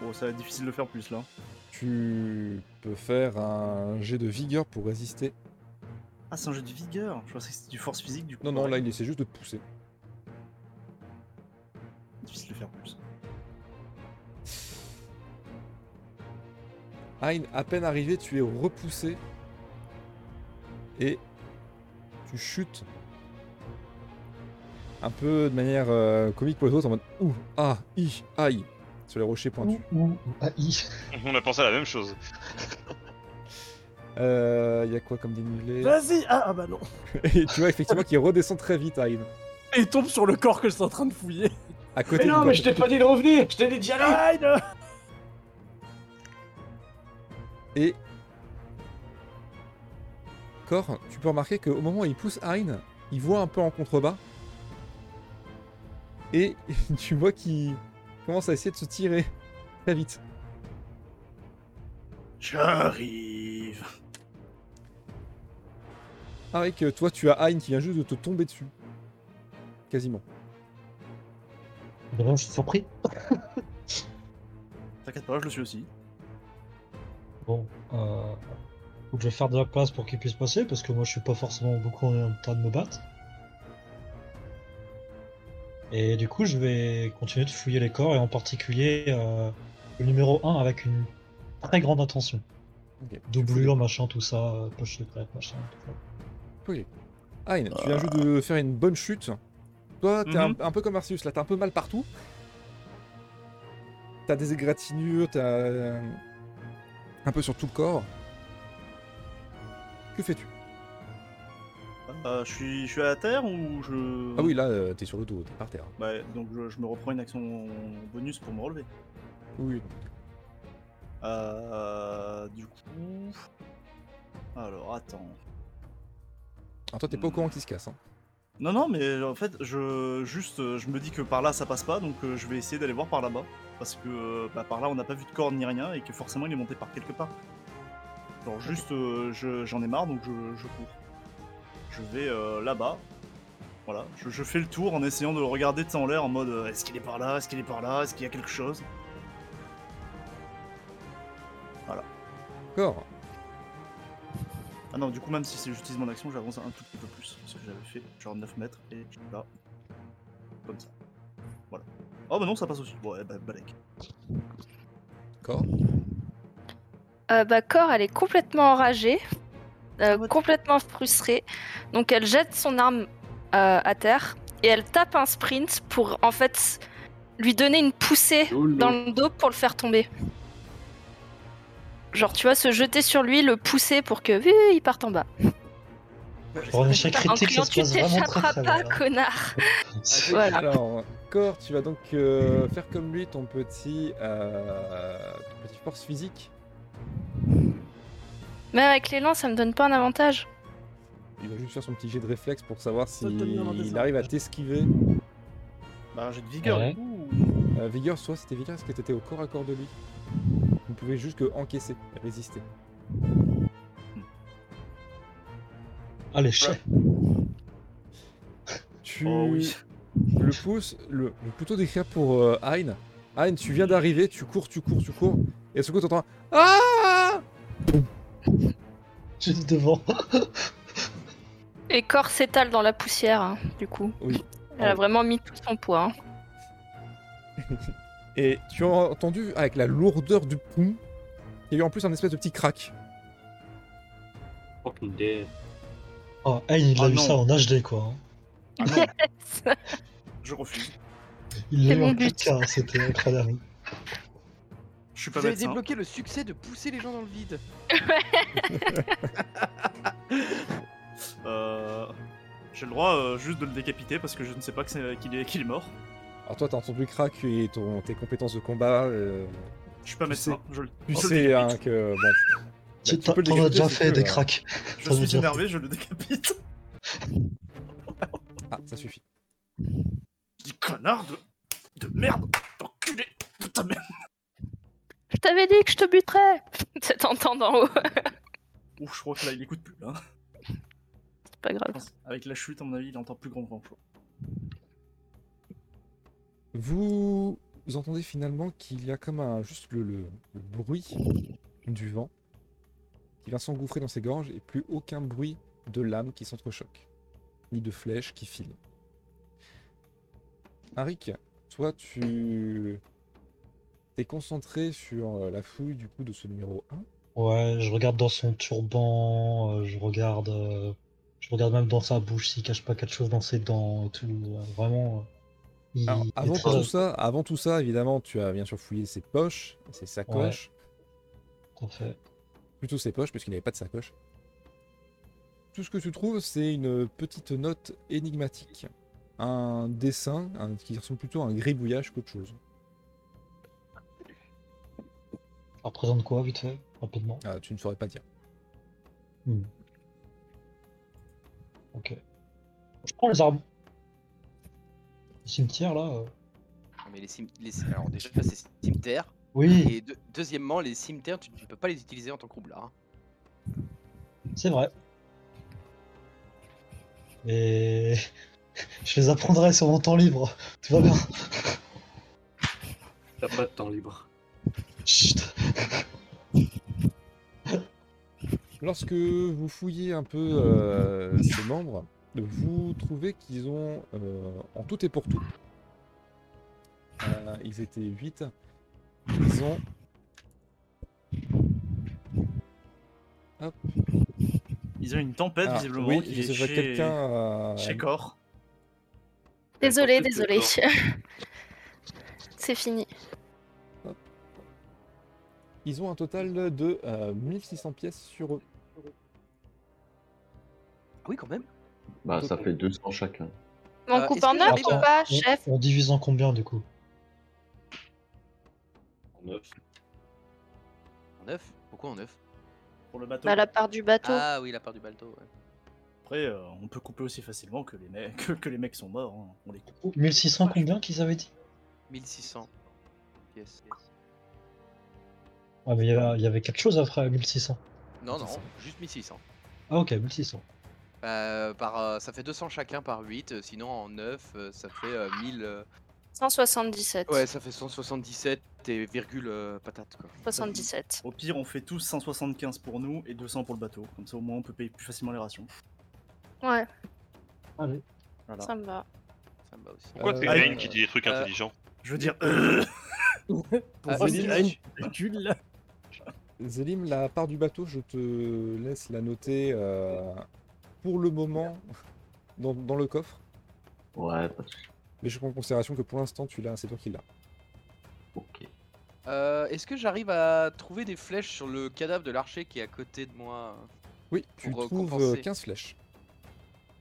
S1: Oh, ça va être difficile de faire plus là.
S3: Tu peux faire un jet de vigueur pour résister.
S1: Ah, c'est un jeu de vigueur. Je pensais que c'était du force physique du coup.
S3: Non, non, là,
S1: pareil.
S3: il essaie juste de te pousser.
S1: Difficile de faire plus.
S3: Hein, à peine arrivé, tu es repoussé et tu chutes un peu de manière euh, comique pour les autres en mode ouh, ah, i, aïe sur les rochers pointus.
S4: Ah, i.
S8: On a pensé à la même chose.
S3: Euh, Il y a quoi comme dénivelé
S10: Vas-y Ah, ah bah non
S3: Et tu vois effectivement qu'il redescend très vite, Aïn.
S10: Et il tombe sur le corps que je suis en train de fouiller.
S3: À
S5: Mais
S3: côté
S5: non,
S3: du
S5: mais je t'ai pas dit de revenir, je t'ai dit d'y aller.
S10: Aïe non.
S3: Et. Cor, tu peux remarquer qu'au moment où il pousse Arin, il voit un peu en contrebas. Et tu vois qu'il commence à essayer de se tirer très vite.
S1: J'arrive.
S3: Arik, euh, toi, tu as Arin qui vient juste de te tomber dessus. Quasiment.
S4: Bon, je suis surpris.
S1: T'inquiète pas, je le suis aussi.
S4: Bon, euh, donc je vais faire de la place pour qu'il puisse passer, parce que moi je suis pas forcément beaucoup en train de me battre. Et du coup, je vais continuer de fouiller les corps, et en particulier euh, le numéro 1 avec une très grande attention.
S3: Ok.
S4: Doublure, machin, tout ça, euh, poche secrète, machin. tout ça.
S3: Arin, Ah, tu viens juste de faire une bonne chute. Toi, t'es un- un, peu comme Arceus, là, t'as un peu mal partout. T'as des égratignures, t'as. euh, un peu sur tout le corps. Que fais-tu
S1: Euh, je, suis, je suis à terre ou je.
S3: Ah oui, là, euh, t'es sur le dos, t'es par terre.
S1: Bah, donc je, je me reprends une action bonus pour me relever.
S3: Oui.
S1: Euh, du coup. Alors attends.
S3: Alors, toi, t'es pas au
S1: Hmm.
S3: courant qu'il se casse. Hein.
S1: Non, non, mais euh, en fait, je juste, euh, je me dis que par là ça passe pas, donc euh, je vais essayer d'aller voir par là-bas, parce que euh, bah, par là on n'a pas vu de corps ni rien et que forcément il est monté par quelque part. Alors juste, euh, je- j'en ai marre, donc je, je cours. Je vais euh, là-bas. Voilà, je, je fais le tour en essayant de le regarder de en l'air en mode euh, est-ce qu'il est par là, est-ce qu'il est par là, est-ce qu'il y a quelque chose.
S3: Cor,
S1: Ah non, du coup même si c'est j'utilise mon action, j'avance un tout petit peu plus, parce que j'avais fait genre 9 mètres et je suis là, comme ça. Voilà. Oh bah non, ça passe aussi. Ouais, bah balèque.
S3: Cor.
S2: Euh, bah, Cor, elle est complètement enragée,
S4: Ah
S2: euh, complètement frustrée. Donc, elle jette son arme euh, à terre et elle tape un sprint pour en fait lui donner une poussée
S3: Oh
S2: dans le dos pour le faire tomber. Genre, tu vois, se jeter sur lui, le pousser pour que oui, il parte en bas.
S4: Pour un échec
S2: En
S4: critique, ça
S2: criant,
S4: se
S2: tu
S4: passe vraiment très
S2: t'échapperas
S4: très
S2: pas,
S4: mal.
S2: connard.
S4: hein.
S2: Voilà.
S3: Alors, Cor, tu vas donc euh, faire comme lui ton petit, euh, ton petit force physique.
S2: Mais avec l'élan, ça me donne pas un avantage.
S3: Il va juste faire son petit jet de réflexe pour savoir
S10: Ça te donne un
S3: s'il
S10: avantage.
S3: arrive à t'esquiver.
S1: Bah j'ai de vigueur.
S4: Ouais.
S1: du coup.
S3: Euh, Vigueur, soit c'était Vigueur, est-ce que t'étais au corps à corps de lui Vous pouvez juste que encaisser, résister.
S4: Ah, les chats.
S3: Tu
S1: Oh oui.
S3: le pousses, le, le plutôt d'écrire pour euh, Hein. Hein, tu viens d'arriver, tu cours, tu cours, tu cours, et à ce coup t'entends un Ah
S4: Juste devant.
S2: Et Cor s'étale dans la poussière, hein, du coup.
S3: Ah Oui.
S2: Elle a vraiment mis tout son poids. hein.
S3: Et tu as entendu avec la lourdeur du poum, il y a eu en plus un espèce de petit crack.
S5: Fucking dead.
S4: Oh, Hein, il a
S1: Ah,
S4: eu
S1: non.
S4: ça en HD, quoi. hein.
S1: Ah non, je refuse.
S4: Il l'a
S2: C'est
S4: eu
S2: mon
S4: en
S2: but.
S4: 4K, c'était incroyable.
S1: Je suis pas
S9: Vous avez
S1: médecin.
S9: débloqué le succès de pousser les gens dans le vide.
S1: Euh, J'ai le droit euh, juste de le décapiter parce que je ne sais pas que c'est- qu'il est, qu'il est mort.
S3: Bah, Alors toi t'as entendu le crack et ton, tes compétences de combat, euh,
S1: Je suis pas
S3: Tu
S1: médecin. Je, le- Oh,
S3: tu
S1: je le
S3: sais hein,
S1: décapite.
S3: que bon,
S4: Tu
S3: tu peux le
S4: T'en as
S3: décapiter
S4: déjà
S3: si
S4: fait
S3: tu veux,
S4: des
S3: hein.
S4: cracks.
S1: Je
S4: ça veut
S1: suis
S4: dire-
S1: énervé, je le décapite.
S3: ah ça suffit.
S1: Petit connard de, de merde, d'enculé, de ta mère.
S2: Je t'avais dit que je te buterais. Ça t'entend d'en haut.
S1: Ouf, je crois que là il écoute plus. Hein.
S2: C'est pas grave.
S1: Avec la chute, à mon avis, il entend plus grand grand chose.
S3: Vous entendez finalement qu'il y a comme un juste le, le- le bruit du vent qui vient s'engouffrer dans ses gorges et plus aucun bruit de lames qui s'entrechoquent, ni de flèches qui filent. Arik, toi tu t'es concentré sur euh, la fouille du coup de ce numéro 1.
S4: Ouais, je regarde dans son turban, euh, je regarde, euh, je regarde même dans sa bouche s'il cache pas quelque chose dans ses dents, et tout. euh, vraiment, euh, il
S3: Alors,
S4: est
S3: avant
S4: très-
S3: tout ça, avant tout ça, évidemment, tu as bien sûr fouillé ses poches, ses sacoches,
S4: tout à fait.
S3: plutôt ses poches, puisqu'il n'avait pas de sacoche. Tout ce que tu trouves, c'est une petite note énigmatique un dessin un- qui ressemble plutôt à un gribouillage qu'autre chose.
S4: Ça représente quoi, vite fait, rapidement
S3: Ah, tu ne saurais pas dire.
S4: Ok. Je prends les arbres. Le cimetière, là. euh,
S6: Non, Mais les cim- les- Alors déjà, c'est cimetière.
S4: Oui,
S6: Et deux- deuxièmement, les cimetières, tu ne peux pas les utiliser en tant que roublard. hein.
S4: c'est vrai. Et. Je les apprendrai sur mon temps libre. Tout va bien.
S5: T'as pas de temps libre.
S4: Chut.
S3: Lorsque vous fouillez un peu euh, ces membres, vous trouvez qu'ils ont, euh, en tout et pour tout, euh, ils étaient 8, ils ont... Hop.
S1: Ils ont une tempête,
S3: Ah,
S1: visiblement,
S3: oui,
S1: qui
S3: je
S1: est
S3: sais pas,
S1: chez...
S3: quelqu'un... euh,
S1: chez Cor.
S11: Désolé,
S5: N'importe
S11: désolé.
S5: quel
S11: C'est fini.
S3: Ils ont un total de euh, 1600 pièces sur eux.
S6: Ah oui, quand même.
S7: Bah, ça fait 200 chacun.
S2: On
S6: Euh,
S2: coupe
S6: est-ce
S2: en
S6: que
S2: neuf
S6: j'arrive
S2: ou
S6: à-
S2: pas,
S4: On-
S2: chef
S4: On divise en combien, du coup
S5: En neuf.
S6: En neuf Pourquoi en neuf
S1: Pour le bateau.
S2: Bah, la part du bateau.
S6: Ah oui, la part du balto. ouais.
S1: Après, euh, on peut couper aussi facilement que les mecs, que, que les mecs sont morts. hein. On les coupe.
S4: 1600 combien qu'ils avaient dit
S6: 1600. Yes.
S4: Ouais, Ah, mais il y avait- il y avait quelque chose après à 1600.
S6: Non,
S4: C'est
S6: non,
S4: ça.
S6: juste 1600.
S4: Ah, ok, 1600.
S6: Euh, par, euh, ça fait 200 chacun par 8, euh, sinon en 9, euh, ça fait euh, 1000. euh,
S11: 177.
S6: Ouais, ça fait 177 et virgule euh, patate quoi.
S11: 77.
S1: Au pire, on fait tous 175 pour nous et 200 pour le bateau. Comme ça, au moins, on peut payer plus facilement les rations.
S11: Ouais,
S4: Allez.
S1: Voilà.
S11: ça me va.
S6: Ça me va aussi.
S8: Pourquoi
S3: Euh,
S8: t'es
S1: allez.
S8: Jane qui dit des trucs
S6: Euh,
S8: intelligents
S1: Je veux dire,
S10: Pour
S6: Ah,
S10: Zélie,
S1: c'est-
S10: une cule.
S3: Zélim, la part du bateau, je te laisse la noter euh, pour le moment dans, dans le coffre.
S7: Ouais, parce que.
S3: Mais je prends en considération que pour l'instant, tu l'as, c'est toi qui l'as.
S7: Ok.
S6: Euh, Est-ce que j'arrive à trouver des flèches sur le cadavre de l'archer qui est à côté de moi
S3: Oui, tu
S6: Pour
S3: trouves euh,
S6: compenser.
S3: 15 flèches.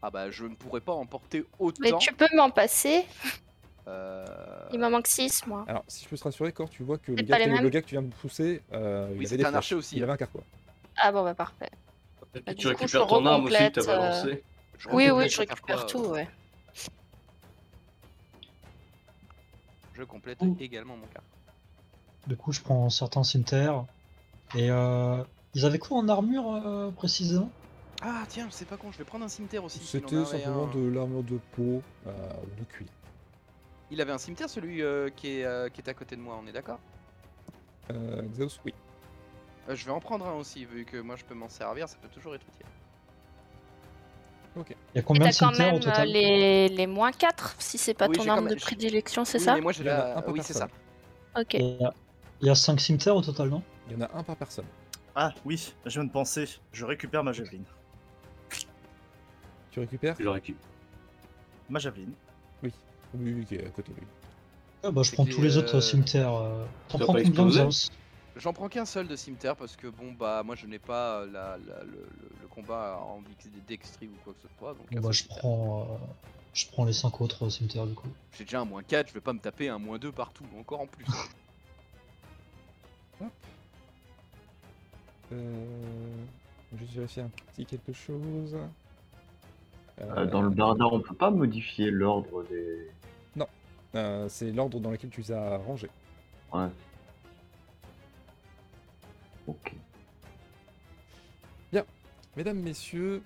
S6: Ah bah je ne pourrais pas en porter autant.
S2: Mais tu peux m'en passer
S6: Euh,
S2: Il m'en manque 6, moi.
S3: Alors, si je peux te rassurer, Cor, tu vois que le
S2: C'est
S3: gars,
S2: pas les
S3: qui- le
S2: mêmes
S3: gars que tu viens de pousser, euh, il
S6: Oui,
S3: avait
S6: c'était
S3: des
S6: un
S3: flèches.
S6: archer aussi,
S3: Il
S6: hein.
S3: avait un carquois.
S2: Ah bon, bah parfait.
S5: Et
S2: Bah,
S5: puis
S2: du
S5: tu
S2: coup, je
S5: récupères ton arme aussi,
S11: recomplète,
S5: t'as
S11: euh,
S5: balancé.
S6: je
S11: Oui, oui,
S6: recomplète
S11: je
S6: chacun
S11: récupère
S6: fois,
S11: tout,
S6: euh,
S11: ouais.
S6: Je complète
S4: Ouh.
S6: également mon carton.
S4: Du coup, je prends certains cimetières. Et euh, ils avaient quoi en armure euh, précisément
S6: Ah tiens, c'est pas con, je vais prendre un cimetière aussi. euh, s'il en
S3: C'était
S6: avait
S3: simplement
S6: un.
S3: de l'armure de peau euh, de cuir.
S6: Il avait un cimetière celui euh, qui, est, euh, qui est à côté de moi, on est d'accord
S3: Euh, Xeos, oui.
S6: Euh, Je vais en prendre un aussi, vu que moi je peux m'en servir, ça peut toujours être utile.
S4: Il y a
S11: Et
S4: combien
S11: t'as
S4: de
S11: quand
S4: cimetières
S11: même
S4: au
S11: euh,
S4: total
S11: les... les moins 4 si c'est pas
S6: Oui,
S11: ton
S6: j'ai quand
S11: arme
S6: même-
S11: de prédilection, c'est
S6: Oui,
S11: ça
S6: Mais moi j'ai
S3: Il y en a
S6: la...
S3: un par
S6: Oui, c'est ça.
S3: personne.
S11: Ok.
S4: Il y a- il y a 5 cimetières au total, non
S3: Il y en a un par personne.
S1: ah oui, je viens de penser, je récupère ma javeline.
S3: Tu récupères
S5: Tu le récupères.
S1: Ma javeline.
S3: Oui, oui, qui est à côté de lui.
S4: Ah bah je
S6: C'est
S4: prends
S6: que
S4: tous
S6: les,
S4: les autres
S6: euh,
S4: cimetières. euh.
S5: ça
S4: T'en
S5: va
S4: prends
S5: pas
S4: combien
S5: exploser
S4: Xaos
S6: J'en prends qu'un seul de cimetière parce que bon bah moi je n'ai pas euh, la, la- le, le- le combat en vix- dextry ou quoi que ce soit. Donc
S4: Bon
S6: un
S4: bah
S6: seul
S4: je
S6: cimetière.
S4: prends, euh, je prends les 5 autres cimetières du coup.
S6: J'ai déjà un moins 4, je vais pas me taper un moins 2 partout, encore en plus.
S3: Euh, je vais vérifier un petit quelque chose.
S7: Euh, dans le barda, on peut pas modifier l'ordre des.
S3: euh, c'est l'ordre dans lequel tu les as rangés.
S7: Ouais. Ok.
S3: Mesdames, messieurs,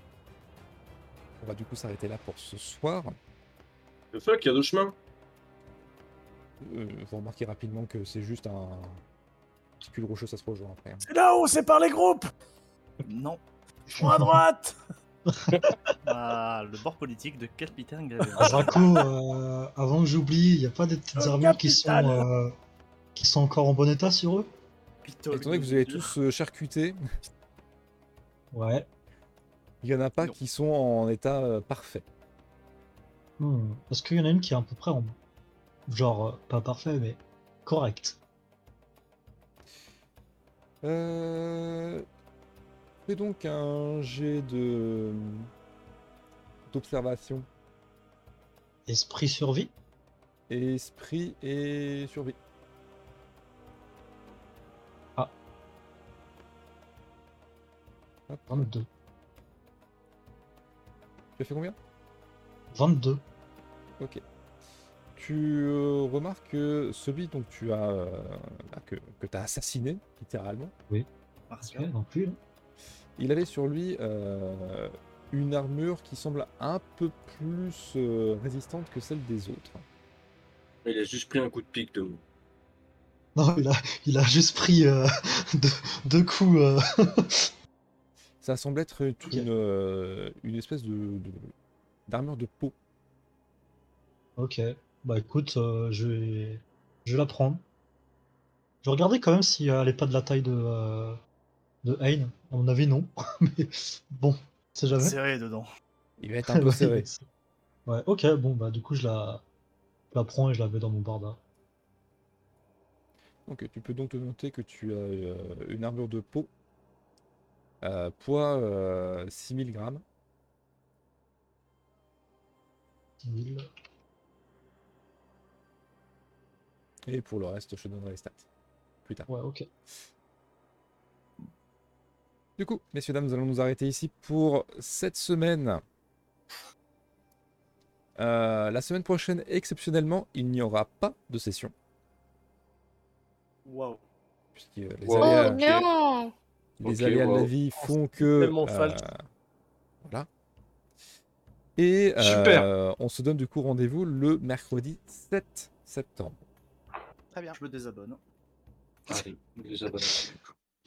S3: on va du coup s'arrêter là pour ce soir.
S5: Le fuck, il y a deux chemins.
S3: Euh, vous remarquez rapidement que c'est juste un petit pull rocheux, ça se rejoint après. hein.
S10: C'est
S1: Ah, oh,
S10: là-haut, c'est par les groupes
S1: Non.
S10: Ils vont à droite
S1: Ah, le bord politique de Capitaine Grégoire.
S4: Draco, euh, avant que j'oublie, il n'y a pas des petites
S10: Le
S4: armures qui sont,
S10: capitaine.
S4: euh, qui sont encore en bon état sur eux
S1: Capitaine
S3: Étant donné que vous avez tous euh, charcuté,
S4: Ouais.
S3: il y en a pas
S6: Non.
S3: qui sont en état euh, parfait.
S4: Hmm. Parce qu'il y en a une qui est à peu près en... Genre, euh, pas parfait, mais correct.
S3: Euh... Fais donc euh, un jet de d'observation
S4: Esprit survie
S3: Esprit et survie.
S4: Ah.
S3: Hop,
S4: 22.
S3: tu as fait combien
S4: 22.
S3: Ok. Tu euh, remarques que celui dont tu as euh, bah, que, que t'as assassiné littéralement,
S4: Ouais,
S1: Martial.
S4: non plus. hein.
S3: il avait sur lui euh, une armure qui semble un peu plus euh, résistante que celle des autres.
S5: Il a juste pris un coup de pique de
S4: Non, il a, il a juste pris euh, deux, deux coups. euh.
S3: Ça semble être une,
S4: Ok.
S3: euh, une espèce de de- d'armure de, peau.
S4: Ok. Bah écoute, euh, je vais, je vais la prendre. Je regardais quand même si euh, elle est pas de la taille de, euh, de Hain. À mon avis, non. Mais bon, c'est jamais. Ah,
S1: Serré dedans.
S3: Il va être un peu
S4: Ouais,
S3: serré.
S4: c'est- Ouais, ok, bon, bah du coup, je la, je la prends et je la mets dans mon barda.
S3: Ok, tu peux donc te noter que tu as euh, une armure de peau, euh, poids euh, 6000 grammes.
S4: 10 000.
S3: Et pour le reste, je te donnerai les stats plus tard.
S4: Ouais, ok.
S3: Du coup, messieurs, dames, nous allons nous arrêter ici pour cette semaine. Euh, la semaine prochaine, exceptionnellement, il n'y aura pas de session.
S10: Waouh.
S3: Puisque euh,
S1: Oh,
S3: les
S5: Wow.
S3: aléas,
S5: ok.
S11: non
S3: les
S5: Ok,
S3: aléas de la
S5: wow.
S3: vie
S10: Oh,
S3: font que. euh,
S10: tellement falte.
S3: voilà. Et euh,
S10: Super.
S3: on se donne du coup rendez-vous le mercredi 7 septembre.
S9: Très bien. Ah,
S1: Je me désabonne. hein.
S5: Allez, les abonnés.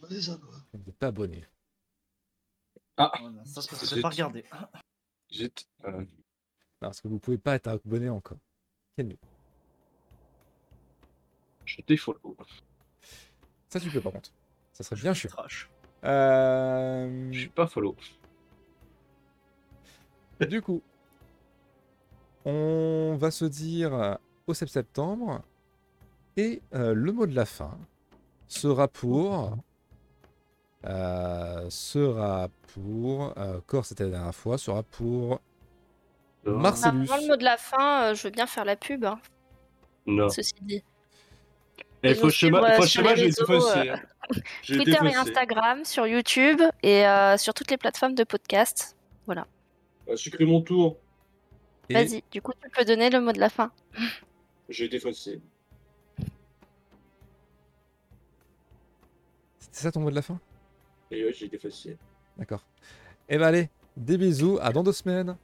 S3: Vous n'êtes pas abonné.
S9: Ah.
S1: Voilà, Ah, ça, je
S5: Zut.
S1: vais pas regarder.
S5: Zut. euh,
S3: Parce que vous pouvez pas être abonné encore.
S5: je défollow.
S3: Ça, tu peux par contre. Ça serait bien chiant.
S1: Trash.
S3: Euh,
S5: Je suis pas follow.
S3: Du coup, on va se dire euh, au 7 septembre. Et euh, le mot de la fin sera pour. euh, sera pour. euh, Corse, c'était la dernière fois. Sera pour.
S5: Non.
S3: Marcel.
S11: Ah, Avant le mot de la fin, euh, je veux bien faire la pub, hein,
S5: Non.
S11: ceci dit.
S5: Eh,
S11: Et
S5: faux
S11: nous
S5: schéma,
S11: suivre, euh,
S5: faux
S11: sur
S5: schéma,
S11: les
S5: j'ai
S11: réseaux, euh,
S5: défoncé. hein. J'ai
S11: Twitter et
S5: défoncé.
S11: Instagram, sur YouTube et euh, sur toutes les plateformes de podcast.
S5: Euh, Sucré mon tour,
S3: Et
S11: Vas-y, du coup, tu peux donner le mot de la fin.
S5: j'ai défoncé.
S3: C'était ça ton mot de la fin
S5: Et ouais, j'ai défoncé.
S3: D'accord. Eh ben allez, des bisous, à dans deux semaines.